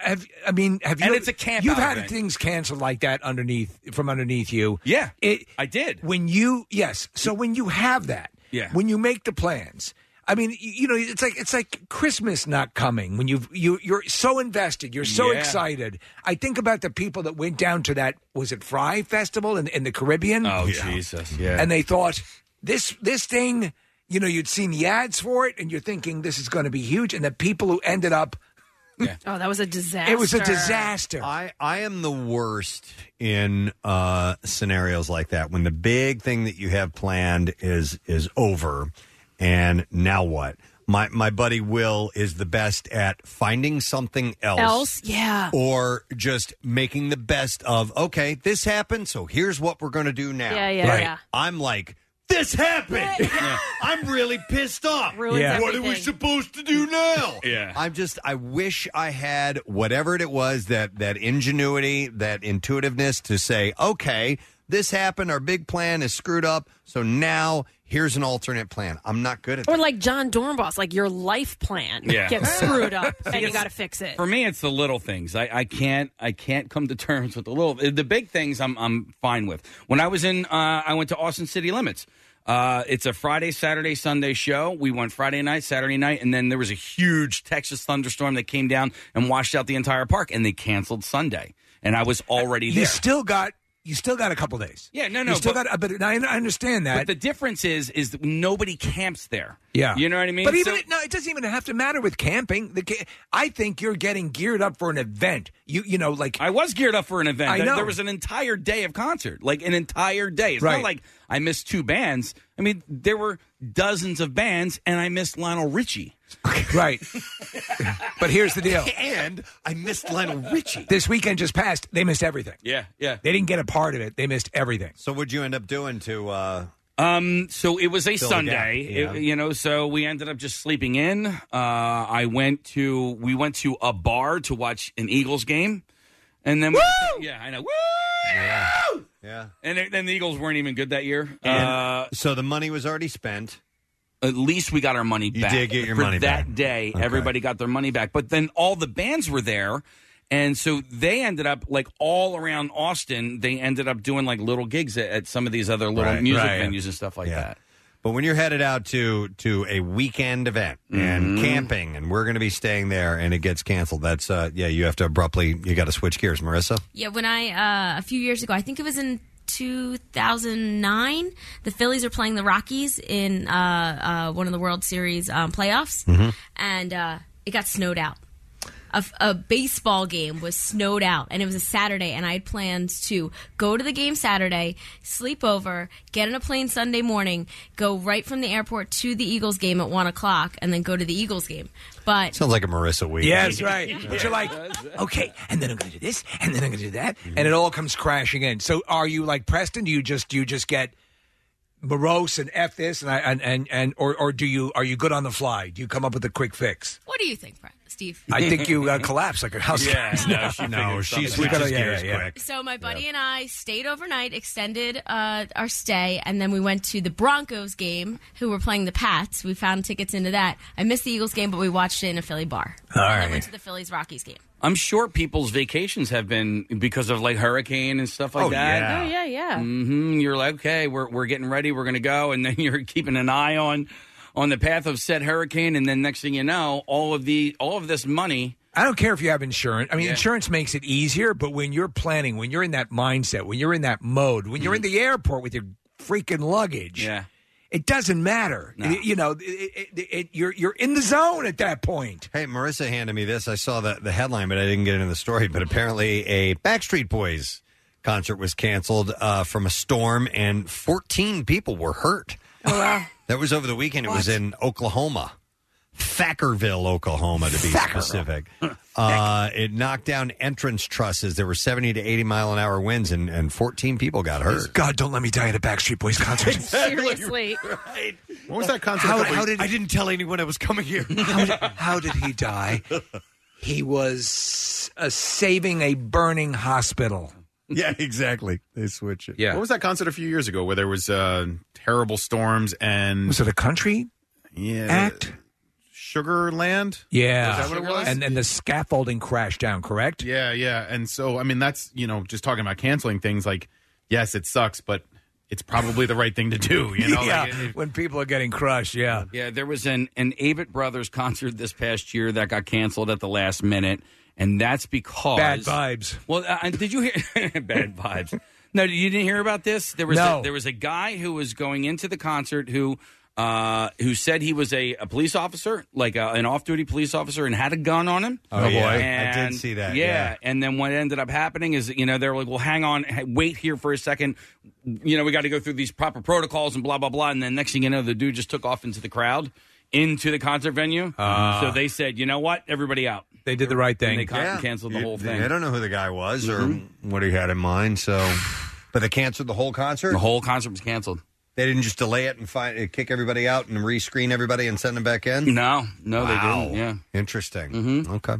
have I mean have you?
And it's a camp
You've
out
had
event.
things canceled like that underneath from underneath you.
Yeah,
It,
I did.
When you yes, so when you have that.
Yeah.
When you make the plans. I mean, y- you know, it's like it's like Christmas not coming when you you you're so invested, you're so
Yeah.
excited. I think about the people that went down to that was it Fry Festival in, in the Caribbean.
Oh Jesus! Yeah.
And they thought this this thing, you know, you'd seen the ads for it, and you're thinking this is going to be huge. And the people who ended up,
*laughs* Oh, that was a disaster.
it was a disaster.
I, I am the worst in uh, scenarios like that when the big thing that you have planned is is over, and now what? My my buddy Will is the best at finding something else,
Else? Yeah.
or just making the best of. Okay, this happened, so here's what we're going to do now.
Yeah, yeah, Right. yeah.
I'm like. This happened.
*laughs*
I'm really pissed off.
Ruins Yeah.
What are we
everything.
supposed to do now?
Yeah.
I'm just I wish I
*laughs*
had whatever it was that that ingenuity, that intuitiveness to say, okay, this happened, our big plan is screwed up, so now here's an alternate plan. I'm not good at that.
Or like John Dornbos, like your life plan
Yeah.
gets screwed up and you
it's-
got to fix it.
For me, it's the little things. I, I can't I can't come to terms with the little the big things. I'm I'm fine with. When I was in, uh, I went to Austin City Limits. Uh, it's a Friday, Saturday, Sunday show. We went Friday night, Saturday night, and then there was a huge Texas thunderstorm that came down and washed out the entire park, and they canceled Sunday. And I was already
You
there.
still got you still got a couple days.
Yeah, no, no,
You still
but-
got, but I, I understand that.
But the difference is, is that nobody camps there.
Yeah.
you know what I mean.
But even
So-
it- no, it doesn't even have to matter with camping. The ca- I think you're getting geared up for an event. You you know like
I was geared up for an event.
I
There-
know.
There was an entire day of concert, like an entire day. It's
Right.
not like I missed two bands. I mean, there were dozens of bands, and I missed Lionel Richie.
*laughs*
right. but here's the deal.
*laughs* And
I missed Lionel Richie. This weekend just passed. They missed everything.
Yeah, yeah.
They didn't get a part of it. They missed everything.
So what'd you end up doing to? Uh,
Um, so it was a
Fill the
Sunday,
gap, yeah.
it- you know. So we ended up just sleeping in. Uh, I went to we went to a bar to watch an Eagles game, and then We, yeah, I know. Woo! Yeah.
yeah.
And then the Eagles weren't even good that year. uh,
so the money was already spent.
At least we got our money
You
back.
did get your
For
money
that
back.
day.
Okay.
Everybody got their money back, but then all the bands were there, and so they ended up like all around Austin. They ended up doing like little gigs at, at some of these other little
Right,
music
right.
venues and stuff like that.
But when you're headed out to to a weekend event and camping, and we're going to be staying there, and it gets canceled, that's uh, yeah, you have to abruptly you got to switch gears, Marissa.
Yeah, when I uh, a few years ago, I think it was in 2009, the Phillies were playing the Rockies in uh, uh, one of the World Series um, playoffs,
Mhm.
and uh, it got snowed out. A, f- a baseball game was snowed out, and it was a Saturday, and I had plans to go to the game Saturday, sleep over, get on a plane Sunday morning, go right from the airport to the Eagles game at one o'clock, and then go to the Eagles game. But
Sounds like a Marissa week.
Yes, right. But you're like, okay, and then I'm going to do this, and then I'm going to do that, and it all comes crashing in. So, are you like Preston? Do you just do you just get morose and f this, and I and and, and or or do you are you good on the fly? Do you come up with a quick fix?
what do you think, Brett, Steve?
I think you uh, collapse like a house.
Yeah, no, she
no, *laughs*
figured
she
something
switches
out.
gears
Yeah, yeah,
quick.
So my buddy and I stayed overnight, extended uh, our stay, and then we went to the Broncos game, who were playing the Pats. We found tickets into that. I missed the Eagles game, but we watched it in a Philly bar.
All
And
right.
I went to the Phillies Rockies game.
I'm sure people's vacations have been because of like hurricane and stuff like
Oh,
that.
yeah.
Oh, yeah, yeah.
Mm.
hmm You're like, okay, we're we're getting ready, we're gonna go, and then *laughs* you're keeping an eye on on the path of said hurricane, and then next thing you know, all of the all of this money.
I don't care if you have insurance. I mean,
Yeah.
insurance makes it easier, but when you're planning, when you're in that mindset, when you're in that mode, when you're in the airport with your freaking luggage,
Yeah.
it doesn't matter. It- you know, it, it, it, it- you're you're in the zone at that point.
Hey, Marissa handed me this. I saw the, the headline, but I didn't get into the story. But apparently, a Backstreet Boys concert was canceled uh, from a storm, and 14 people were hurt.
Oh, wow.
*laughs* That was over the weekend. It was in Oklahoma, Thackerville, Oklahoma, to be
*laughs*
specific. Uh, it knocked down entrance trusses. There were 70 to 80 mile an hour winds, and, and 14 people got hurt.
God, don't let me die at a Backstreet Boys concert.
*laughs*
Seriously.
What was that concert?
a couple
did, I didn't tell anyone I was coming here. *laughs* how, did, how did he die? He was uh, saving a burning hospital.
Yeah, exactly. They switch it.
Yeah. What was that concert a few years ago where there was uh, terrible storms and
was it a country?
Yeah.
Act?
Sugar Land.
Yeah,
Is that what it was?
And then the scaffolding crashed down. Correct.
Yeah, yeah. And so, I mean, that's, you know, just talking about canceling things, like, yes, it sucks, but it's probably the right thing to do, you know?
yeah,
Like, it-
when people are getting crushed, yeah.
Yeah, there was an an Avett Brothers concert this past year that got canceled at the last minute, and that's because
Bad vibes.
Well, uh, and did you hear *laughs* bad vibes? No, you didn't hear about this. There was
No.
a, there was a guy who was going into the concert who uh, who said he was a, a police officer, like a, an off duty police officer, and had a gun on him.
Oh, Oh, yeah. boy. I did
And-
see that,
Yeah.
yeah.
and then what ended up happening is you know they were like, well, hang on, h- wait here for a second. You know, we got to go through these proper protocols and blah blah blah. And then next thing you know, the dude just took off into the crowd. Into the concert venue,
Ah.
so they said, "You know what? Everybody out."
They did the right
And they con- canceled the
You-
whole thing. Mm-hmm.
I don't know who the guy was or what he had in mind. So, but they canceled the whole concert. The
whole concert was canceled.
They didn't just delay it and find, uh, kick everybody out and rescreen everybody and send them back in.
No, no, they didn't, yeah. Mm-hmm.
interesting. Okay.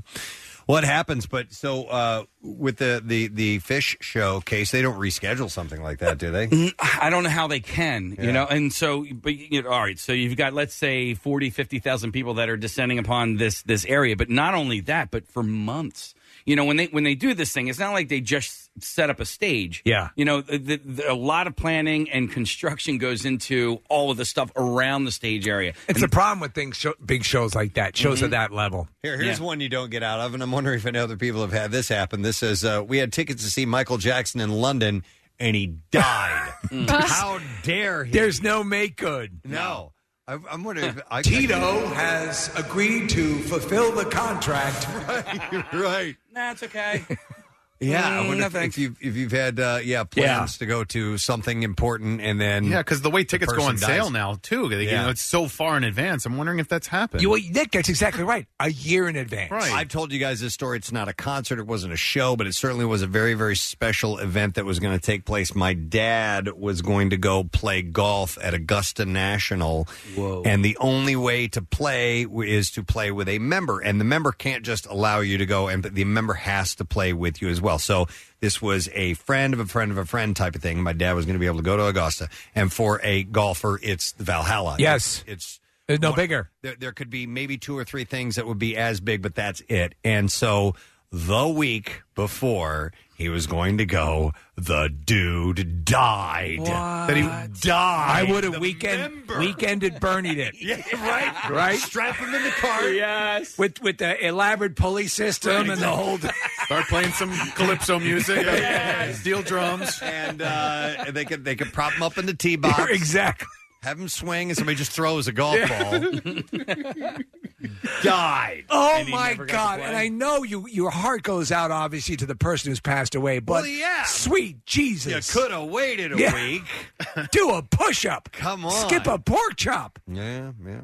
What happens? But so uh, with the the the fish show case, they don't reschedule something like that,
*laughs*
do they?
I don't know how they can, you know. And so, but you know, all right. So you've got let's say 40, 50,000 people that are descending upon this this area, but not only that, but for months. you know, when they when they do this thing, it's not like they just set up a stage.
Yeah.
You know, the, the, a lot of planning and construction goes into all of the stuff around the stage area.
It's the problem with things, show, big shows like that, shows
Mhm.
at that level.
Here, here's one you don't get out of, and I'm wondering if any other people have had this happen. This says uh, we had tickets to see Michael Jackson in London, and he died. Mm-hmm. How dare he?
There's no make good.
No. I, I'm wondering if I,
Tito has agreed to fulfill the contract.
right, *laughs* right.
That's okay.
Yeah, I
Mm,
wonder
no
if, if you if you've had uh, yeah plans to go to something important and then
Yeah, because the way tickets go
person
on sale
dies.
now too, they- you
Yeah.
know, it's so far in advance. I'm wondering if that's happened.
You- well,
Nick, that's exactly right. A year in advance.
Right.
I've told you guys this story. It's not a concert. It wasn't a show, but it certainly was a very, very special event that was going to take place. My dad was going to go play golf at Augusta National. Whoa. And the only way to play w- is to play with a member. And the member can't just allow you to go, and but the member has to play with you as well. So this was a friend of a friend of a friend type of thing. My dad was going to be able to go to Augusta. And for a golfer, it's the Valhalla.
Yes.
It's.
There's no
one- *laughs*
bigger.
There, there could be maybe two or three things that would be as big, but that's it. And so the week before he was going to go, the dude died. That he
I
died.
would have weekend weekended Bernie
*laughs*
it. yeah, right, *laughs* right.
Strap him in the car.
Yes.
With with the elaborate pulley system and the whole.
Start playing some
*laughs*
calypso music.
steel drums, *laughs* and uh, they could they could prop him up in the tee *laughs* box.
exactly.
Have him swing, and somebody just throws a golf ball. *laughs* Died.
*laughs* Oh
And he
my
never got to
God!
play.
And I know you. Your heart goes out, obviously, to the person who's passed away. But
Well, yeah.
sweet *laughs* Jesus,
You could have waited a
Yeah.
week.
*laughs* do a push-up.
Come on.
skip a pork chop.
Yeah, yeah.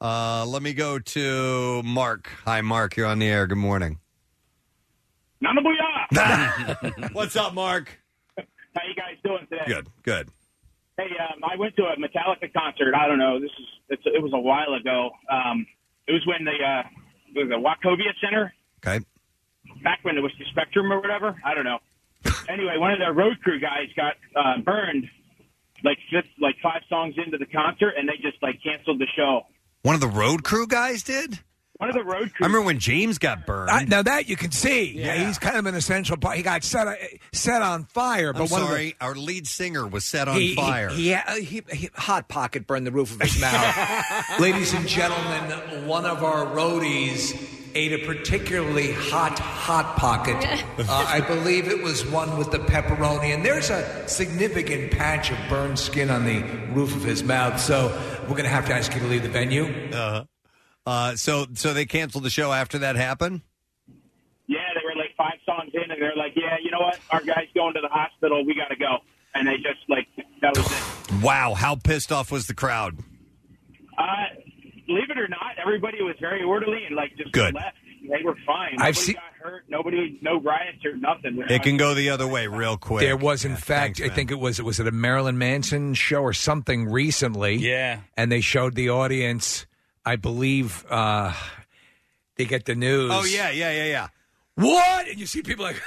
Uh, let me go to Mark. Hi, Mark. You're on the air. Good morning.
Nana
*laughs*
booyah!
What's up, Mark?
How you guys doing today?
Good, good.
Hey, um, I went to a Metallica concert. I don't know. This is it's, it was a while ago. Um, it was when the uh, it was the Wachovia Center.
Okay.
Back when it was the Spectrum or whatever. I don't know. anyway, one of their road crew guys got uh, burned like fifth, like five songs into the concert, and they just like canceled the show.
One of the road crew guys did.
One of the road crew.
I remember when James got burned.
Uh, now that you can see, yeah. he's kind of an essential part. He got set set on fire. But
I'm
one of the-
sorry, our lead singer was set on
He- he-
fire.
He, uh, he, he, Hot Pocket burned the roof of
*laughs*
his mouth. Ladies and gentlemen, one of our roadies ate a particularly hot Hot Pocket. Uh, I believe it was one with the pepperoni, and there's a significant patch of burned skin on the roof of his mouth. So we're going to have to ask you to leave the venue.
Uh, uh, so, so they canceled the show after that happened.
Yeah, they were like five songs in, and they're like, "Yeah, you know what? Our guy's going to the hospital. We got to go." And they just like that was it.
Wow, how pissed off was the crowd?
Uh, believe it or not, everybody was very orderly and like just
Good.
left. They were fine.
I've
Nobody
seen-
got hurt. Nobody, no riots or nothing.
It can go the other way real quick.
There was, in fact, I think it was it was at a Marilyn Manson show or something recently.
Yeah,
and they showed the audience. I believe uh, they get the news.
Oh yeah, yeah, yeah, yeah.
What? And you see people like.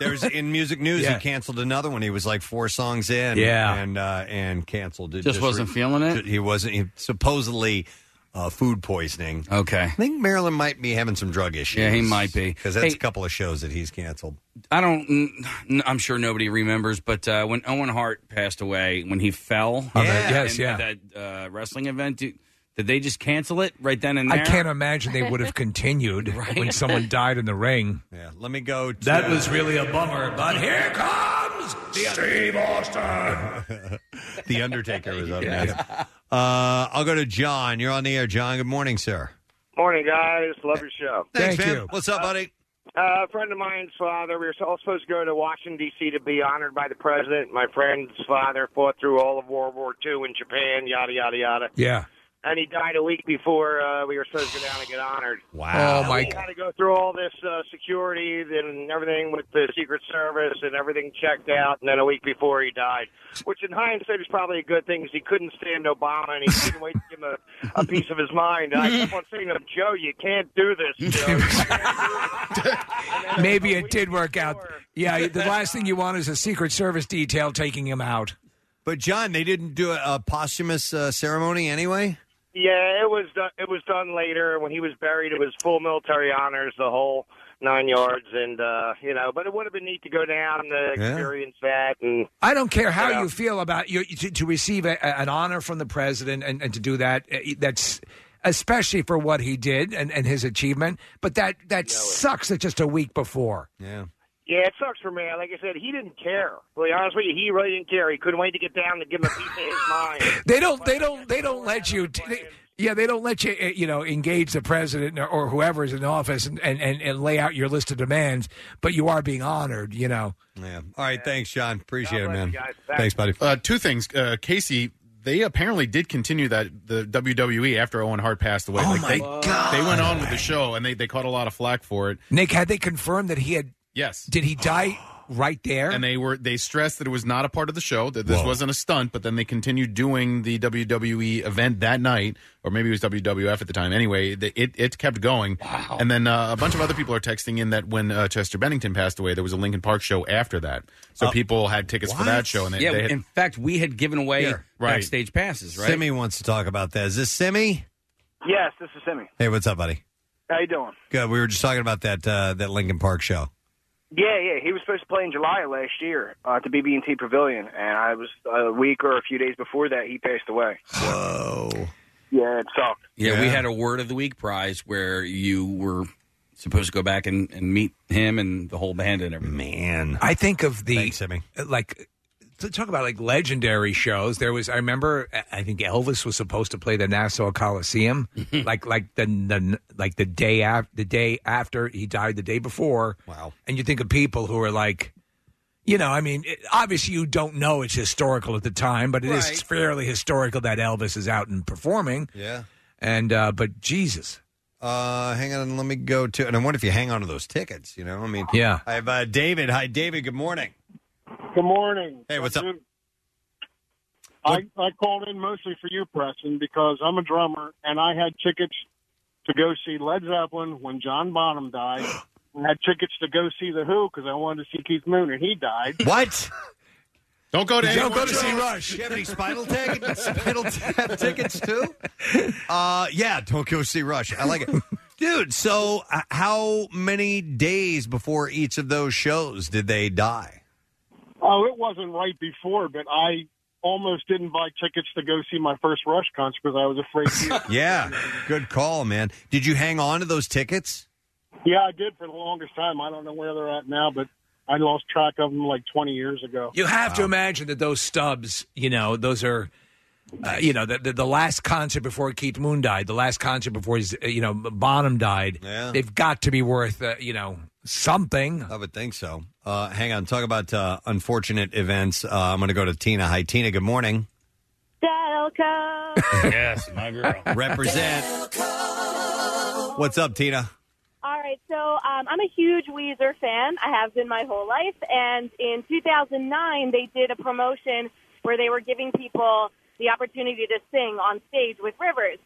There's in
*laughs*
music news.
Yeah.
He canceled another one. He was like four songs in.
Yeah.
and uh, and canceled it.
Just wasn't feeling
it. He wasn't. He, supposedly, uh, food poisoning.
Okay.
I think Marilyn might be having some drug issues.
Yeah, he might be.
because that's
Hey-
a couple of shows that he's canceled.
I don't. n- n- I'm sure nobody remembers, but uh, when Owen Hart passed away, when he fell,
Oh, that- yes,
in
yeah.
that uh, wrestling event, did, did they just cancel it right then and there?
I can't imagine they would have continued when someone died in the ring.
Yeah, let me go. To,
That was really a bummer, but here comes Steve Austin.
*laughs* the Undertaker was up next. *laughs* Uh, I'll go to John. You're on the air, John. Good morning, sir.
Morning, guys. Love your show.
Thanks, Thank man. you. What's up, buddy?
Uh, a friend of mine's father. We were all supposed to go to Washington D.C. to be honored by the president. My friend's father fought through all of World War II in Japan. Yada yada yada.
Yeah.
And he died a week before uh, we were supposed to go down and get honored.
Wow. Oh, my
We
God.
got to go through all this uh, security and everything with the Secret Service and everything checked out, and then a week before he died. Which, in hindsight, is probably a good thing because he couldn't stand Obama and he couldn't wait to give him a, a piece of his mind. I kept on saying to him, Joe, you can't do this. Joe.
Maybe it did work out. Yeah, the last thing you want is a Secret Service detail taking him out.
But John, they didn't do a, a posthumous uh, ceremony anyway.
Yeah, it was done, it was done later when he was buried. It was full military honors, the whole nine yards, and uh, you know, but it would have been neat to go down and uh,
Yeah.
experience that. And
I don't care how
Yeah.
you feel about you to, to receive a, a- an honor from the president and, and to do that. uh, That's especially for what he did and, and his achievement. But that that sucks. That just a week before.
Yeah.
yeah, it sucks for me. Like I said, he didn't care. To be honest with you, he really didn't care. He couldn't wait to get down to give him a piece of his mind.
They don't. They don't. They don't let you. They, yeah, they don't let you. uh, You know, engage the president or, or whoever is in office and, and, and, and lay out your list of demands. But you are being honored. You know.
Yeah. All right. Thanks, John. Appreciate it, man.
Thanks,
buddy.
Uh, two things, uh, Casey. They apparently did continue that the WWE after Owen Hart passed away.
Oh,
like
my
they,
God.
They went on with the show and they, they caught a lot of flack for it.
Nick, had they confirmed that he had?
Yes.
Did he die right there?
And they were they stressed that it was not a part of the show that this wasn't a stunt. But then they continued doing the WWE event that night, or maybe it was WWF at the time. Anyway, the, it it kept going. Wow. And then uh, a bunch of other people are texting in that when uh, Chester Bennington passed away, there was a Lincoln Park show after that, so
Uh,
people had tickets for that show. And they,
yeah,
they had,
in fact, we had given away
Yeah, right.
backstage passes, right?
Simi wants to talk about that. Is this Simi?
Yes, this is Simi.
Hey, what's up, buddy?
How you doing?
Good. We were just talking about that uh, that Lincoln Park show.
Yeah, yeah. He was supposed to play in July of last year uh, at the BB&T Pavilion, and I was a week or a few days before that he passed away.
Whoa.
Yeah, it sucked.
Yeah, we had a word of the week prize where you were supposed to go back and, and meet him and the whole band and everything.
Man,
I think of the uh, like to talk about like legendary shows. There was I remember I- I think Elvis was supposed to play the Nassau
*laughs*
Coliseum like like the, the like the day after the day after he died the day before.
Wow.
And you think of people who are like you know, I mean, it, obviously you don't know it's historical at the time, but it is
Right.
fairly historical that Elvis is out and performing.
Yeah.
And uh but Jesus.
Uh, hang on, let me go to. And I wonder if you hang on to those tickets. You know, I mean,
Yeah.
I have uh, David. Hi, David. Good morning.
Good morning.
Hey, what's up?
I, I called in mostly for you, Preston, because I'm a drummer and I had tickets to go see Led Zeppelin when John Bonham died.
*gasps*
I had tickets to go see The Who because I wanted to see Keith Moon and he died.
What?
Don't
go to
Don't
any
go
more
to
shows.
see Rush. You have any spinal tag, *laughs* spinal tap tickets
*laughs*
too? Uh, yeah. Don't go see Rush. I like it, dude. So, uh, how many days before each of those shows did they die?
Oh, it wasn't right before, but I almost didn't buy tickets to go see my first Rush concert because I was afraid
*laughs*
to.
Yeah. Good call, man. Did you hang on to those tickets?
yeah, I did for the longest time. I don't know where they're at now, but I lost track of them like 20 years ago.
You have to imagine that those stubs, you know, those are, uh, you know, the, the the last concert before Keith Moon died, the last concert before his, uh, you know, Bonham died.
Yeah.
They've got to be worth, uh, you know, something.
I would think so. Uh, hang on. Talk about uh, unfortunate events. Uh, I'm going to go to Tina. Hi, Tina. Good morning.
Delco.
yes, my girl.
*laughs* Represent. What's up, Tina?
All right, so um, I'm a huge Weezer fan. I have been my whole life. And in 2009, they did a promotion where they were giving people the opportunity to sing on stage with Rivers.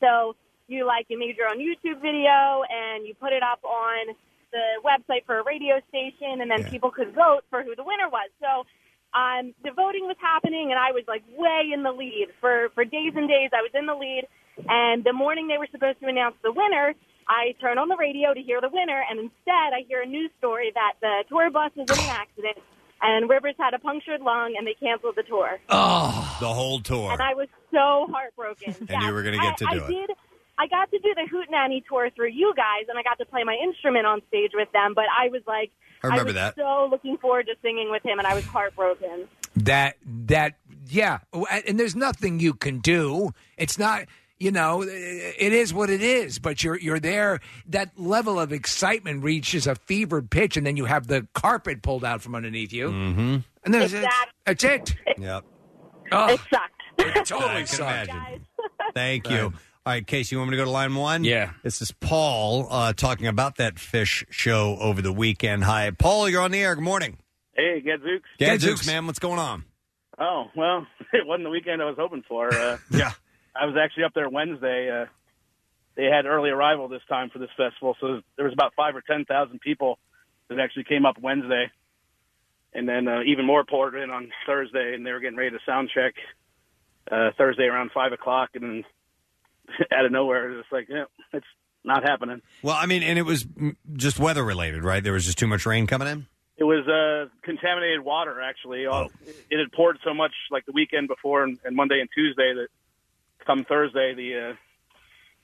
So you like you made your own YouTube video and you put it up on the website for a radio station, and then people could vote for who the winner was. So um, the voting was happening, and I was like way in the lead for for days and days. I was in the lead, and the morning they were supposed to announce the winner. I turn on the radio to hear the winner, and instead I hear a news story that the tour bus was in an accident, and Rivers had a punctured lung, and they canceled the tour.
Oh, the whole tour.
And I was so heartbroken.
And you were gonna get to
I,
do
I
it.
Did, I got to do the Hootenanny tour through you guys, and I got to play my instrument on stage with them. But I was like,
I remember
was
that.
So looking forward to singing with him, and I was heartbroken.
That that yeah, and and there's nothing you can do. It's not you know it is what it is. But you're you're there. That level of excitement reaches a fevered pitch, and then you have the carpet pulled out from underneath you,
Mm.
mm-hmm. and then
Exactly.
that's, that's it.
Yep.
It
sucked.
It totally
I can
sucked.
imagine. Thank you. All right, Casey, you want me to go to line one? Yeah. This is Paul uh, talking about that fish show over the weekend. Hi, Paul. You're on the air. Good morning.
Hey, Gadzooks.
Gadzooks, man. What's going on?
Oh, well, *laughs* it wasn't the weekend I was hoping for. Uh,
*laughs* yeah.
I was actually up there Wednesday. Uh, they had early arrival this time for this festival, so there was about five or 10,000 people that actually came up Wednesday. And then uh, even more poured in on Thursday, and they were getting ready to sound check *laughs* uh, Thursday around 5 o'clock. And then out of nowhere, it was just like, yeah, it's not happening.
Well, I mean, and it was mm, just weather related, right? There was just too much rain coming in.
It was uh, contaminated water, actually. Oh. It had poured so much, like the weekend before and, and Monday and Tuesday, that come Thursday, the uh,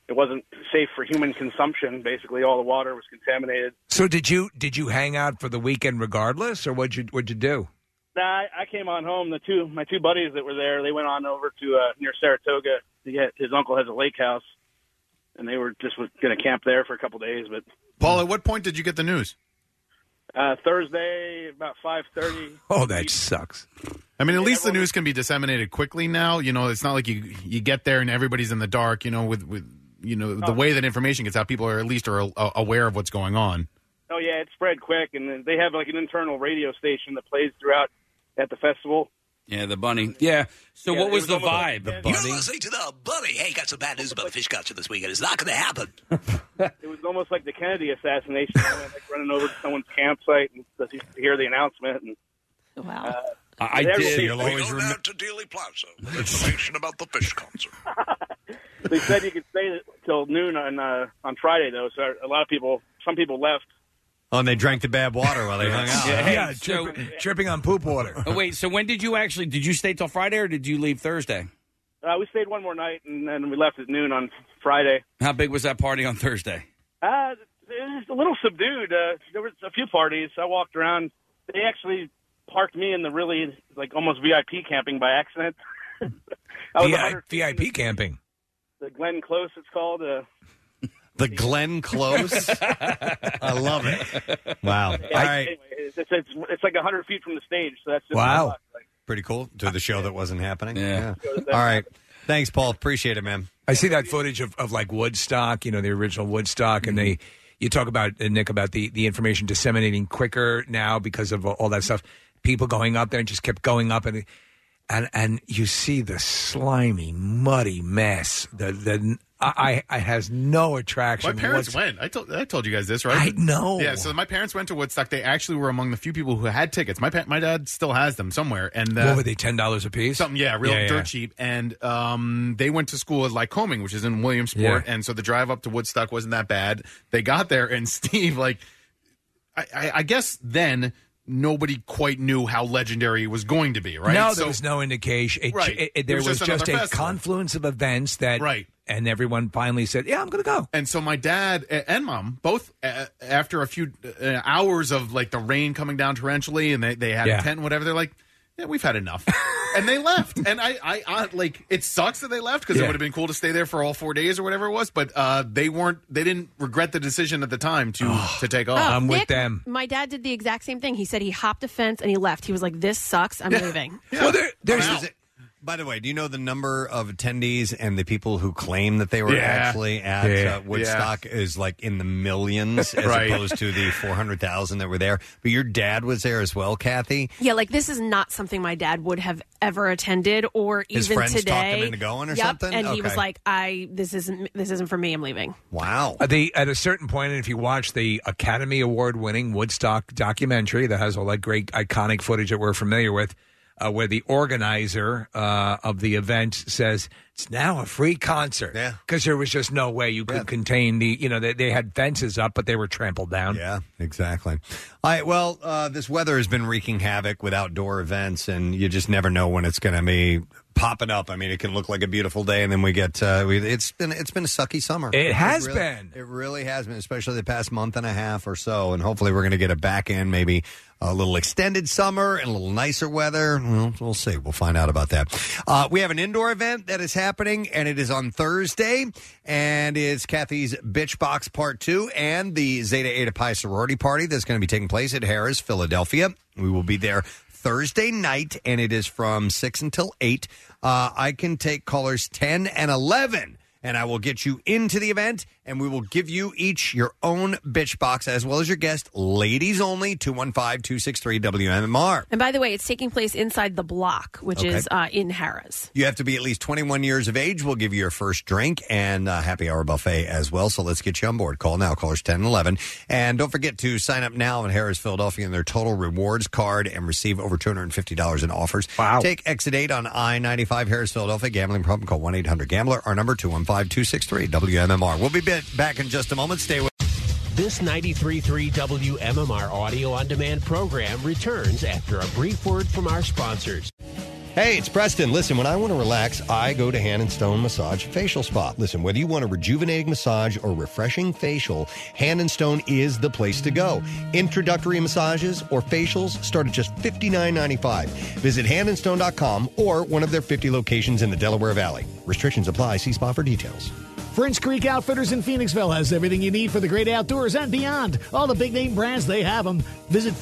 it wasn't safe for human consumption. Basically, all the water was contaminated.
So did you did you hang out for the weekend regardless, or what'd you what'd you do?
Nah, I, I came on home. The two my two buddies that were there, they went on over to uh, near Saratoga. To get, his uncle has a lake house, and they were just going to camp there for a couple days. But
Paul, at what point did you get the news?
uh, Thursday about five thirty,
*laughs* Oh, that sucks.
I mean, at least the news can be disseminated quickly now. You know, it's not like you you get there and everybody's in the dark. You know, with with you know the way that information gets out, people are at least are a- aware of what's going on.
Oh yeah, it spread quick, and then they have like an internal radio station that plays throughout at the festival.
Yeah, the bunny. Yeah. So
Yeah,
what
it
was,
was
the
almost
vibe?
like-
bunny.
You're listening to the bunny. Hey, got some bad news about the fish concert this weekend. It's not going
*laughs*
to happen.
It was almost like the Kennedy assassination, I went, like running over to someone's campsite and just to hear the announcement. And, wow. Uh,
I
they
did.
were-
You'll always
they-
remember-
to Dealey Plaza with information about the fish concert.
*laughs* They said you could stay till noon on uh, on Friday though, so a lot of people, some people left.
Oh, and they drank the bad water while they hung out.
Yeah, hey,
Yeah,
so-
Tripping on poop water.
Oh, wait, so when did you actually did you stay till Friday or did you leave Thursday?
Uh, we stayed one more night and then we left at noon on Friday.
How big was that party on Thursday?
Uh, it was a little subdued. Uh, there was a few parties. I walked around. They actually parked me in the really like almost VIP camping by accident. *laughs* I was
VI-
100
VIP camping.
the Glen Close. It's called. Uh,
The Glen Close. I love it. Wow. All right.
Anyway, it's, it's it's like hundred feet from the stage, so that's just
Wow. Pretty cool. To the show that wasn't happening. Yeah. All right. Thanks, Paul. Appreciate it, man.
I see that footage of, of like Woodstock, you know, the original Woodstock, and they, you talk about, uh, Nick, about the, the information disseminating quicker now because of all that stuff. People going up there and just kept going up and, and, and you see the slimy, muddy mess that, that I, I, I has no attraction.
My parents
whatsoever.
went. I told I told you guys this, right?
I know.
Yeah. So my parents went to Woodstock. They actually were among the few people who had tickets. My pa- my dad still has them somewhere. And uh,
What were they, $10 a piece?
Something, yeah, real
Yeah, yeah.
dirt cheap. And um, they went to school at Lycoming, which is in Williamsport.
Yeah.
And so the drive up to Woodstock wasn't that bad. They got there, and *laughs* Steve, like, I, I, I guess then nobody quite knew how legendary it was going to be, right?
No, there
So-
was no indication. It,
Right.
it-
It
there
was
was,
just
just,
another
a
festival.
confluence of events that,
Right.
And everyone finally said, "Yeah, I'm going to go."
And so my dad a- and mom both uh, after a few uh, hours of like the rain coming down torrentially, and they they had
Yeah.
a tent and whatever. They're like, yeah, we've had enough. *laughs* and they left. And I, I, I like it sucks that they left because
Yeah.
it would have been cool to stay there for all four days or whatever it was. But uh, they weren't. They didn't regret the decision at the time
*sighs*
to to take off.
Oh, Nick, My dad did the exact same thing. He said he hopped a fence and he left. He was like, "This sucks. I'm leaving."
Well, there, there's. by the way, do you know the number of attendees and the people who claim that they were
Yeah.
actually at
Yeah.
uh, Woodstock is like in the millions as
Right.
opposed to the 400,000 that were there? But your dad was there as well, Kathy.
Yeah, like this is not something my dad would have ever attended or
His
even
friends talked
today.
him into going or
Yep,
something?
And he was
Okay.
like, "I this isn't this isn't for me. I'm leaving."
Wow.
Uh, They, at a certain point, and if you watch the Academy Award winning Woodstock documentary that has all that great iconic footage that we're familiar with, uh, where the organizer uh, of the event says, it's now a free concert. Yeah. Because there was just no way you could contain the, you know, they, they had fences up, but they were trampled down.
Yeah, exactly. All right. Well, uh, this weather has been wreaking havoc with outdoor events, and you just never know when it's going to be popping up. I mean, it can look like a beautiful day, and then we get uh, we, it's been it's been a sucky summer.
It has
really-
been.
It really has been, especially the past month and a half or so. And hopefully, we're going to get it back in, maybe a little extended summer and a little nicer weather. Well, we'll see. We'll find out about that. Uh, we have an indoor event that is happening, and it is on Thursday, and it's Kathy's Bitch Box Part Two and the Zeta Eta Pi sorority party that's going to be taking place at Harris, Philadelphia. We will be there. Thursday night, and it is from 6 until 8. Uh, I can take callers 10 and 11 and I will get you into the event, and we will give you each your own bitch box as well as your guest, ladies only, 215 263 WMMR.
And by the way, it's taking place inside the block, which
Okay.
is uh, in Harrah's.
You have to be at least 21 years of age. We'll give you your first drink and a happy hour buffet as well. So let's get you on board. Call now, callers 10 and 11. And don't forget to sign up now on Harris Philadelphia and their total rewards card and receive over $250 in offers. Wow. Take exit 8 on I 95 Harris Philadelphia. Gambling problem, call 1 800 Gambler. Our number 215 5263 WMMR. We'll be ba- back in just a moment. Stay with
This 93.3 WMMR audio on demand program returns after a brief word from our sponsors.
Hey, it's Preston. Listen, when I want to relax, I go to Hand and Stone Massage Facial Spa. Listen, whether you want a rejuvenating massage or refreshing facial, Hand and Stone is the place to go. Introductory massages or facials start at just $59.95. Visit handandstone.com or one of their 50 locations in the Delaware Valley. Restrictions apply. See spa for details.
French Creek Outfitters in Phoenixville has everything you need for the great outdoors and beyond. All the big name brands, they have them. Visit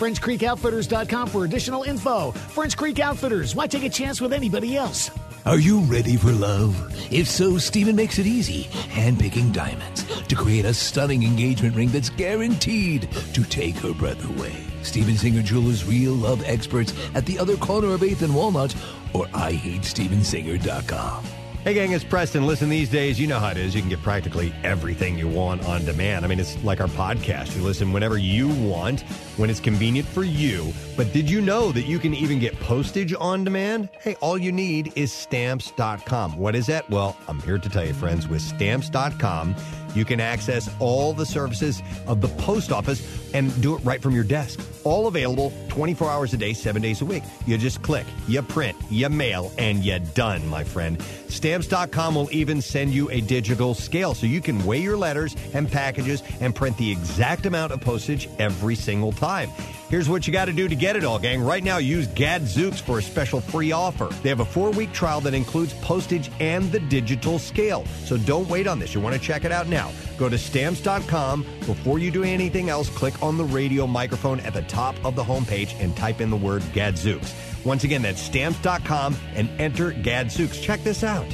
FrenchCreekOutfitters.com for additional info. French Creek Outfitters, why take a chance with anybody else?
Are you ready for love? If so, Steven makes it easy, handpicking diamonds to create a stunning engagement ring that's guaranteed to take her breath away. Steven Singer Jewelers real love experts at the other corner of 8th and Walnut or IHateStevenSinger.com.
Hey, gang, it's Preston. Listen, these days, you know how it is. You can get practically everything you want on demand. I mean, it's like our podcast. You listen whenever you want, when it's convenient for you. But did you know that you can even get postage on demand? Hey, all you need is stamps.com. What is that? Well, I'm here to tell you, friends, with stamps.com, you can access all the services of the post office and do it right from your desk. All available 24 hours a day, seven days a week. You just click, you print, you mail, and you're done, my friend. Stamps.com will even send you a digital scale so you can weigh your letters and packages and print the exact amount of postage every single time. Here's what you got to do to get it all, gang. Right now, use Gadzooks for a special free offer. They have a four week trial that includes postage and the digital scale. So don't wait on this. You want to check it out now. Go to stamps.com. Before you do anything else, click on the radio microphone at the top of the homepage and type in the word Gadzooks. Once again, that's stamps.com and enter Gadzooks. Check this out.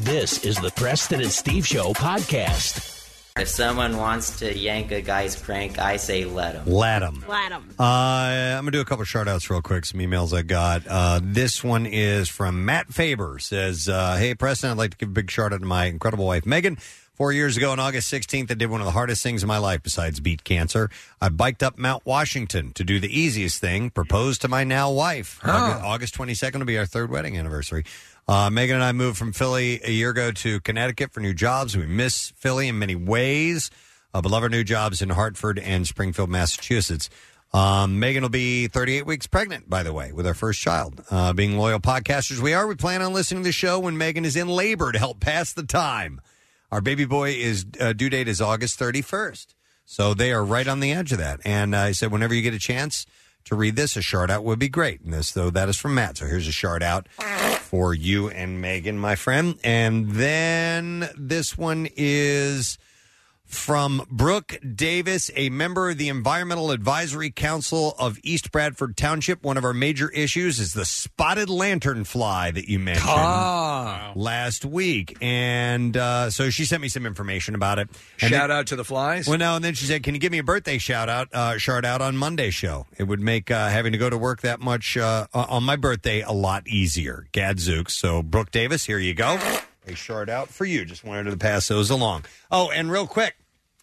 This is the Preston and Steve Show podcast.
If someone wants to yank a guy's crank, I say let him.
Let 'em.
Let him.
Uh, I'm going to do a couple shout outs real quick, some emails I got. Uh, this one is from Matt Faber. Says, uh, Hey, Preston, I'd like to give a big shout out to my incredible wife, Megan. Four years ago on August 16th, I did one of the hardest things in my life besides beat cancer. I biked up Mount Washington to do the easiest thing, propose to my now wife. August, August 22nd will be our third wedding anniversary. Uh, Megan and I moved from Philly a year ago to Connecticut for new jobs. We miss Philly in many ways, uh, but love our new jobs in Hartford and Springfield, Massachusetts. Um, Megan will be 38 weeks pregnant, by the way, with our first child. Uh, being loyal podcasters we are, we plan on listening to the show when Megan is in labor to help pass the time. Our baby boy is uh, due date is August 31st. So they are right on the edge of that. And uh, I said, whenever you get a chance to read this, a shard out would be great. And this, though, that is from Matt. So here's a shard out for you and Megan, my friend. And then this one is from Brooke Davis, a member of the Environmental Advisory Council of East Bradford Township. One of our major issues is the spotted lantern fly that you mentioned
Ah,
last week. And uh, so she sent me some information about it. And
Shout
then-
out to the flies.
Well, no, and then she said, "Can you give me a birthday shout out, uh, shout out on Monday show? It would make uh, having to go to work that much uh, o- on my birthday a lot easier." Gadzooks. So, Brooke Davis, here you go. A shout out for you. Just wanted to pass those along. Oh, and real quick,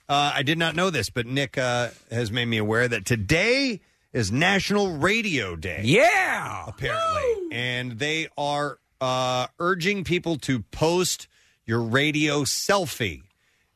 uh, I did not know this, but Nick uh, has made me aware that today is National Radio Day.
Yeah,
apparently, and they are uh, urging people to post your radio selfie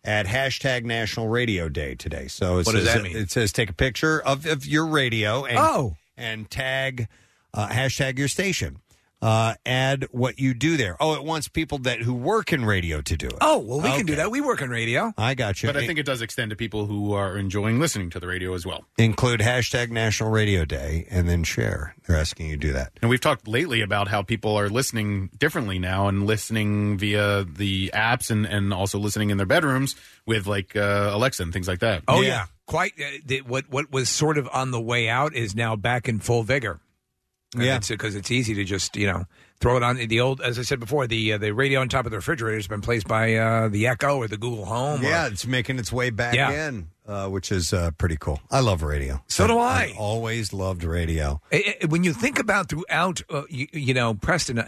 at hashtag National Radio Day today. So it
What
says,
does that mean?
It says take a picture of, of your radio and
Oh.
and tag uh, hashtag your station. Uh, add what you do there. Oh, it wants people that who work in radio to do it.
Oh, well, we
Okay.
can do that. We work on radio.
I got you.
But I think it does extend to people who are enjoying listening to the radio as well.
include hashtag National Radio Day and then share. They're asking you to do that.
And we've talked lately about how people are listening differently now and listening via the apps and, and also listening in their bedrooms with like uh, Alexa and things like that.
Oh yeah, quite. Uh, the, what what was sort of on the way out is now back in full vigor.
Yeah.
because it's easy to just you know throw it on the old. As I said before, the uh, the radio on top of the refrigerator has been placed by uh, the Echo or the Google Home.
yeah,
or,
it's making its way back
Yeah.
in, uh, which is uh, pretty cool. I love radio.
So do I.
always loved radio.
I- I- when you think about throughout, uh, you, you know, Preston, uh,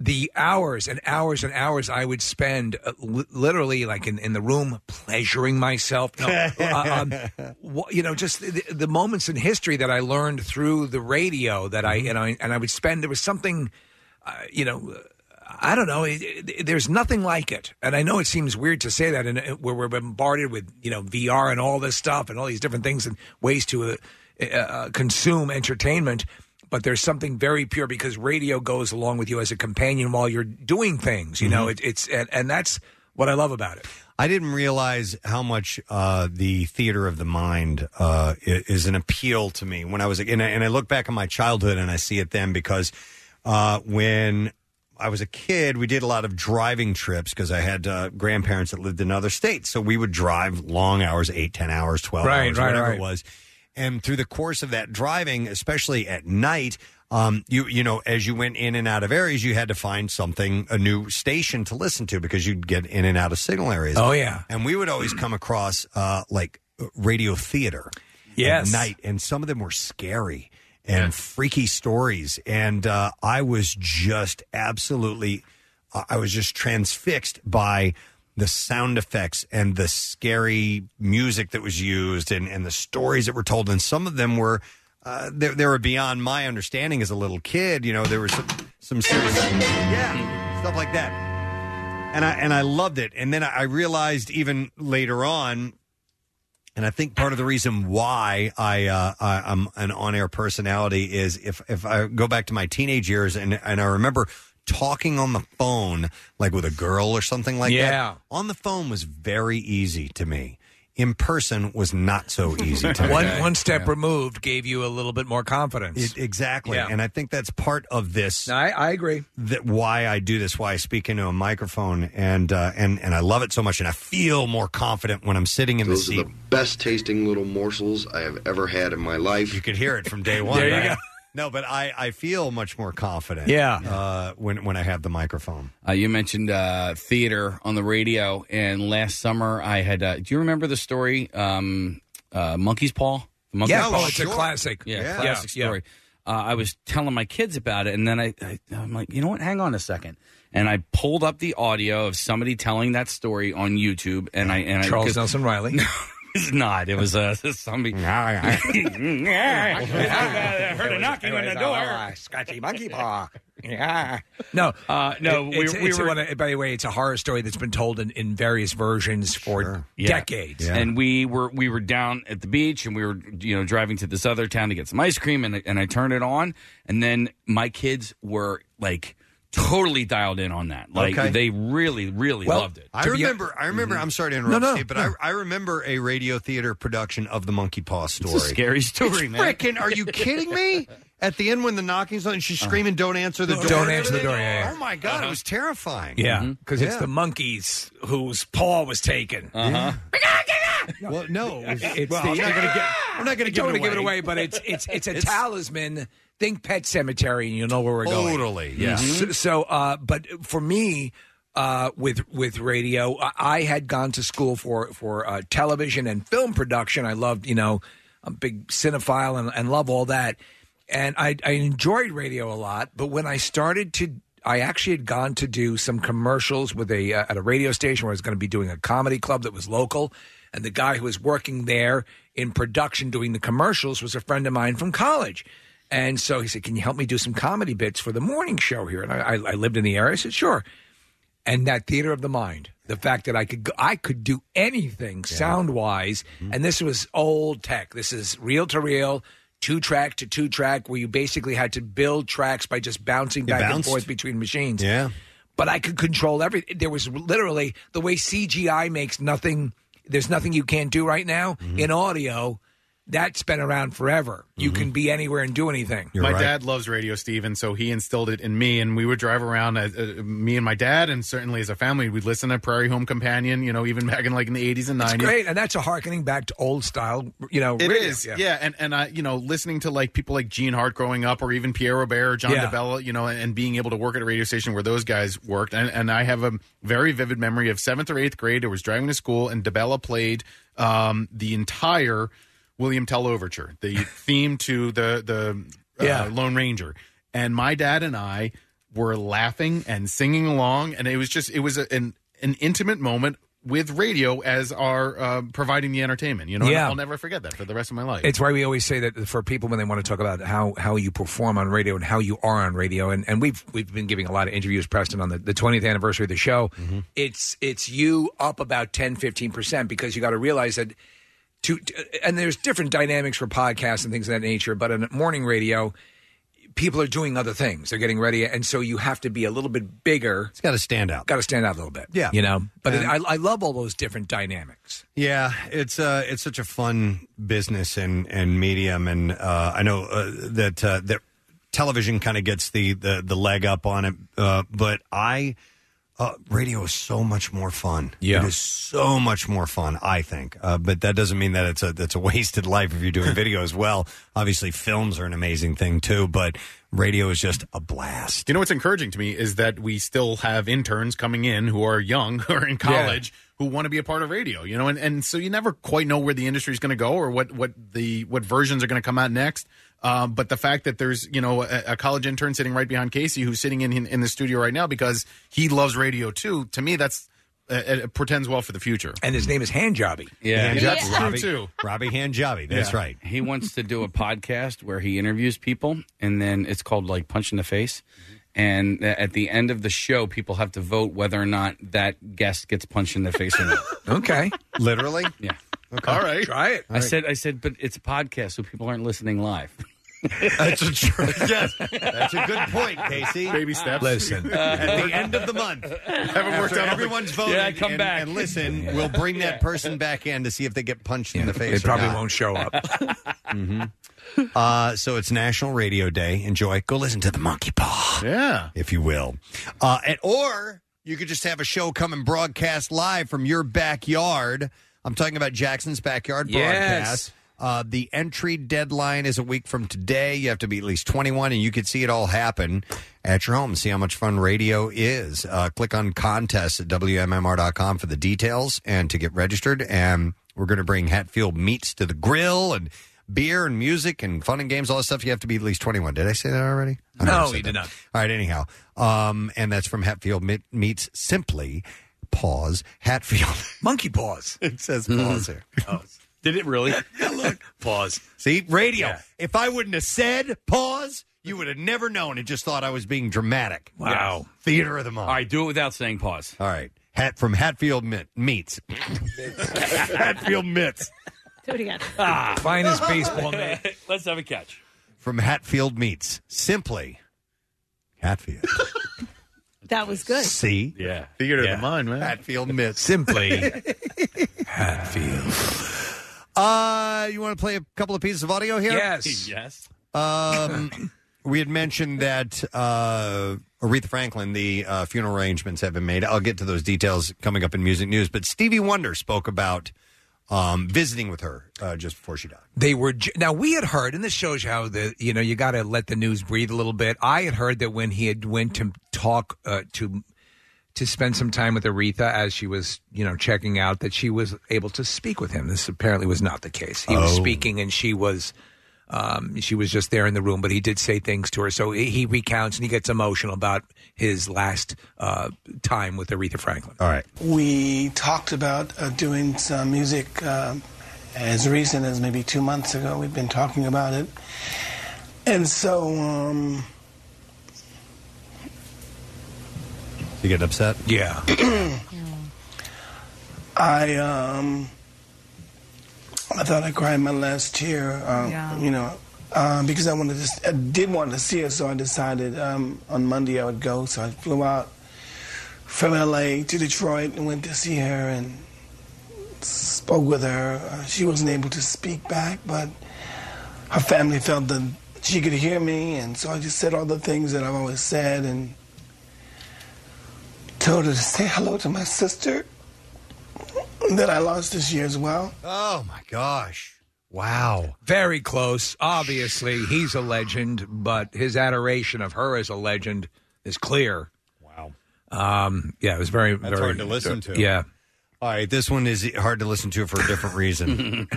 the hours and hours and hours I would spend uh, li- literally like in, in the room pleasuring myself. No, uh, um, wh- you know, just the, the moments in history that I learned through the radio that I, and I, and I would spend, there was something, uh, you know, uh, I don't know. It, it- there's nothing like it, and I know it seems weird to say that, and uh, where we're bombarded with you know VR and all this stuff and all these different things and ways to uh, uh, uh, consume entertainment. But there's something very pure because radio goes along with you as a companion while you're doing things. You
Mm-hmm.
know, it, it's and, and that's what I love about it.
I didn't realize how much uh, the theater of the mind uh, i- is an appeal to me when I was, and I, and I look back on my childhood and I see it then because uh, when I was a kid, we did a lot of driving trips because I had uh, grandparents that lived in other states, so we would drive long hours, eight, ten hours, twelve
Right,
hours,
right,
whatever
right.
it was. And through the course of that driving, especially at night, um, you you know, as you went in and out of areas, you had to find something a new station to listen to because you'd get in and out of signal areas.
Oh, yeah.
and we would always come across uh, like uh, radio theater.
Yes.
at night, and some of them were scary and freaky stories, and uh, I was just absolutely, I I was just transfixed by the sound effects and the scary music that was used, and and the stories that were told, and some of them were. Uh, they, they were beyond my understanding as a little kid. You know, there were some, some serious, yeah, stuff like that and I and I loved it. And then I realized even later on, and I think part of the reason why I, uh, I I'm an on-air personality is if if I go back to my teenage years and and I remember talking on the phone like with a girl or something like
Yeah.
that. On the phone was very easy to me. In person was not so easy
*laughs*
to me.
One one step removed gave you a little bit more confidence.
It- exactly,
Yeah.
and I think that's part of this.
I, I agree.
That why I do this, why I speak into a microphone, and uh, and and I love it so much, and I feel more confident when I'm sitting in
Those
the
are
seat.
*laughs* the best tasting little morsels I have ever had in my life. You
could hear it from
*laughs*
day one, right? No, but I, I feel much more confident.
Yeah.
Uh, when when I have the microphone.
Uh, you mentioned uh, theater on the radio, and last summer I had. Uh, do you remember the story, um, uh, Monkey's Paw? The Monkey's
Yeah,
Paw?
oh, it's a Sure. classic.
Yeah,
Yeah.
classic
Yeah, yeah.
story. Uh, I was telling my kids about it, and then I, I, I'm like, you know what? Hang on a second. And I pulled up the audio of somebody telling that story on YouTube, and I and I,
Charles
'cause-
Nelson Riley.
*laughs* No, it's not. It was uh, *laughs* somebody.
I
heard a knocking on the door.
Scotchy monkey
*laughs*
paw. Yeah. No, uh,
no, we-
it's,
we
it's
were-
one of- by the way, it's a horror story that's been told in, in various versions for
Yeah.
decades.
And we were we were down at the beach, and we were you know driving to this other town to get some ice cream, and and I turned it on, and then my kids were like totally dialed in on that, like
Okay.
they really really
Well,
loved it.
I remember. I remember.
Mm-hmm.
I'm sorry to interrupt, Steve, but I, I remember a radio theater production of the Monkey Paw story.
scary story,
It's
man.
Frickin', *laughs*
*laughs*
are you kidding me? At the end, when the knocking's on, she's screaming, "Don't answer the door!
Uh-huh. Don't answer the door, yeah, yeah.
Oh my god, it was terrifying.
Mm-hmm.
Yeah, because it's
Yeah.
the monkeys whose paw was taken.
Uh-huh.
Well,
no,
it's,
well,
the,
I'm not gonna get-
I'm not going
give it
give it
away.
away, but it's it's it's a talisman. Think Pet Cemetery, and you'll know where we're going. Mm-hmm.
Totally, yeah.
So, so, uh, but for me, uh, with with radio, I, I had gone to school for for uh, television and film production. I loved, you know, I'm a big cinephile and, and love all that. And I, I enjoyed radio a lot, but when I started to, I actually had gone to do some commercials with a uh, at a radio station where I was going to be doing a comedy club that was local, and the guy who was working there in production doing the commercials was a friend of mine from college. And so he said, "Can you help me do some comedy bits for the morning show here?" And I, I, I lived in the area. I said, "Sure." and that theater of the mind the fact that i could go, i could do anything sound wise
Mm-hmm.
and this was old tech this is reel to reel two track to two track where you basically had to build tracks by just bouncing
You
back and
bounced?
forth between machines
Yeah.
but i could control every there was literally the way cgi makes nothing there's nothing you can't do right now in audio that's been around forever you can be anywhere and do anything
my dad loves radio, Steve, and so he instilled it in me. And we would drive around, uh, uh, me and my dad, and certainly as a family, we'd listen to Prairie Home Companion. You know, even back in like in the eighties and
it's
nineties.
great and that's a harkening back to old style you know
It
radio.
is, yeah. And and I, you know, listening to like people like Gene Hart growing up, or even Pierre Robert, or John
Yeah.
DeBella, you know, and, and being able to work at a radio station where those guys worked. And and I have a very vivid memory of seventh or eighth grade. I was driving to school, and DeBella played um, the entire William Tell Overture, the
*laughs*
theme to the the uh,
Yeah.
Lone Ranger. And my dad and I were laughing and singing along, and it was just it was a, an an intimate moment with radio as our uh, providing the entertainment. You know, And
Yeah.
I'll never forget that for the rest of my life.
It's why we always say that for people when they want to talk about how, how you perform on radio and how you are on radio, and, and we've we've been giving a lot of interviews, Preston, on the, the 20th anniversary of the show.
Mm-hmm.
It's it's you up about 10, 15 percent because you got to realize that to and there's different dynamics for podcasts and things of that nature, but on morning radio, people are doing other things. They're getting ready, and so you have to be a little bit bigger. It's
got to stand out.
Got to stand out a little bit.
Yeah.
you know. But it,
And-
I, I love all those different dynamics.
Yeah, it's uh, it's such a fun business and and medium, and uh, I know uh, that uh, that television kind of gets the, the the leg up on it, uh, but I uh, radio is so much more fun.
Yeah.
it is so much more fun. I think, uh, but that doesn't mean that it's a that's a *laughs* wasted life if you're doing video as well. Obviously, films are an amazing thing too, but radio is just a blast.
You know what's encouraging *laughs* to me is that we still have interns coming in who are young *laughs* who are in college who want to be a part of radio. You know, and, and so you never quite know where the industry is going to go or what what the what versions are going to come out next. Um, but the fact that there's you know a, a college intern sitting right behind Casey who's sitting in, in the studio right now because he loves radio too. To me, that's uh, it portends well for the future.
And his name is Handjobby.
Handjobby.
That's true,
Robbie-
too.
Robbie Hanjabi. That's right.
He wants to do a podcast where he interviews people, and then it's called like Punch in the Face.
Mm-hmm.
And a- at the end of the show, people have to vote whether or not that guest gets punched in the face or not.
*laughs*
Okay,
literally.
Yeah.
Okay. All right.
Try it.
I said. I said, but it's a podcast, so people aren't listening live.
*laughs* That's a true. Yes, that's a good point, Casey.
Baby steps.
*laughs*
Listen,
at the end of the month,
haven't
after
worked out.
everyone's voting.
Yeah, come
and,
back.
and listen.
Yeah.
We'll bring that person back in to see if they get punched in the face. Mm-hmm.
They probably
won't *laughs*
show up.
uh, so it's National Radio Day. Enjoy. Go listen to the Monkey Paw,
yeah,
if you will. Uh, and or you could just have a show come and broadcast live from your backyard. I'm talking about Jackson's backyard
Yes.
broadcast. Uh, the entry deadline is a week from today. You have to be at least 21, and you can see it all happen at your home. See how much fun radio is. Uh, click on contests at WMMR.com for the details and to get registered. And we're going to bring Hatfield meats to the grill and beer and music and fun and games, all that stuff. You have to be at least 21. Did I say that already? I don't know if I
No,
said
he did
that.
not.
All right, anyhow. Um, and that's from Hatfield Meet- Meets Simply Paws Hatfield. *laughs*
Monkey paws. Mm-hmm.
it says paws here. *laughs*
Did it really?
Pause.
See, radio. If I wouldn't have said pause, you would have never known and just thought I was being dramatic.
Wow.
Theater of the mind.
*laughs* All right, do it without saying pause.
All right. Hat from Hatfield Mit- Meets.
*laughs*
Hatfield Mitts.
Do it again.
Ah.
Finest baseball
man. Let's have a catch.
From Hatfield Meets. Simply Hatfield.
That was good.
See?
Yeah.
Theater of the mind, man.
Hatfield Mitts.
*laughs* Simply
Uh, you want to play a couple of pieces of audio here? *laughs*
Yes.
Um, we had mentioned that uh, Aretha Franklin, the uh, funeral arrangements have been made. I'll get to those details coming up in music news. But Stevie Wonder spoke about um, visiting with her uh, just before she died.
They were j- now we had heard, and this shows you how the you know you got to let the news breathe a little bit. I had heard that when he had went to talk uh, to to spend some time with Aretha as she was you know checking out, that she was able to speak with him. This apparently was not the case. He was
Oh.
speaking, and she was um, she was just there in the room, but he did say things to her. So he, he recounts and he gets emotional about his last uh, time with Aretha Franklin.
All right.
We talked about uh, doing some music uh, as recent as maybe two months ago. We've been talking about it. And so, um,
You get upset?
Yeah.
*clears throat* I, um, I thought I cried my last tear, um, you know, uh, because I wanted to, s- I did want to see her, so I decided um, on Monday I would go. So I flew out from LA to Detroit and went to see her and spoke with her. Uh, she wasn't able to speak back, but her family felt that she could hear me, and so I just said all the things that I've always said and told her to say hello to my sister that I lost this year as well.
Oh my gosh. Wow.
Very close. Obviously, he's a legend, but his adoration of her as a legend is clear.
Wow.
Um, yeah, it was very,
That's
very
hard to listen to.
Yeah.
All right. This one is hard to listen to for a different
*laughs*
reason. *laughs*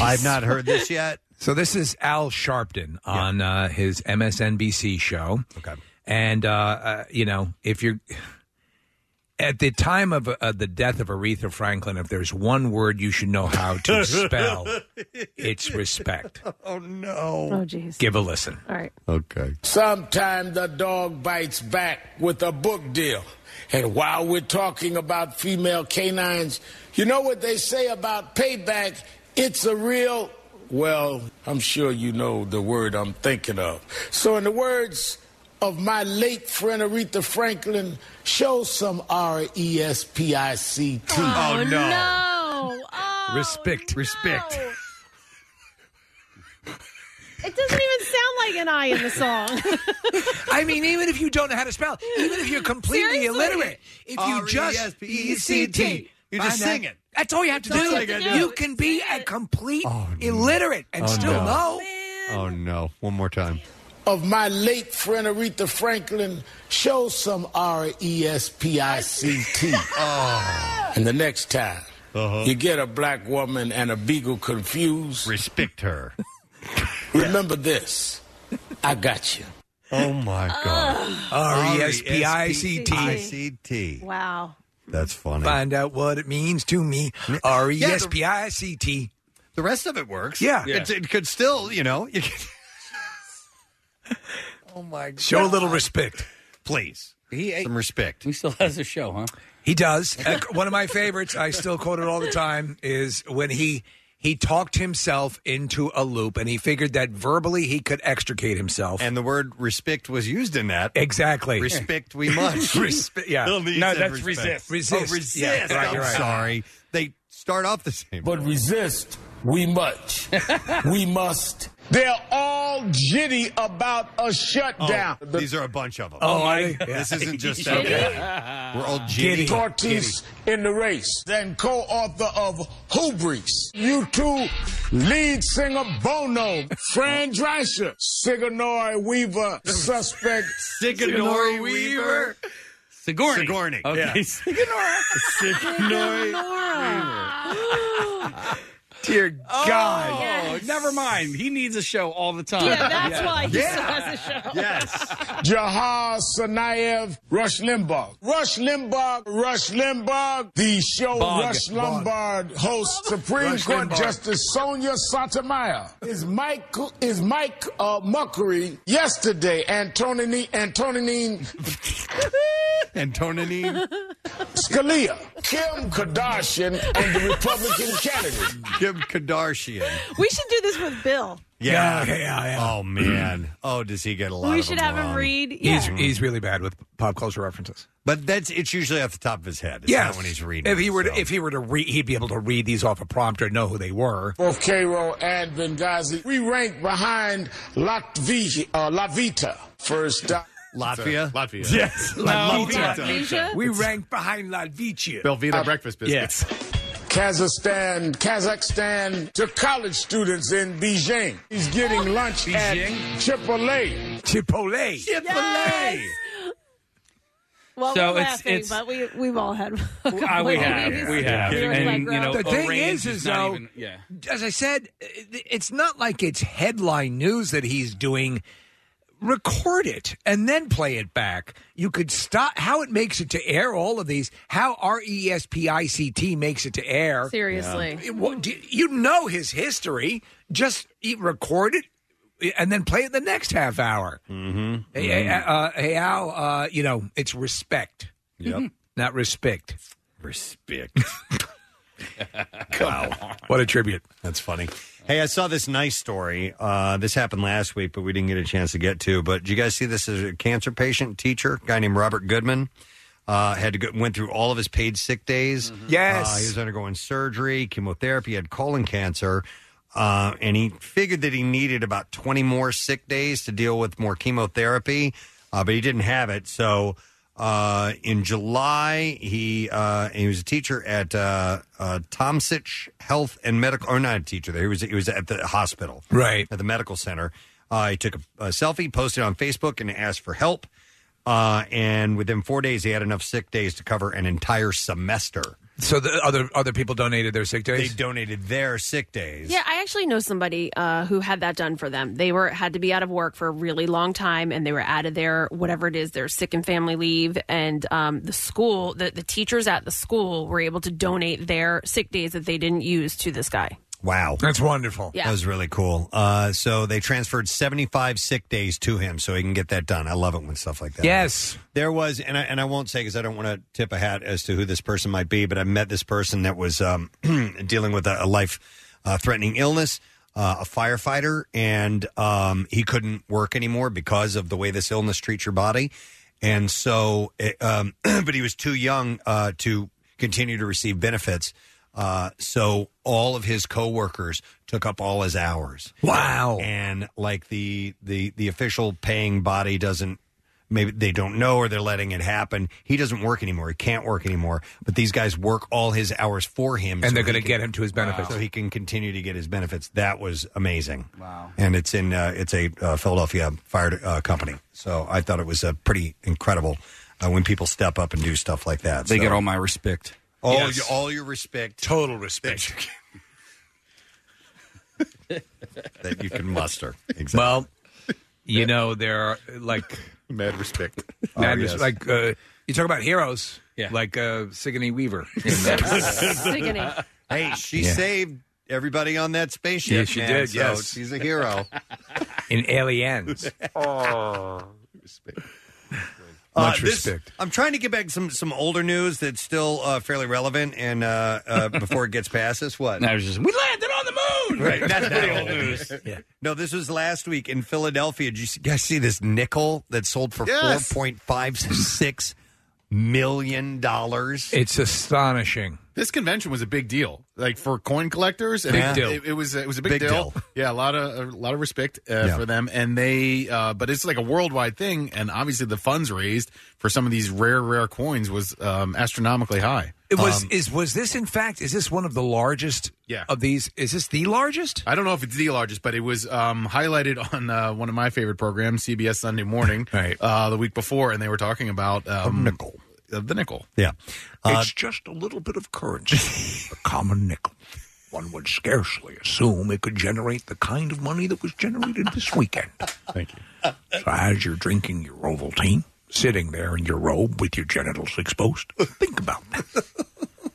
I've not heard this yet.
So this is Al Sharpton on uh, his MSNBC show.
Okay.
And uh, uh, you know, if you're At the time of uh, the death of Aretha Franklin, if there's one word you should know how
*laughs*
to spell, it's respect.
Oh no.
Oh jeez.
Give a listen.
All right.
Okay.
Sometimes the dog bites back with a book deal. And while we're talking about female canines, you know what they say about payback? It's a real, well, I'm sure you know the word I'm thinking of. So, in the words of my late friend Aretha Franklin, show some R E S P I C T.
Oh, no. *laughs*
no.
Respect.
Respect.
Oh. It doesn't even sound like an I
*laughs*
in the song.
*laughs* I mean, even if you don't know how to spell, even if you're completely
Seriously?
illiterate, if you just E
R-E-S-P-E-C-T. You just
Find
sing
that-
it.
That's all you have to
That's
do.
all you gotta do.
You can be a complete illiterate and
Oh,
still
no.
know.
Oh no! One more time.
Of my late friend Aretha Franklin, show some R E S P I C
*laughs*
T.
Oh.
And the next time
Uh-huh.
you get a black woman and a beagle confused,
respect her.
*laughs* Remember this I got you.
Oh my God!
R E S P I C T.
R-E-S-P-I-C-T.
Wow.
That's funny.
Find out what it means to me. R E S P I C T.
The rest of it works.
Yeah.
It's- it could still, you know. You could...
Oh my God. *laughs* Show a little respect.
Please. Some respect.
He still has a show, huh?
He does. Uh, one of my favorites, I still quote it all the time, is when he he talked himself into a loop and he figured that verbally he could extricate himself.
And the word respect was used in that.
Exactly.
Respect we must.
*laughs* Respe- yeah.
Bill needs
No,
that
that's
respect.
resist. Resist.
Oh, resist.
Yeah, you're right,
I'm
you're right.
sorry. They start off the same.
But resist,
*laughs*
we much. we must. They're all jitty about a shutdown.
Oh, these are a bunch of them.
Oh, I-
*laughs* This isn't
*laughs*
just that.
Jitty?
one. We're all jitty.
Tortoise in the race, then co-author of Hubris. You two, lead singer Bono, Fran Drescher, Sigourney
*laughs*
Weaver, suspect
Sigourney Weaver?
Sigourney.
Sigourney.
Okay.
Yeah.
*laughs*
*laughs*
Sigourney.
Dear
God.
Oh, never mind. He needs a show all the time.
Yeah, that's why he
yeah.
still has
a show.
Yes.
Jahar Sanayev, Rush Limbaugh. Rush Limbaugh, Rush Limbaugh, the show
Bog.
Rush Lombard host Supreme
Rush
Court
Limbaugh.
Justice Sonia Sotomayor. Is Mike is Mike uh, Muckery yesterday Antonini Antonine
Antonine
Scalia, Kim Kardashian, and the Republican candidate.
Kim Kardashian.
we should do this with Bill.
Yeah.
Yeah, yeah,
Oh man. Oh, does he get a lot?
We
of
should
them
have him
wrong.
read. Yeah.
He's, he's really bad with pop culture references.
But that's it's usually off the top of his head. It's
Yeah,
not when he's reading.
If he were,
so.
to, if he were to read, he'd be able to read these off a prompter and know who they were.
Both Cairo and Benghazi. We rank behind Latvia, uh, Lavita. First down.
Latvia?
Latvia.
Yes.
Latvia. Latvia.
We rank behind Latvia.
Belvita breakfast biscuits.
Kazakhstan, Kazakhstan to college students in Beijing. He's getting lunch at Chipotle.
Chipotle.
Chipotle.
Well,
So
we're
it's-
laughing,
it's-
but we we've all had. *laughs*
Ah, we have, we have,
You're
and
like,
you know,
the thing
Orange
is, is
not
though,
even- yeah.
as I said, it- it's not like it's headline news that he's doing. Record it and then play it back. You could stop how it makes it to air. All of these, how R E S P I C T makes it to air.
Seriously.
It- what- do- you know his history. Just e- record it and then play it the next half hour.
Hmm.
Mm-hmm.
Hey, uh, uh, hey Al, uh, you know it's respect.
*laughs*
Yep.
not respect.
Respect.
wow. What a tribute.
That's funny. Hey, I saw this nice story. Uh, this happened last week, but we didn't get a chance to get to. But did you guys see this? Is a cancer patient teacher, a guy named Robert Goodman, uh, had to go, went through all of his paid sick days.
Yes.
Uh, he was undergoing surgery, chemotherapy, had colon cancer, uh, and he figured that he needed about twenty more sick days to deal with more chemotherapy, uh, but he didn't have it. So uh, in July, he uh, he was a teacher at uh, uh, Tomsich Health and Medical, or not a teacher there. He was he was at the hospital,
right,
at the medical center. Uh, he took a, a selfie, posted it on Facebook, and asked for help. Uh, and within four days, he had enough sick days to cover an entire semester.
So the other other people donated their sick days.
They donated their sick days.
Yeah, I actually know somebody uh, who had that done for them. They were had to be out of work for a really long time, and they were out of their whatever it is, their sick and family leave, and um, the school, the, the teachers at the school were able to donate their sick days that they didn't use to this guy.
Wow.
That's wonderful.
Yeah.
That was really cool. Uh, so they transferred 75 sick days to him so he can get that done. I love it when stuff like that.
Yes.
There was, and I, and I won't say because I don't want to tip a hat as to who this person might be, but I met this person that was um, *clears throat* dealing with a, a life uh, threatening illness, uh, a firefighter, and um, he couldn't work anymore because of the way this illness treats your body. And so, it, um, *clears throat* but he was too young uh, to continue to receive benefits. Uh, so all of his coworkers took up all his hours.
Wow!
And like the the the official paying body doesn't maybe they don't know or they're letting it happen. He doesn't work anymore. He can't work anymore. But these guys work all his hours for him,
And they're
he
gonna
can-
get him to his benefits.
so he can continue to get his benefits. That was amazing.
Wow!
And it's in uh, it's a uh, Philadelphia fire uh, company. So I thought it was uh, pretty incredible uh, when people step up and do stuff like that.
They
So-
get all
*laughs*
my respect.
all your, all your respect,
total respect
that you can
*laughs*
muster. Exactly.
Well, you know there are like
mad respect.
Mad
Oh,
res-
yes.
Like uh, you talk about heroes, yeah. Like uh, Sigourney Weaver.
Sickening.
Hey, she
Yeah.
saved everybody on that spaceship.
Yeah, she
man,
did,
so
yes.
she's a *laughs* hero.
In
*laughs*
Aliens.
oh,
Uh,
Much respect.
Uh, I'm trying to get back some some older news that's still uh, fairly relevant and uh, *laughs* uh, before it gets past us. What?
I was just we landed on the moon.
Right, that's pretty old
news.
Yeah. No, this was last week in Philadelphia. Did you see- guys see this nickel that sold for
Yes.
four point five six million dollars?
It's astonishing.
This convention was a big deal, like for coin collectors. and
Big
it-
deal.
It, it was it was a big,
Big
deal.
deal.
Yeah, a lot of a lot of respect uh,
Yeah.
for them, and they. Uh, but it's like a worldwide thing, and obviously the funds raised for some of these rare rare coins was um, astronomically high. Um,
It was is was this in fact is this one of the largest
Yeah.
of these is this the largest?
I don't know if it's the largest, but it was um, highlighted on uh, one of my favorite programs, CBS Sunday Morning,
*laughs*
right. uh, the week before, and they were talking about um, the nickel. the nickel.
Yeah. Uh,
it's just a little bit of currency, a common nickel. One would scarcely assume it could generate the kind of money that was generated this weekend.
Thank you.
So as you're drinking your Ovaltine, sitting there in your robe with your genitals exposed, think about *laughs*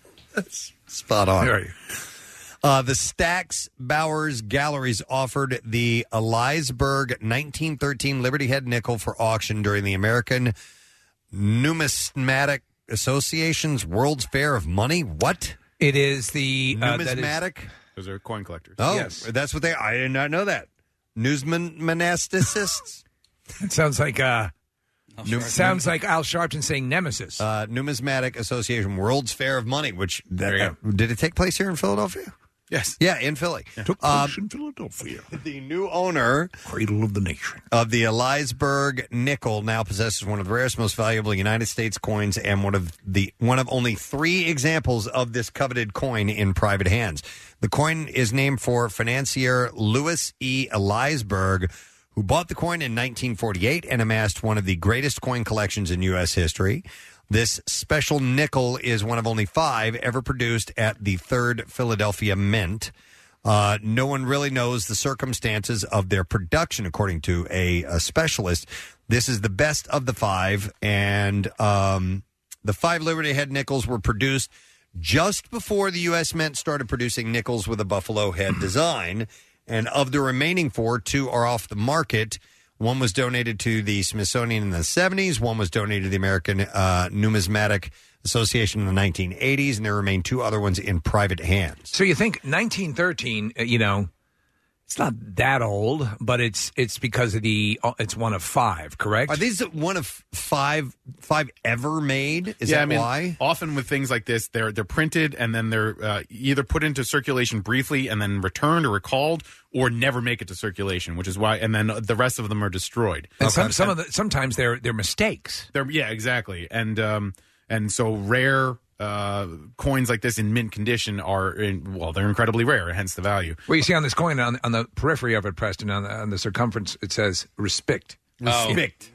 Spot on. Uh, the Stacks Bowers Galleries offered the Elizberg 1913 Liberty Head nickel for auction during the American Numismatic Association's World's Fair of Money. What?
It is the uh, that is-
numismatic.
Those are coin collectors.
oh, that's what they. I did not know that. Newsman monasticists.
*laughs* it sounds like uh,
Num-
sounds like Al Sharpton saying Nemesis.
uh, Numismatic Association World's Fair of Money, which that, did it take place here in Philadelphia?
Yes.
Yeah, in Philly.
Took
Um,
place in Philadelphia.
*laughs* The new owner,
cradle of the nation,
of the Elizberg nickel now possesses one of the rarest, most valuable United States coins, and one of the one of only three examples of this coveted coin in private hands. The coin is named for financier Louis E. Elizberg, who bought the coin in 1948 and amassed one of the greatest coin collections in U.S. history. This special nickel is one of only five ever produced at the Third Philadelphia Mint. Uh, no one really knows the circumstances of their production, according to a, a specialist. This is the best of the five, and um, the five Liberty Head nickels were produced just before the U.S. Mint started producing nickels with a buffalo
*clears throat*
head design. And of the remaining four, two are off the market. One was donated to the Smithsonian in the 70s. One was donated to the American uh, Numismatic Association in the 1980s. And there remain two other ones in private hands.
So you think 1913? uh, You know, it's not that old, but it's it's because of the uh, it's one of five, correct?
Are these one of five five ever made? Is
yeah,
that
I mean,
why?
Often with things like this, they're they're printed and then they're uh, either put into circulation briefly and then returned or recalled, or never make it to circulation, which is why. And then the rest of them are destroyed.
And some some of the, sometimes they're they're mistakes.
They're, yeah, exactly. And um, and so rare uh, coins like this in mint condition are in, well, they're incredibly rare, hence the value.
Well, you see on this coin on on the periphery of it, Preston, on the, on the
Oh.
circumference, it says respect.
Respect.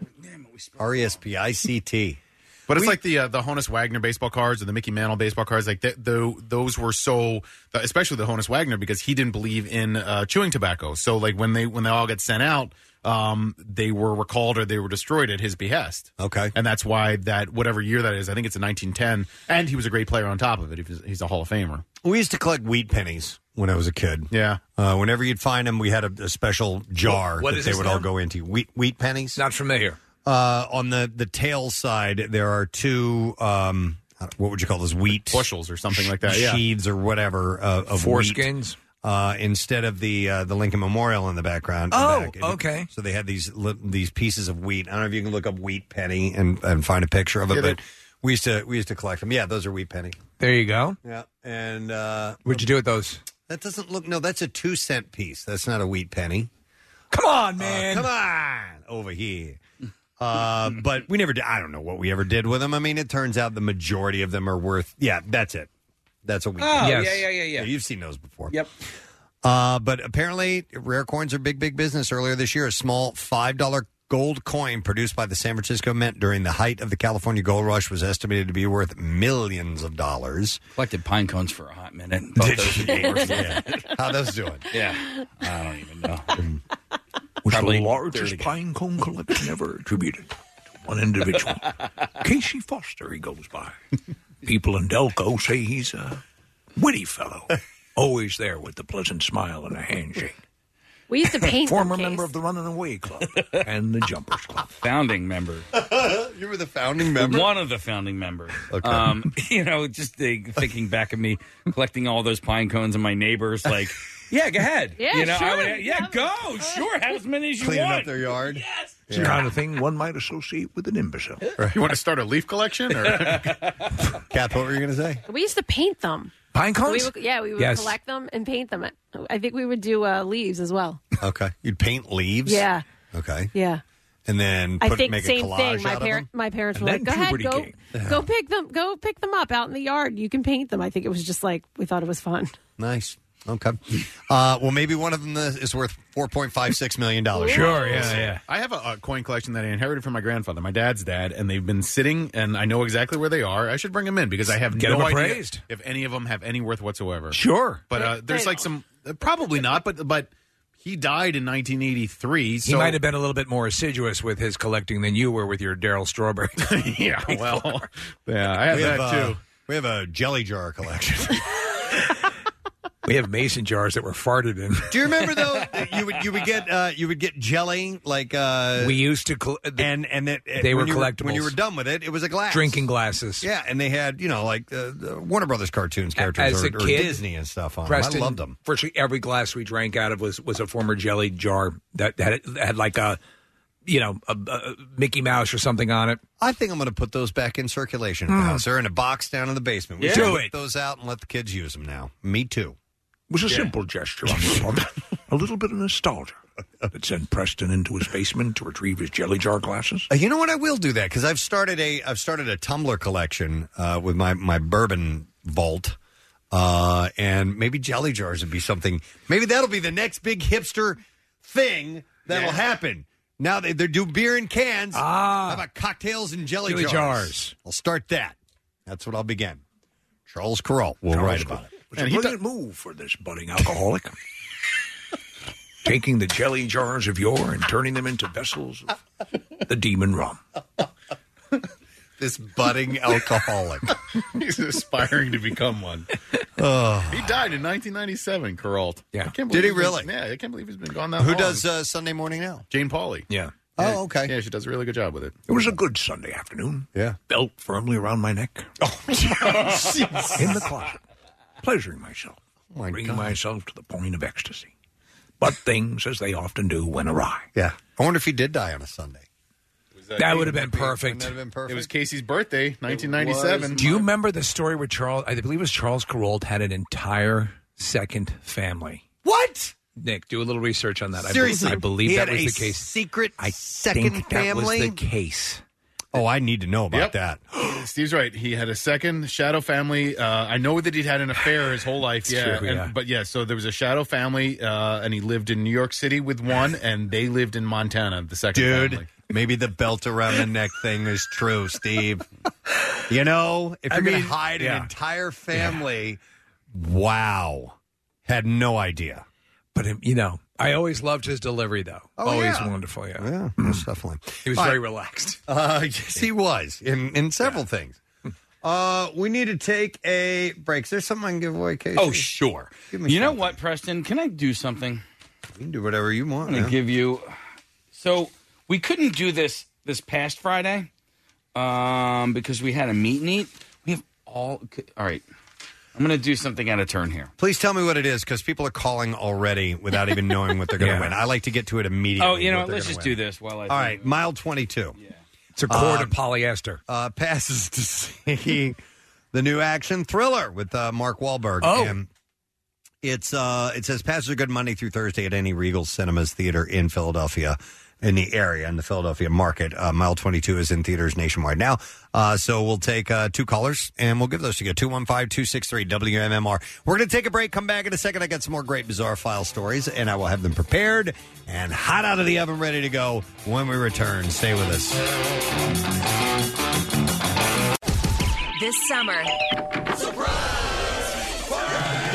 R E S P I C T.
*laughs* But it's like the uh, the Honus Wagner baseball cards or the Mickey Mantle baseball cards. Like th- tho- those were so, uh, especially the Honus Wagner, because he didn't believe in uh, chewing tobacco. So like when they when they all got sent out, um, they were recalled or they were destroyed at his behest.
Okay,
and that's why that whatever year that is, I think it's in 1910, and he was a great player on top of it. He was- He's a Hall of Famer.
We used to collect wheat pennies when I was a kid.
Yeah.
Uh, whenever you'd find them, we had a, a special jar
What
that
is
they
this
would all
now?
go into. Wheat wheat pennies.
Not familiar.
Uh, on the the tail side, there are two. Um, what would you call those? Wheat
bushels or something like that, yeah.
Sheaves or whatever uh, of wheat,
Foreskins?
Uh, instead of the uh, the Lincoln Memorial in the background. in the
Oh,
back. And-
okay.
So they had these li- these pieces of wheat. I don't know if you can look up wheat penny and, and find a picture of it,
Yeah, they-
but we used to we used to collect them. Yeah, those are wheat penny.
There you go.
Yeah, and uh,
what'd you do with those?
That doesn't look. No, that's a two cent piece. That's not a wheat penny.
Come on, man.
come on, over here. Uh, but we never did. I don't know what we ever did with them. I mean, it turns out the majority of them are worth. Yeah, that's it. That's a wheat.
Oh,
penny.
yeah, Yes. yeah, yeah, yeah.
You've seen those before.
Yep.
Uh, but apparently, rare coins are big, big business. Earlier this year, a small $5 gold coin produced by the San Francisco Mint during the height of the California gold rush was estimated to be worth millions of dollars.
Collected pine cones for a hot minute.
Did you? yeah. *laughs*
*laughs*
How those doing?
Yeah. I don't even know.
was
Probably
the
dirty.
largest pine cone collection ever attributed to one
*laughs*
individual. Casey Foster, he goes by. People in Delco say he's a witty
*laughs*
fellow, always there with a pleasant smile and a handshake.
*laughs*
We used to paint
Former
them,
member
Case.
of the Running Away Club and the Jumpers Club.
Founding member.
*laughs* you were the founding
One of the founding members. Um, *laughs* you know, just think, thinking back of me collecting all those pine cones and my neighbors, like, yeah, go ahead.
*laughs* Yeah,
you know, I
sure.
would, yeah,
*laughs*
go, sure, have as many as you
Cleaning up
want.
their
yard.
It's the kind of thing one might associate with an imbecile.
*laughs* You want to start a leaf collection?
*laughs*
Or?
Kath, what were you going to say?
We used to paint them.
Pine
So we
cones?
would- yeah, we would
Yes.
collect them and paint them. I think we would do uh, leaves as well.
Okay. You'd paint leaves?
Yeah,
Okay.
yeah.
And then put,
I think
make a
same
collage
thing. My
out of
parents,
them?
my parents
And
were like, "Go
then
ahead,
puberty
go,
came.
go pick them, go pick them up out in the yard. You can paint them." I think it was just like we thought it was fun.
Nice. Okay. Uh, well, maybe one of them is worth $4.56 million.
I have a, a coin collection that I inherited from my grandfather, my dad's dad, and they've been sitting, and I know exactly where they are. I should bring them in because I have
Get
no
them
idea
appraised.
if any of them have any worth whatsoever.
Sure.
but uh,
They-
there's
they
like some uh, probably not, but but he died in 1983, so
he might have been a little bit more assiduous with his collecting than you were with your Daryl Strawberry.
*laughs*
*laughs*
yeah, well, yeah, I have
We have,
that
uh,
too.
We have a jelly
*laughs*
jar collection.
we have mason jars that were farted in.
Do you
*laughs*
remember
*laughs*
though? that you would you would get uh, you would get jelly like uh,
We used to col- the-
and and it, it-
they
when
were
you when you
collectibles.
were done with it. It was a glass
Drinking glasses.
Yeah, and they had you know like uh, the Warner Brothers cartoons characters
As
or,
a
or
kid,
Disney and stuff on. 'em.
Preston,
I loved them.
Virtually every glass we drank out of was was a former jelly jar that had had like a, you know, a, a Mickey Mouse or something on it.
I think I'm going to put those back in circulation. at the
Mm.
house. They're in a box down in the basement. We
Yeah.
should
Do
whip
it.
Those out and let the kids use them now. Me too.
It was a
Yeah.
simple gesture on the part, a little bit of nostalgia that sent Preston into his basement to retrieve his jelly jar glasses.
Uh, You know what? I will do that because I've started a I've started a tumbler collection uh, with my my bourbon vault, uh, and maybe jelly jars would be something. Maybe that'll be the next big hipster thing that'll
Yeah.
happen. Now they they do beer in cans.
Ah.
How about cocktails and jelly,
Jelly
jars?
jars.
I'll start that. That's what I'll begin. Charles Carroll will
Charles
write about it.
It was a brilliant move for this budding alcoholic. Taking the jelly jars of yore and turning them into vessels of the demon rum.
this *laughs* budding alcoholic.
He's aspiring to become one. He died in 1997, Peralt. Yeah, I can't
Did
believe
he
he's been-
really?
yeah, I can't believe he's been gone that
Who
long.
does uh, Sunday
*laughs*
morning now?
Jane Pauley?
Yeah.
Oh, okay.
Yeah, she does a really good job with it.
It was a good Sunday afternoon.
Yeah.
Belt firmly around my neck. Oh, In the closet, pleasuring myself,
Oh
bringing myself to the point of ecstasy. But things, as they often do, went awry.
Yeah. I wonder if he did die on a Sunday.
That, would have been perfect.
That would have been perfect.
It was Casey's birthday, 1997.
Do you remember the story where Charles? I believe it was Charles Carroll had an entire second family.
What?
Nick, do a little research on that. I be-
Seriously,
I, believe
He
that
had
was
a
the case.
Secret
I
second
think that was
family.
the case.
Oh, I need to know about that.
*gasps* Steve's right. He had a second shadow family. Uh, I know that he'd had an affair his whole life.
It's
yeah,
true,
and-
yeah.
but yeah. So there was a shadow
*laughs*
family, uh, and he lived in New York City with one, and they lived in Montana. The second
Dude,
family.
Maybe the belt around the neck thing is true, Steve. You know, if
I
you're going
mean,
to hide
yeah.
an entire family, wow. Had no idea.
But, um, you know, I always loved his delivery, though.
Oh,
always
yeah.
wonderful, yeah.
*clears throat* Yeah, most definitely.
He was
All
very
right.
relaxed.
*laughs* Uh, yes, he was in in several things. Uh, we need to take a break. Is there something I can give away, Casey?
Oh, sure. You know what, Preston? Can I do something?
You can do whatever you want.
I'm going
man.
to give you. So we couldn't do this this past Friday um, because we had a meet and eat. We have all. All right. I'm going to do something out of turn here.
Please tell me what it is because people are calling already without even knowing what they're going to
*laughs* Yeah.
win. I like to get to it immediately.
oh, you know
what
what?
they're
Let's
gonna
just
win.
do this while I.
All right, mile Um, 22. Yeah.
It's a cord of polyester.
Uh, passes to *laughs* see the new action thriller with uh, Mark Wahlberg.
Oh.
And it's uh, it says passes are good Monday through Thursday at any Regal Cinemas Theater in Philadelphia. In the area, in the Philadelphia market, uh, Mile 22 is in theaters nationwide now. Uh, so we'll take uh, two callers and we'll give those to you 215 263 WMMR. We're going to take a break, come back in a second. I got some more great Bizarre File stories and I will have them prepared and hot out of the oven, ready to go when we return. Stay with us.
This summer. The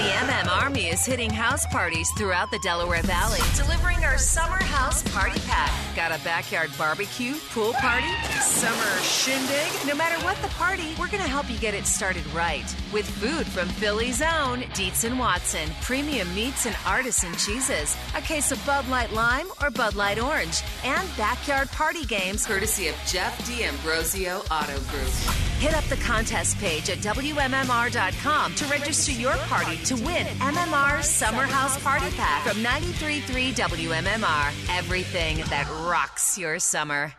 MM Army is hitting house parties throughout the Delaware Valley, delivering our summer house party pack. Got a backyard barbecue, pool party, summer shindig? No matter what the party, we're going to help you get it started right with food from Philly's own Dietz and Watson, premium meats and artisan cheeses, a case of Bud Light Lime or Bud Light Orange, and backyard party games courtesy of Jeff D'Ambrosio Auto Group. Hit up the contest page at WMMR.com to register your party to win MMR's Summer House Party Pack from 93.3 WMMR. Everything that rocks your summer.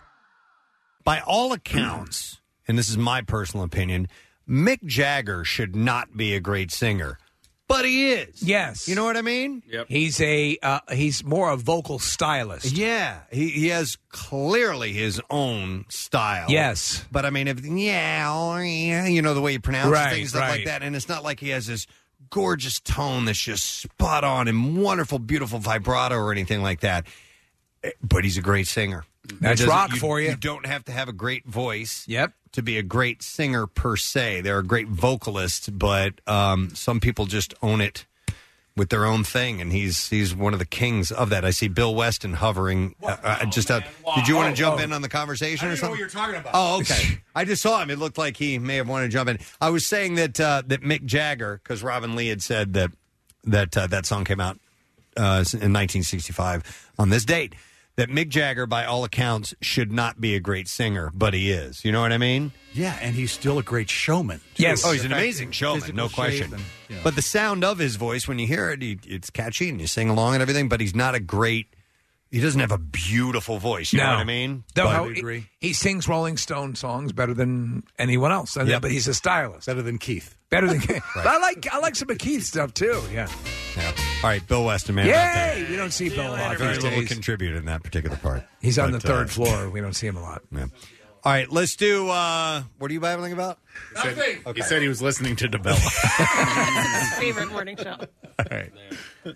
by all accounts, and this is my personal opinion, Mick Jagger should not be a great singer. But he is.
Yes. You know
what I mean?
Yep. He's a uh, he's more a vocal stylist.
Yeah, he, he has clearly his own style.
Yes.
But I mean, if, yeah, oh, yeah, you know, the way he pronounces
Right,
things, stuff like
right.
that. And it's not like he has this gorgeous tone that's just spot on and wonderful, beautiful vibrato or anything like that. Eh, But he's a great singer.
That's
It doesn't-
rock for you.
You don't have to have a great voice.
Yep.
To be a great singer per se, they're a great vocalist, but um, some people just own it with their own thing, and he's he's one of the kings of that. I see Bill Weston hovering uh, uh, just out. Did you want to
Oh,
jump in on the conversation or something?
talking about.
Oh, *laughs* okay. I just saw him. It looked like he may have wanted to jump in. I was saying that uh, that Mick Jagger, because Robin Lee had said that that uh, that song came out uh, in 1965 on this date. That Mick Jagger, by all accounts, should not be a great singer, but he is. You know what I mean?
Yeah, and he's still a great showman. too.
Oh, he's an
The fact
amazing
that
showman,
physical
no question.
shape and- yeah.
But the sound of his voice, when you hear it, he, it's catchy and you sing along and everything. But he's not a great. He doesn't have a beautiful voice. You know what I mean?
No,
But-
how- he, he sings Rolling Stone songs better than anyone else. Yeah,
Yep.
but he's a stylist. Better
than Keith.
*laughs*
Better than Keith. I like I like some of Keith's stuff too. Yeah.
Yeah. All right, Bill Weston, man.
Yay! You don't see Bill a lot
Very
these
little
days.
contributed in that particular part.
He's on
But,
the third
uh, *laughs*
floor. We don't see him a lot.
Yeah. All right, let's do. Uh, what are you babbling about?
Nothing.
Okay.
He said he was listening to DeBella.
*laughs*
*laughs*
favorite morning show.
All right.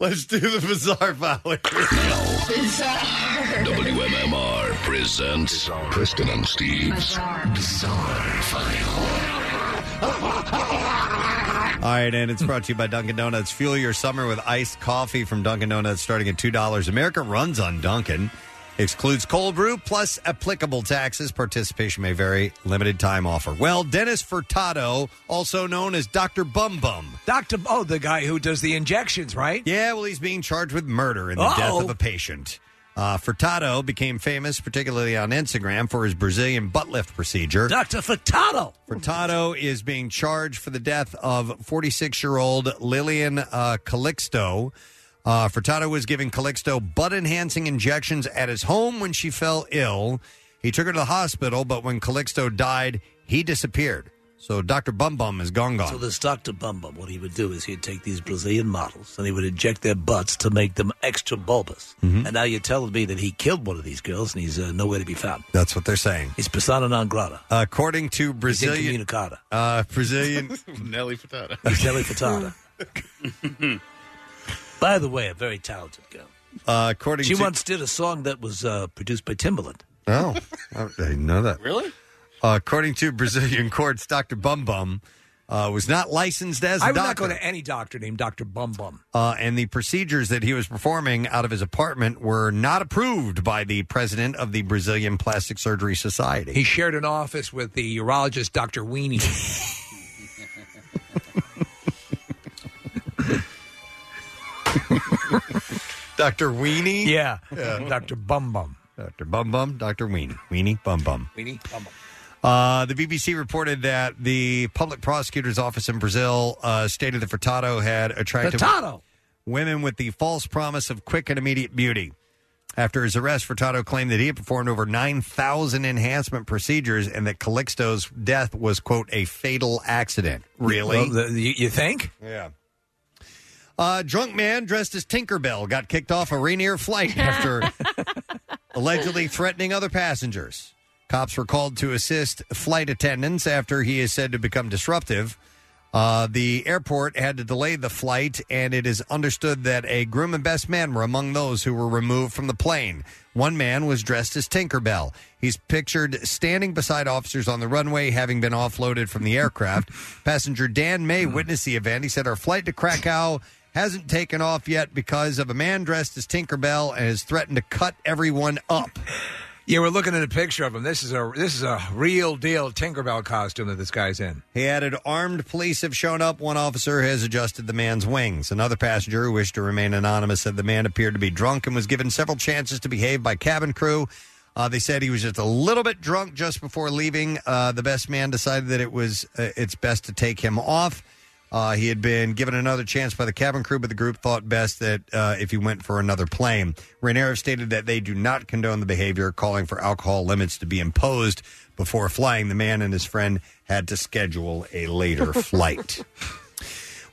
Let's do the bizarre file.
WMMR presents Preston and Steve's Bizarre, File.
All right, and it's brought to you by Dunkin' Donuts. Fuel your summer with iced coffee from Dunkin' Donuts starting at $2. America runs on Dunkin'. Excludes cold brew plus applicable taxes. Participation may vary. Limited time offer. Well, Dennis Furtado, also known as Dr. Bum Bum.
Dr. Oh, the guy who does the injections, right? Oh,
Yeah, well, he's being charged with murder in the death
Uh-oh.
of a patient. Uh, Furtado became famous, particularly on Instagram, for his Brazilian butt lift procedure.
Dr. Furtado.
Furtado is being charged for the death of 46 year old Lillian uh, Calixto. Uh, Furtado was giving Calixto butt enhancing injections at his home when she fell ill. He took her to the hospital, but when Calixto died, he disappeared. So Dr. Bum Bum is gone gone.
So this Dr. Bum Bum, what he would do is he'd take these Brazilian models and he would inject their butts to make them extra bulbous.
Mm-hmm.
And now you're telling me that he killed one of these girls and he's uh, nowhere to be found.
That's what they're saying.
He's persona non grata.
According to Brazilian.
incommunicado.
Uh, *laughs* Brazilian.
Nelly
*laughs*
Furtado.
He's Nelly Furtado. By the way, a very talented girl.
Uh, according
she
to-
once did a song that was uh, produced by Timbaland.
No, I I didn't know that.
Really?
Uh, according to Brazilian *laughs* courts, Dr. Bum Bum uh, was not licensed as a
I would not
doctor.
go to any doctor named Doctor Bum Bum.
uh, and the procedures that he was performing out of his apartment were not approved by the president of the Brazilian Plastic Surgery Society.
He shared an office with the urologist
*laughs*
Doctor Weenie.
Dr. Weenie?
Yeah.
Yeah.
Dr. Bum Bum.
Dr. Bum Bum, Dr. Weenie. Weenie, Bum Bum.
Weenie Bum Bum.
Uh, the BBC reported that the public prosecutor's office in Brazil uh, stated that Furtado had attracted
Furtado!
women with the false promise of quick and immediate beauty. After his arrest, Furtado claimed that he had performed over 9,000 enhancement procedures and that Calixto's death was, quote, a fatal accident. Really?
Well, the- you, you think?
Yeah. Uh, drunk man dressed as Tinkerbell got kicked off a Rainier flight after allegedly threatening other passengers. Cops were called to assist flight attendants after he is said to become disruptive. Uh, the airport had to delay the flight, and it is understood that a groom and best man were among those who were removed from the plane. One man was dressed as Tinkerbell. He's pictured standing beside officers on the runway, having been offloaded from the aircraft. Passenger Dan May witnessed the event. He said, Our flight to Krakow hasn't taken off yet because of a man dressed as Tinkerbell and has threatened to cut everyone up.
Yeah, we're looking at a picture of him. This is a this is a real deal Tinkerbell costume that this guy's in.
He added, armed police have shown up. One officer has adjusted the man's wings. Another passenger who wished to remain anonymous said the man appeared to be drunk and was given several chances to behave by cabin crew. Uh, they said he was just a little bit drunk just before leaving. Uh, the best man decided that it was uh, it's best to take him off. Uh, he had been given another chance by the cabin crew, but the group thought best that uh, if he went for another plane. Rainier stated that they do not condone the behavior, calling for alcohol limits to be imposed before flying. The man and his friend had to schedule a later *laughs* flight.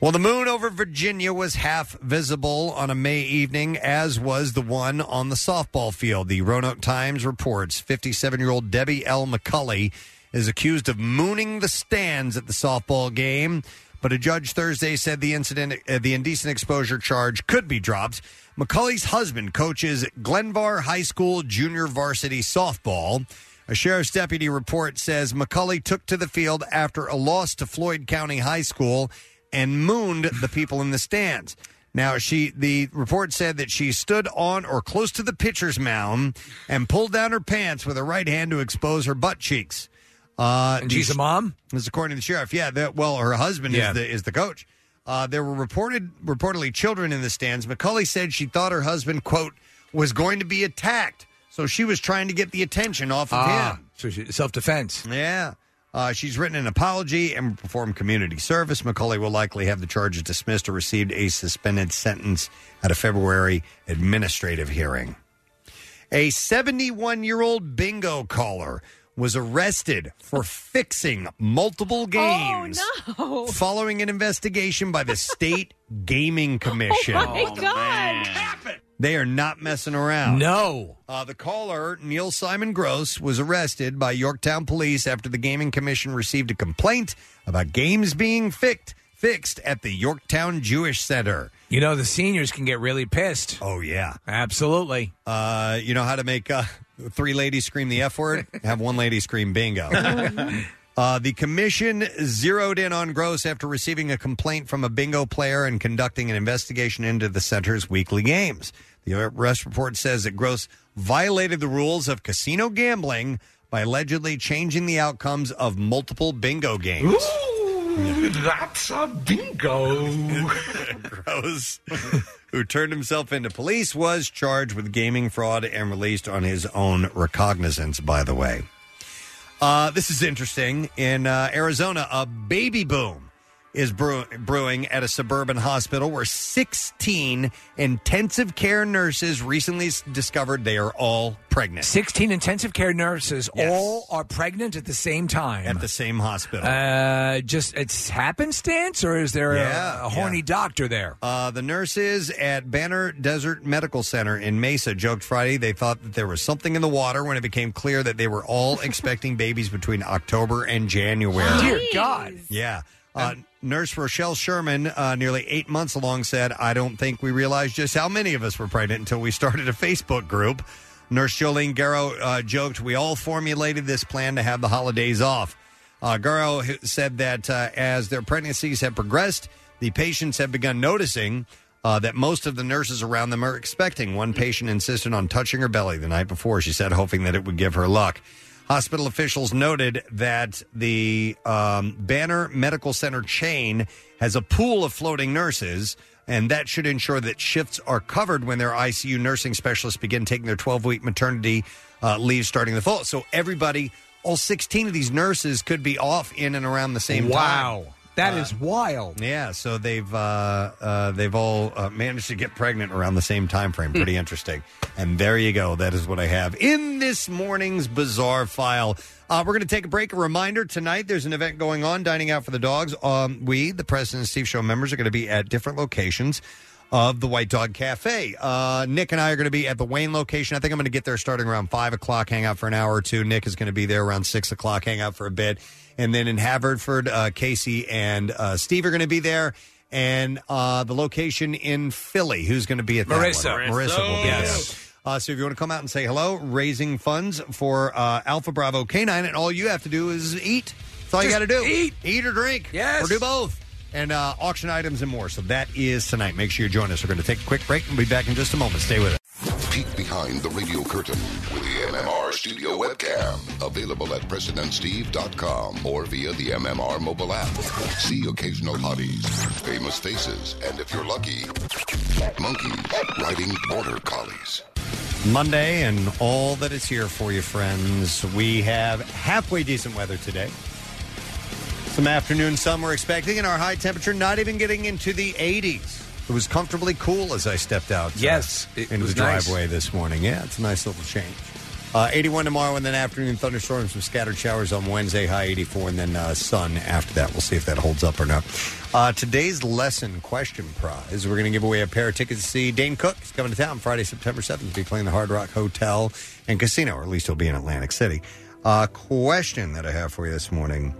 Well, the moon over Virginia was half visible on a May evening, as was the one on the softball field. The Roanoke Times reports 57 year old Debbie L. McCulley is accused of mooning the stands at the softball game, but a judge Thursday said the incident, uh, the indecent exposure charge could be dropped. McCulley's husband coaches Glenvar High School junior varsity softball. A sheriff's deputy report says McCulley took to the field after a loss to Floyd County High School and mooned the people in the stands. Now she the report said that she stood on or close to the pitcher's mound and pulled down her pants with her right hand to expose her butt cheeks. Uh,
And she's a mom.
Is according to the sheriff. Yeah. That, well, her husband
Yeah.
is the is the coach. Uh, there were reported reportedly children in the stands. McCulley said she thought her husband quote was going to be attacked, so she was trying to get the attention off of
Ah,
him.
so self defense.
Yeah. Uh, she's written an apology and will perform community service. McCulley will likely have the charges dismissed or received a suspended sentence at a February administrative hearing. A 71 year old bingo caller was arrested for fixing multiple games
Oh,
following an investigation by the
*laughs*
State Gaming Commission.
Oh, my God.
They are not messing around.
No.
Uh, the caller, Neil Simon Gross, was arrested by Yorktown police after the Gaming Commission received a complaint about games being fixed, fixed at the Yorktown Jewish Center.
You know the seniors can get really pissed.
Oh yeah,
absolutely.
Uh, you know how to make uh, three ladies scream the F
*laughs*
word? Have one lady scream bingo.
Oh,
*laughs* Uh, the commission zeroed in on Gross after receiving a complaint from a bingo player and conducting an investigation into the center's weekly games. The arrest report says that Gross violated the rules of casino gambling by allegedly changing the outcomes of multiple bingo games.
That's a bingo.
*laughs* Gross, who turned himself into police, was charged with gaming fraud and released on his own recognizance, by the way. Uh, this is interesting. In uh, Arizona, a baby boom is brew- brewing at a suburban hospital where 16 intensive care nurses recently s- discovered they are all pregnant.
16 intensive care nurses
Yes.
all are pregnant at the same time. At
the same hospital.
Uh, just it's happenstance, or is there a-
Yeah,
a, horny doctor there?
Uh, the nurses at Banner Desert Medical Center in Mesa joked Friday they thought that there was something in the water when it became clear that they were all *laughs* expecting babies between October and January.
Dear God.
Yeah. Uh, Nurse Rochelle Sherman, uh, nearly eight months along, said, I don't think we realized just how many of us were pregnant until we started a Facebook group. Nurse Jolene Garrow uh, joked, We all formulated this plan to have the holidays off. Uh, Garrow h- said that uh, as their pregnancies have progressed, the patients have begun noticing uh, that most of the nurses around them are expecting. One patient insisted on touching her belly the night before, she said, hoping that it would give her luck. Hospital officials noted that the um, Banner Medical Center chain has a pool of floating nurses, and that should ensure that shifts are covered when their ICU nursing specialists begin taking their 12 week maternity uh, leave starting in the fall. So, everybody, all 16 of these nurses could be off in and around the same time. Uh,
Wow. that is wild.
Yeah, so they've uh, uh, they've all uh, managed to get pregnant around the same time frame.
Hmm.
Pretty interesting. And there you go. That is what I have in this morning's bizarre file. Uh, we're going to take a break. A reminder tonight there's an event going on, dining out for the dogs. Um, we, the President and Steve Show members, are going to be at different locations of the White Dog Cafe. Uh, Nick and I are going to be at the Wayne location. I think I'm going to get there starting around 5 o'clock, hang out for an hour or two. Nick is going to be there around 6 o'clock, hang out for a bit. And then in Haverford, uh, Casey and uh, Steve are going to be there. And uh, the location in Philly, who's going to be at that
Marissa.
one? Marissa will be
Yes.
there. Uh, so if you want to come out and say hello, raising funds for uh, Alpha Bravo Canine, and all you have to do is eat. That's all you
Just
got to do.
eat.
Eat or drink.
Yes.
Or do both. And uh, auction items and more. So that is tonight. Make sure you join us. We're going to take a quick break and be back in just a moment. Stay with us.
Peek behind the radio curtain with the MMR studio webcam. Available at PresidentSteve.com or via the MMR mobile app. See occasional hotties, famous faces, and if you're lucky, monkeys riding border collies.
Monday and all that is here for you, friends. We have halfway decent weather today. Some afternoon sun we're expecting, and our high temperature not even getting into the 80s. It was comfortably cool as I stepped out. uh,
Yes, it
into
was
the
nice.
driveway this morning. Yeah, it's a nice little change. Uh, 81 tomorrow, and then afternoon thunderstorms, some scattered showers on Wednesday. High 84, and then uh, sun after that. We'll see if that holds up or not. Uh, today's lesson question prize: We're going to give away a pair of tickets to see Dane Cook. He's coming to town Friday, September 7th. He'll be playing the Hard Rock Hotel and Casino, or at least he'll be in Atlantic City. Uh, question that I have for you this morning.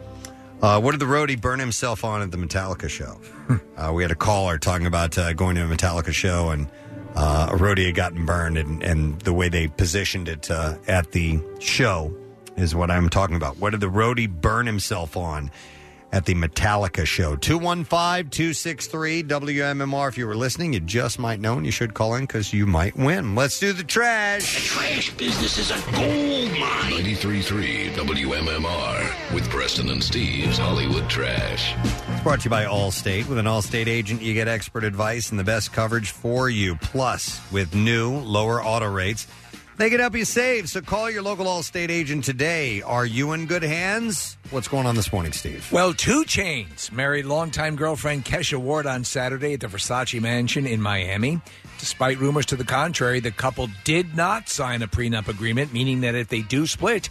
Uh, what did the roadie burn himself on at the Metallica show? uh, we had a caller talking about uh, going to a Metallica show and uh, a roadie had gotten burned, and, and the way they positioned it uh, at the show is what I'm talking about. What did the roadie burn himself on at the Metallica show? 215 263 WMMR. If you were listening, you just might know, and you should call in because you might win. Let's do the trash.
Trash business is a gold mine. 93.3 WMMR with Preston and Steve's Hollywood Trash.
It's brought to you by Allstate. With an Allstate agent, you get expert advice and the best coverage for you. Plus, with new, lower auto rates, they can help you save. So call your local Allstate agent today. Are you in good hands? What's going on this morning, Steve?
Well, Two Chains married longtime girlfriend Kesha Ward on Saturday at the Versace Mansion in Miami. Despite rumors to the contrary, the couple did not sign a prenup agreement, meaning that if they do split,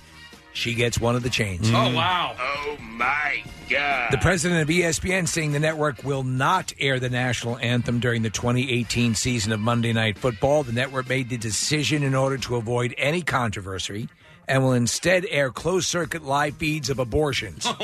she gets one of the chains.
wow.
Oh my god.
The president of E ESPN saying the network will not air the national anthem during the 2018 season of Monday Night Football. The network made the decision in order to avoid any controversy and will instead air closed circuit live feeds of abortions.
*laughs*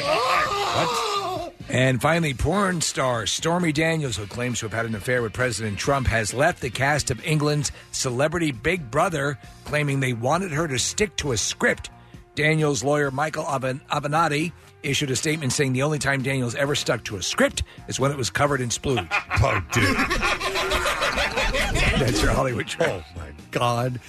Oh my god. What?
And finally, porn star Stormy Daniels, who claims to have had an affair with President Trump, has left the cast of England's Celebrity Big Brother, claiming they wanted her to stick to a script. Daniels' lawyer, Michael Aven- Avenatti, issued a statement saying the only time Daniels ever stuck to a script is when it was covered in splooge.
*laughs* oh, dude.
That's your Hollywood trash.
Oh, my God.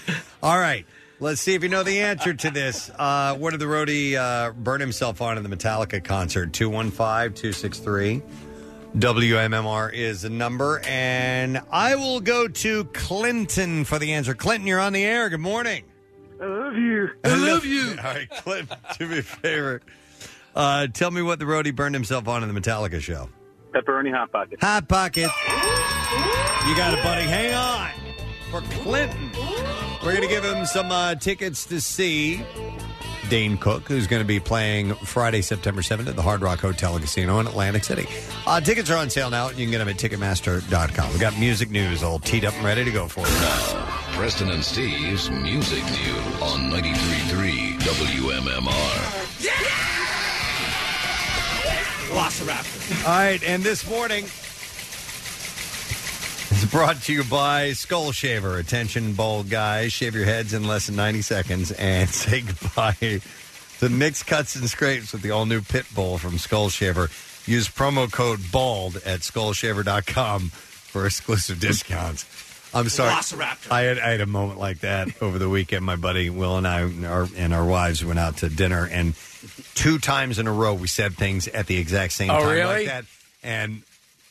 All right. Let's see if you know the answer to this. Uh, what did the roadie uh, burn himself on at the Metallica concert? 215 263 WMMR is the number. And I will go to Clinton for the answer. Clinton, you're on the air. Good morning.
I love you.
I love *laughs* you. All right, Cliff, do me a favor. Uh, tell me what the roadie burned himself on in the Metallica show.
Pepperoni Hot Pocket.
Hot Pocket. You got it, buddy. Hang on. For Clinton, we're going to give him some uh, tickets to see Dane Cook, who's going to be playing Friday, September 7th at the Hard Rock Hotel and Casino in Atlantic City. Uh, tickets are on sale now. You can get them at Ticketmaster.com. we got music news all teed up and ready to go for you.
Preston and Steve's Music News on 93.3 WMMR.
All right, and this morning, it's Brought to you by Skull Shaver. Attention, bald guys. Shave your heads in less than 90 seconds and *laughs* say goodbye to Nick's Cuts and Scrapes with the all new Pit Bull from Skull Shaver. Use promo code BALD at skullshaver.com for exclusive discounts. I'm sorry.
Velociraptor.
I had, I had a moment like that over the weekend. My buddy Will and I and our, and our wives went out to dinner, and two times in a row we said things at the exact same
Oh,
time
really?
like that. And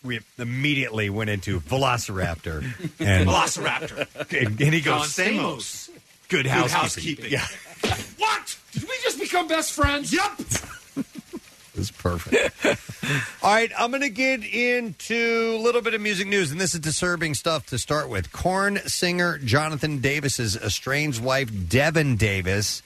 we immediately went into Velociraptor. and,
Velociraptor.
And, and he goes,
John
Samos.
Good
Good
housekeeping.
housekeeping. Yeah,
What? Did we just become best friends? Yep.
it was perfect. *laughs* All right, I'm going to get into a little bit of music news, and this is disturbing stuff to start with. Corn singer Jonathan Davis's estranged wife, Devin Davis,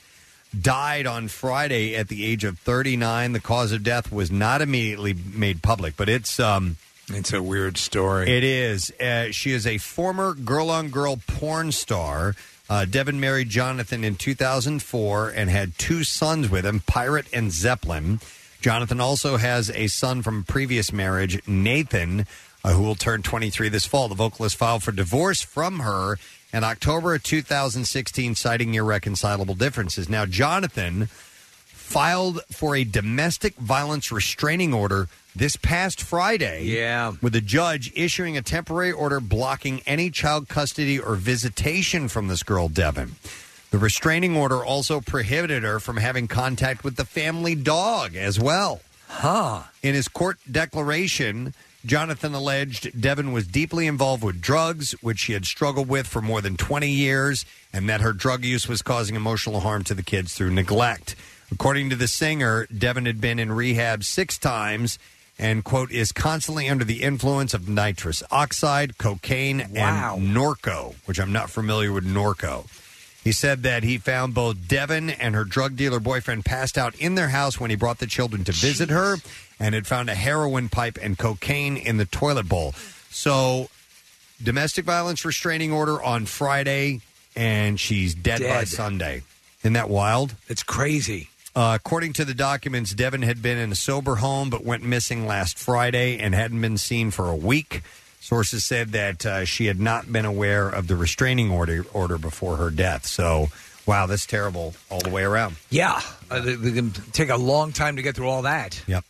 died on Friday at the age of 39. The cause of death was not immediately made public, but it's um,
It's a weird story.
It is. Uh, she is a former girl on girl porn star. Uh, Devin married Jonathan in 2004 and had two sons with him, Pirate and Zeppelin. Jonathan also has a son from previous marriage, Nathan, uh, who will turn 23 this fall. The vocalist filed for divorce from her in October of 2016, citing irreconcilable differences. Now, Jonathan filed for a domestic violence restraining order this past Friday. Yeah. With a judge issuing a temporary order blocking any child custody or visitation from this girl, Devin. The restraining order also prohibited her from having contact with the family dog as well. Huh. In his court declaration, Jonathan alleged Devin was deeply involved with drugs, which she had struggled with for more than 20 years, and that her drug use was causing emotional harm to the kids through neglect. According to the singer, Devin had been in rehab six times and, quote, is constantly under the influence of nitrous oxide, cocaine, and Norco, which I'm not familiar with Norco. He said that he found both Devin and her drug dealer boyfriend passed out in their house when he brought the children to visit her and had found a heroin pipe and cocaine in the toilet bowl. So, domestic violence restraining order on Friday, and she's dead, by
Dead.
Sunday. Isn't that wild?
It's crazy.
Uh, according to the documents, Devin had been in a sober home but went missing last Friday and hadn't been seen for a week. Sources said that uh, she had not been aware of the restraining order order before her death. So, wow, that's terrible all the way around.
Yeah, uh, they, they can take a long time to get through all that.
Yep.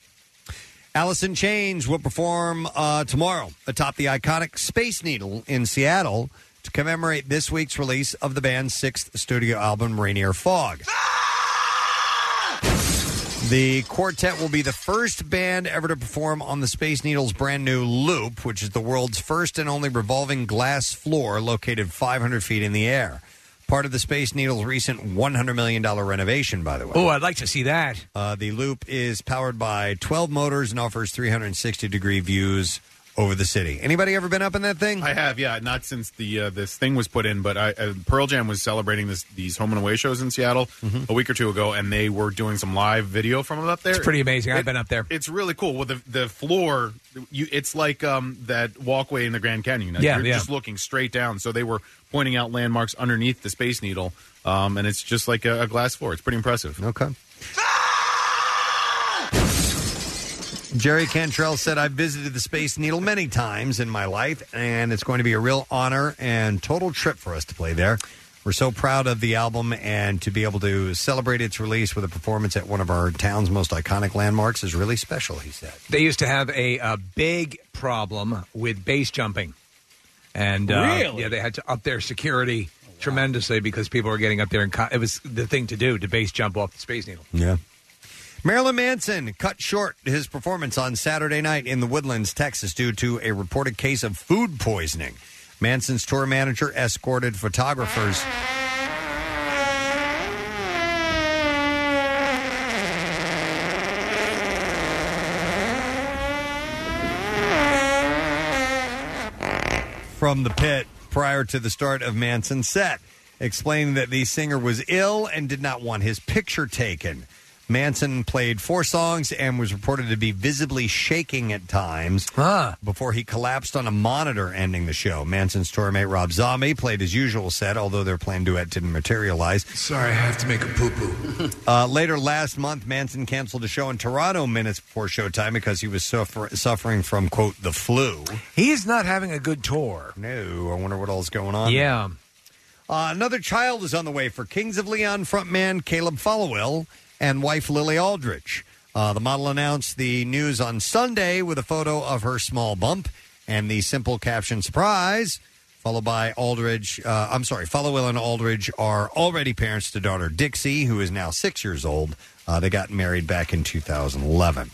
Allison Chains will perform uh, tomorrow atop the iconic Space Needle in Seattle to commemorate this week's release of the band's sixth studio album, Rainier Fog. The quartet will be the first band ever to perform on the Space Needle's brand new Loop, which is the world's first and only revolving glass floor located 500 feet in the air. Part of the Space Needle's recent $100 million renovation, by the way.
Oh, I'd like to see that.
Uh, the loop is powered by 12 motors and offers 360 degree views over the city. Anybody ever been up in that thing?
I have, yeah. Not since the uh, this thing was put in, but I, uh, Pearl Jam was celebrating this these home and away shows in Seattle a week or two ago, and they were doing some live video from it up there.
Mm-hmm. It's pretty amazing. I've
It-
been up there.
It's really cool. Well, the the floor, you it's like um, that walkway in the Grand Canyon. Like,
Yeah,
you're
yeah.
just looking straight down. So they were pointing out landmarks underneath the Space Needle, um, and it's just like a, a glass floor. It's pretty impressive.
Okay. Jerry Cantrell said, I've visited the Space Needle many times in my life, and it's going to be a real honor and total trip for us to play there. We're so proud of the album, and to be able to celebrate its release with a performance at one of our town's most iconic landmarks is really special, he said.
They used to have a, uh big problem with base jumping, and uh,
Really?
yeah, they had to up their security tremendously because people were getting up there and co- it was the thing to do to base jump off the Space Needle.
Yeah. Marilyn Manson cut short his performance on Saturday night in the Woodlands, Texas, due to a reported case of food poisoning. Manson's tour manager escorted photographers. From the pit prior to the start of Manson's set, explaining that the singer was ill and did not want his picture taken. Manson played four songs and was reported to be visibly shaking at times before he collapsed on a monitor ending the show. Manson's tourmate Rob Zombie played his usual set, although their planned duet didn't materialize.
Sorry, I have to make a poo poo.
*laughs* Uh, later last month, Manson canceled a show in Toronto minutes before showtime because he was suffer- suffering from, quote, the flu.
He is not having a good tour.
No, I wonder what all's going on.
Yeah.
Uh, another child is on the way for Kings of Leon frontman Caleb Followell and wife Lily Aldrich. Uh, the model announced the news on Sunday with a photo of her small bump and the simple caption surprise, followed by Aldridge. Uh, I'm sorry, Followell and Aldridge are already parents to daughter Dixie, who is now six years old. Uh, they got married back in 2011.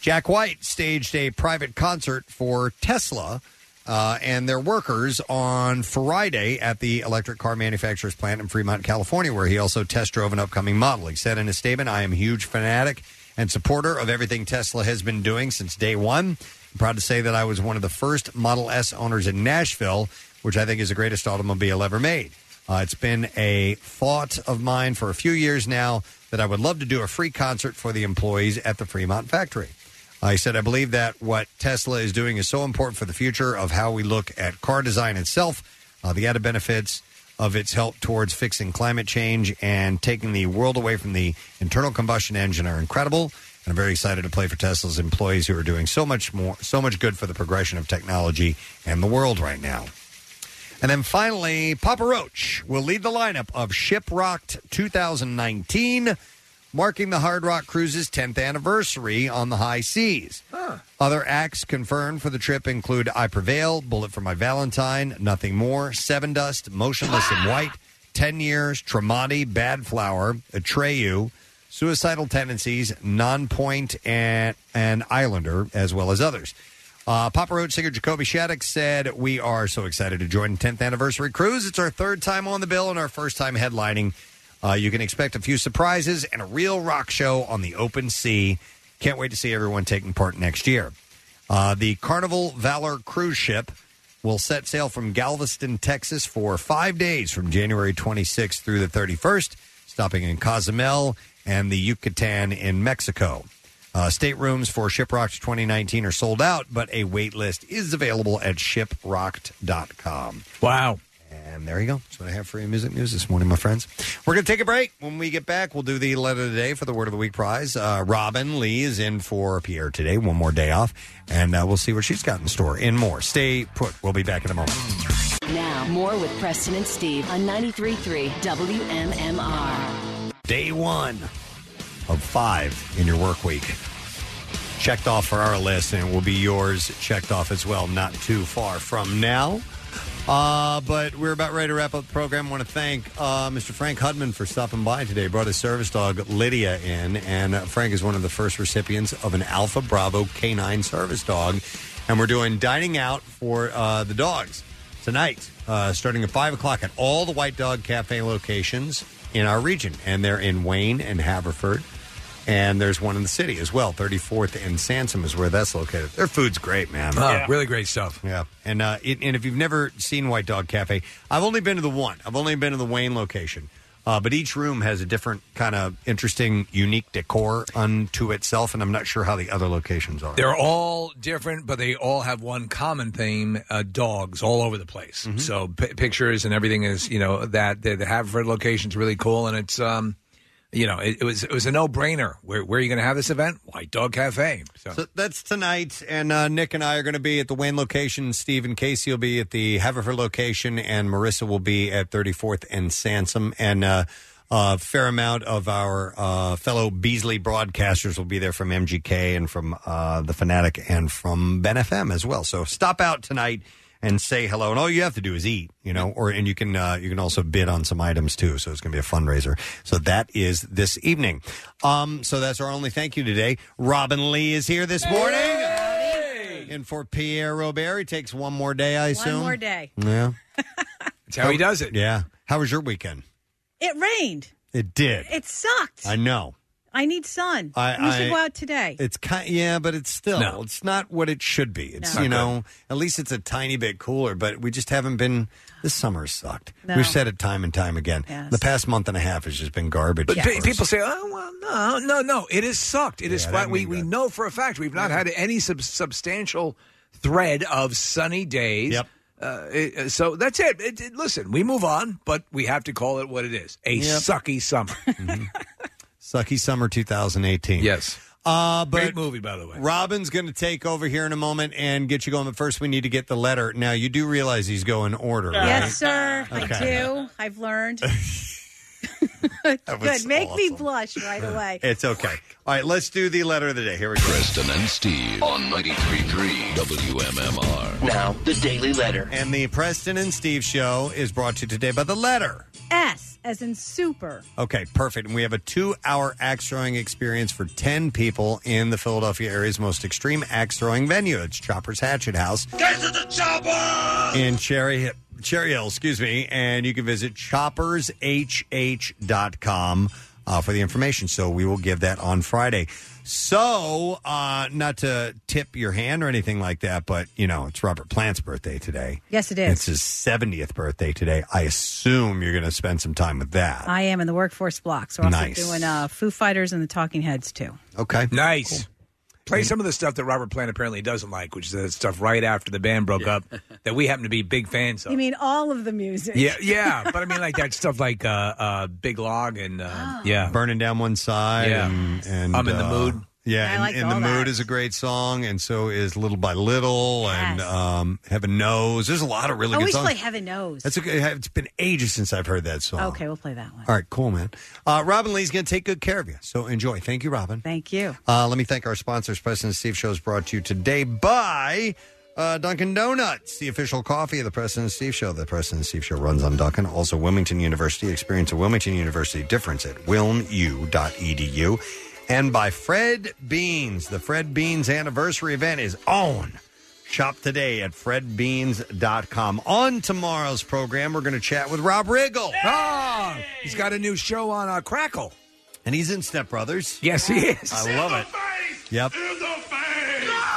Jack White staged a private concert for Tesla uh, and their workers on Friday at the electric car manufacturer's plant in Fremont, California, where he also test drove an upcoming model. He said in a statement, I am a huge fanatic and supporter of everything Tesla has been doing since day one. I'm proud to say that I was one of the first Model S owners in Nashville, which I think is the greatest automobile ever made. Uh, it's been a thought of mine for a few years now that I would love to do a free concert for the employees at the Fremont factory. I said, I believe that what Tesla is doing is so important for the future of how we look at car design itself, uh, the added benefits of its help towards fixing climate change and taking the world away from the internal combustion engine are incredible. And I'm very excited to play for Tesla's employees who are doing so much more, so much good for the progression of technology and the world right now. And then finally, Papa Roach will lead the lineup of Shiprocked 2019, marking the Hard Rock Cruise's 10th anniversary on the high seas. Other acts confirmed for the trip include I Prevail, Bullet for My Valentine, Nothing More, Seven Dust, Motionless in White, 10 Years, Tremonti, Bad Flower, Atreyu, Suicidal Tendencies, Nonpoint, and, and Islander, as well as others. Uh, Papa Roach singer Jacoby Shattuck said, We are so excited to join the 10th anniversary cruise. It's our third time on the bill and our first time headlining. Uh, you can expect a few surprises and a real rock show on the open sea. Can't wait to see everyone taking part next year. Uh, the Carnival Valor cruise ship will set sail from Galveston, Texas for five days from January 26th through the 31st, stopping in Cozumel and the Yucatan in Mexico. Uh, staterooms for Shiprocked 2019 are sold out, but a wait list is available at shiprocked.com.
Wow.
And there you go. That's what I have for you in music news this morning, my friends. We're going to take a break. When we get back, we'll do the letter of the day for the Word of the Week prize. Uh, Robin Lee is in for Pierre today, one more day off, and uh, we'll see what she's got in store and more. Stay put. We'll be back in a moment.
Now, more with Preston and Steve on 93.3 WMMR.
Day one of five in your work week. Checked off for our list, and it will be yours checked off as well, not too far from now. Uh, but we're about ready to wrap up the program. I want to thank uh, Mr. Frank Hudman for stopping by today. Brought his service dog Lydia in, and uh, Frank is one of the first recipients of an Alpha Bravo canine service dog. And we're doing dining out for uh, the dogs tonight, uh, starting at 5 o'clock at all the White Dog Cafe locations in our region. And they're in Wayne and Haverford. And there's one in the city as well. 34th and Sansom is where that's located. Their food's great, man.
Oh, Really great stuff.
Yeah. And uh, it, and if you've never seen White Dog Cafe, I've only been to the one. I've only been to the Wayne location. Uh, but each room has a different kind of interesting, unique decor unto itself, and I'm not sure how the other locations are.
They're all different, but they all have one common theme: uh, dogs all over the place. So p- pictures and everything is, you know, that the, the Haverford location's really cool, and it's, um, you know, it, it was it was a no brainer. Where where are you going to have this event? White Dog Cafe. So,
So that's tonight, and uh, Nick and I are going to be at the Wayne location. Steve and Casey will be at the Haverford location, and Marissa will be at 34th and Sansom. And uh, a fair amount of our uh, fellow Beasley broadcasters will be there from MGK and from uh, The Fanatic and from Ben FM as well. So stop out tonight and say hello. And all you have to do is eat, you know, or and you can uh, you can also bid on some items too. So it's going to be a fundraiser. So that is this evening. Um, so that's our only thank you today. Robin Lee is here this morning. And for Pierre Robert, he takes one more day, I assume.
One more day.
Yeah.
That's how he does it.
Yeah. How was your weekend?
It rained.
It did.
It sucked.
I know.
I, I need sun.
I-
we should
I-
go out today.
It's kind, yeah, but it's still
No.
it's not what it should be. It's
No.
you
Not
know, at least it's a tiny bit cooler. But we just haven't been. This summer has sucked.
No.
We've said it time and time again.
Yes.
The past month and a half has just been garbage.
But
for
pe-
us.
people say, "Oh well, no, no, no, it has sucked. It is
Yeah, it
what
hadn't
we
been
we know for a fact. We've not had any sub- substantial thread of sunny days. Yep. Uh, it- uh, so that's it. It- it- Listen, we move on, but we have to call it what it is: a
Yep.
sucky
*laughs*
summer.
Mm-hmm.
sucky summer 2018. Yes. Uh, but
Great movie, by the way.
Robin's going to take over here in a moment and get you going. But first, we need to get the letter. Now, you do realize these go in order,
Yes, sir. I
*laughs* Okay.
do. I've learned.
*laughs* That was
Good. Make me blush
*laughs*
right away.
It's okay. All right, let's do the letter of the day. Here we go.
Preston and Steve on 93.3 WMMR.
Now, the Daily Letter. And the Preston and Steve show is brought to you today by The Letter.
S as in super.
Okay, perfect. And we have a two hour axe throwing experience for 10 people in the Philadelphia area's most extreme axe throwing venue. It's Chopper's Hatchet House.
Get to the chopper!
in Cherry Cherry Hill, excuse me, and you can visit choppershh.com uh, for the information. So we will give that on Friday. So, uh, not to tip your hand or anything like that, but you know, it's Robert Plant's birthday today.
Yes, it is.
It's his 70th birthday today. I assume you're going to spend some time with that.
I am in the workforce block, so I'm
Nice.
doing uh, Foo Fighters and the Talking Heads too.
Okay.
Nice. Play some of the stuff that Robert Plant apparently doesn't like, which is the stuff right after the band
*laughs*
broke up that we happen to be big fans of.
You mean all of the music?
yeah, yeah,
*laughs*
but I mean like that stuff like uh, uh, Big Log and uh,
Ah.
yeah,
burning down one side.
Yeah.
and, and, uh,
I'm in the mood.
Yeah,
I
and,
liked
and the
all
mood is a great song, and so is little by little, and um, heaven knows. There's a lot of really
Always
good songs.
Oh, play Heaven Knows.
That's okay. It's been ages since I've heard that song.
Okay, we'll play that one.
All right, cool, man. Uh, Robin Lee's going to take good care of you, so enjoy. Thank you, Robin.
Thank you.
Uh, let me thank our sponsors. President Steve Show is brought to you today by uh, Dunkin' Donuts, the official coffee of the President Steve Show. The President Steve Show runs on Dunkin'. Also, Wilmington University. Experience a Wilmington University difference at wilmu.edu. And by Fred Beans. The Fred Beans anniversary event is on. Shop today at fredbeans.com. On tomorrow's program, we're going to chat with Rob Riggle.
Ah, he's got a new show on uh, Crackle.
And he's in Step Brothers.
Yes, he is.
I love it. Yep.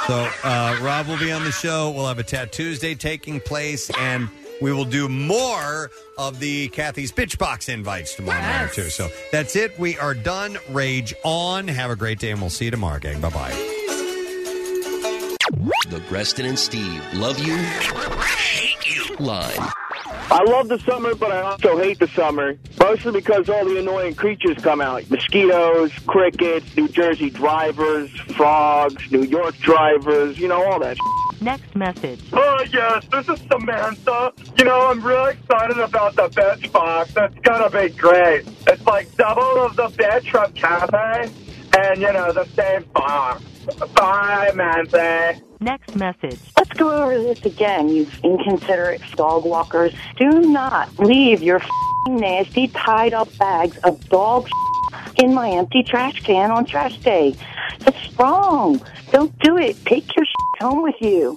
So uh, Rob will be on the show. We'll have a Tattoos Day taking place, and we will do more of the Kathy's Bitch Box invites tomorrow night, too. So that's it. We are done. Rage on. Have a great day, and we'll see you tomorrow, gang. Bye bye.
The Preston and Steve love you, hate you line.
I love the summer, but I also hate the summer, mostly because all the annoying creatures come out. Mosquitoes, crickets, New Jersey drivers, frogs, New York drivers, you know, all that
Next message.
Oh, yes, this is Samantha. You know, I'm really excited about the bitch box. That's gonna be great. It's like double of the bitch from Cafe, and, you know, the same box. Bye, Manze.
Next message.
Let's go over this again, you inconsiderate dog walkers. Do not leave your f***ing nasty tied up bags of dog in my empty trash can on trash day. That's wrong. Don't do it. Take your home with you.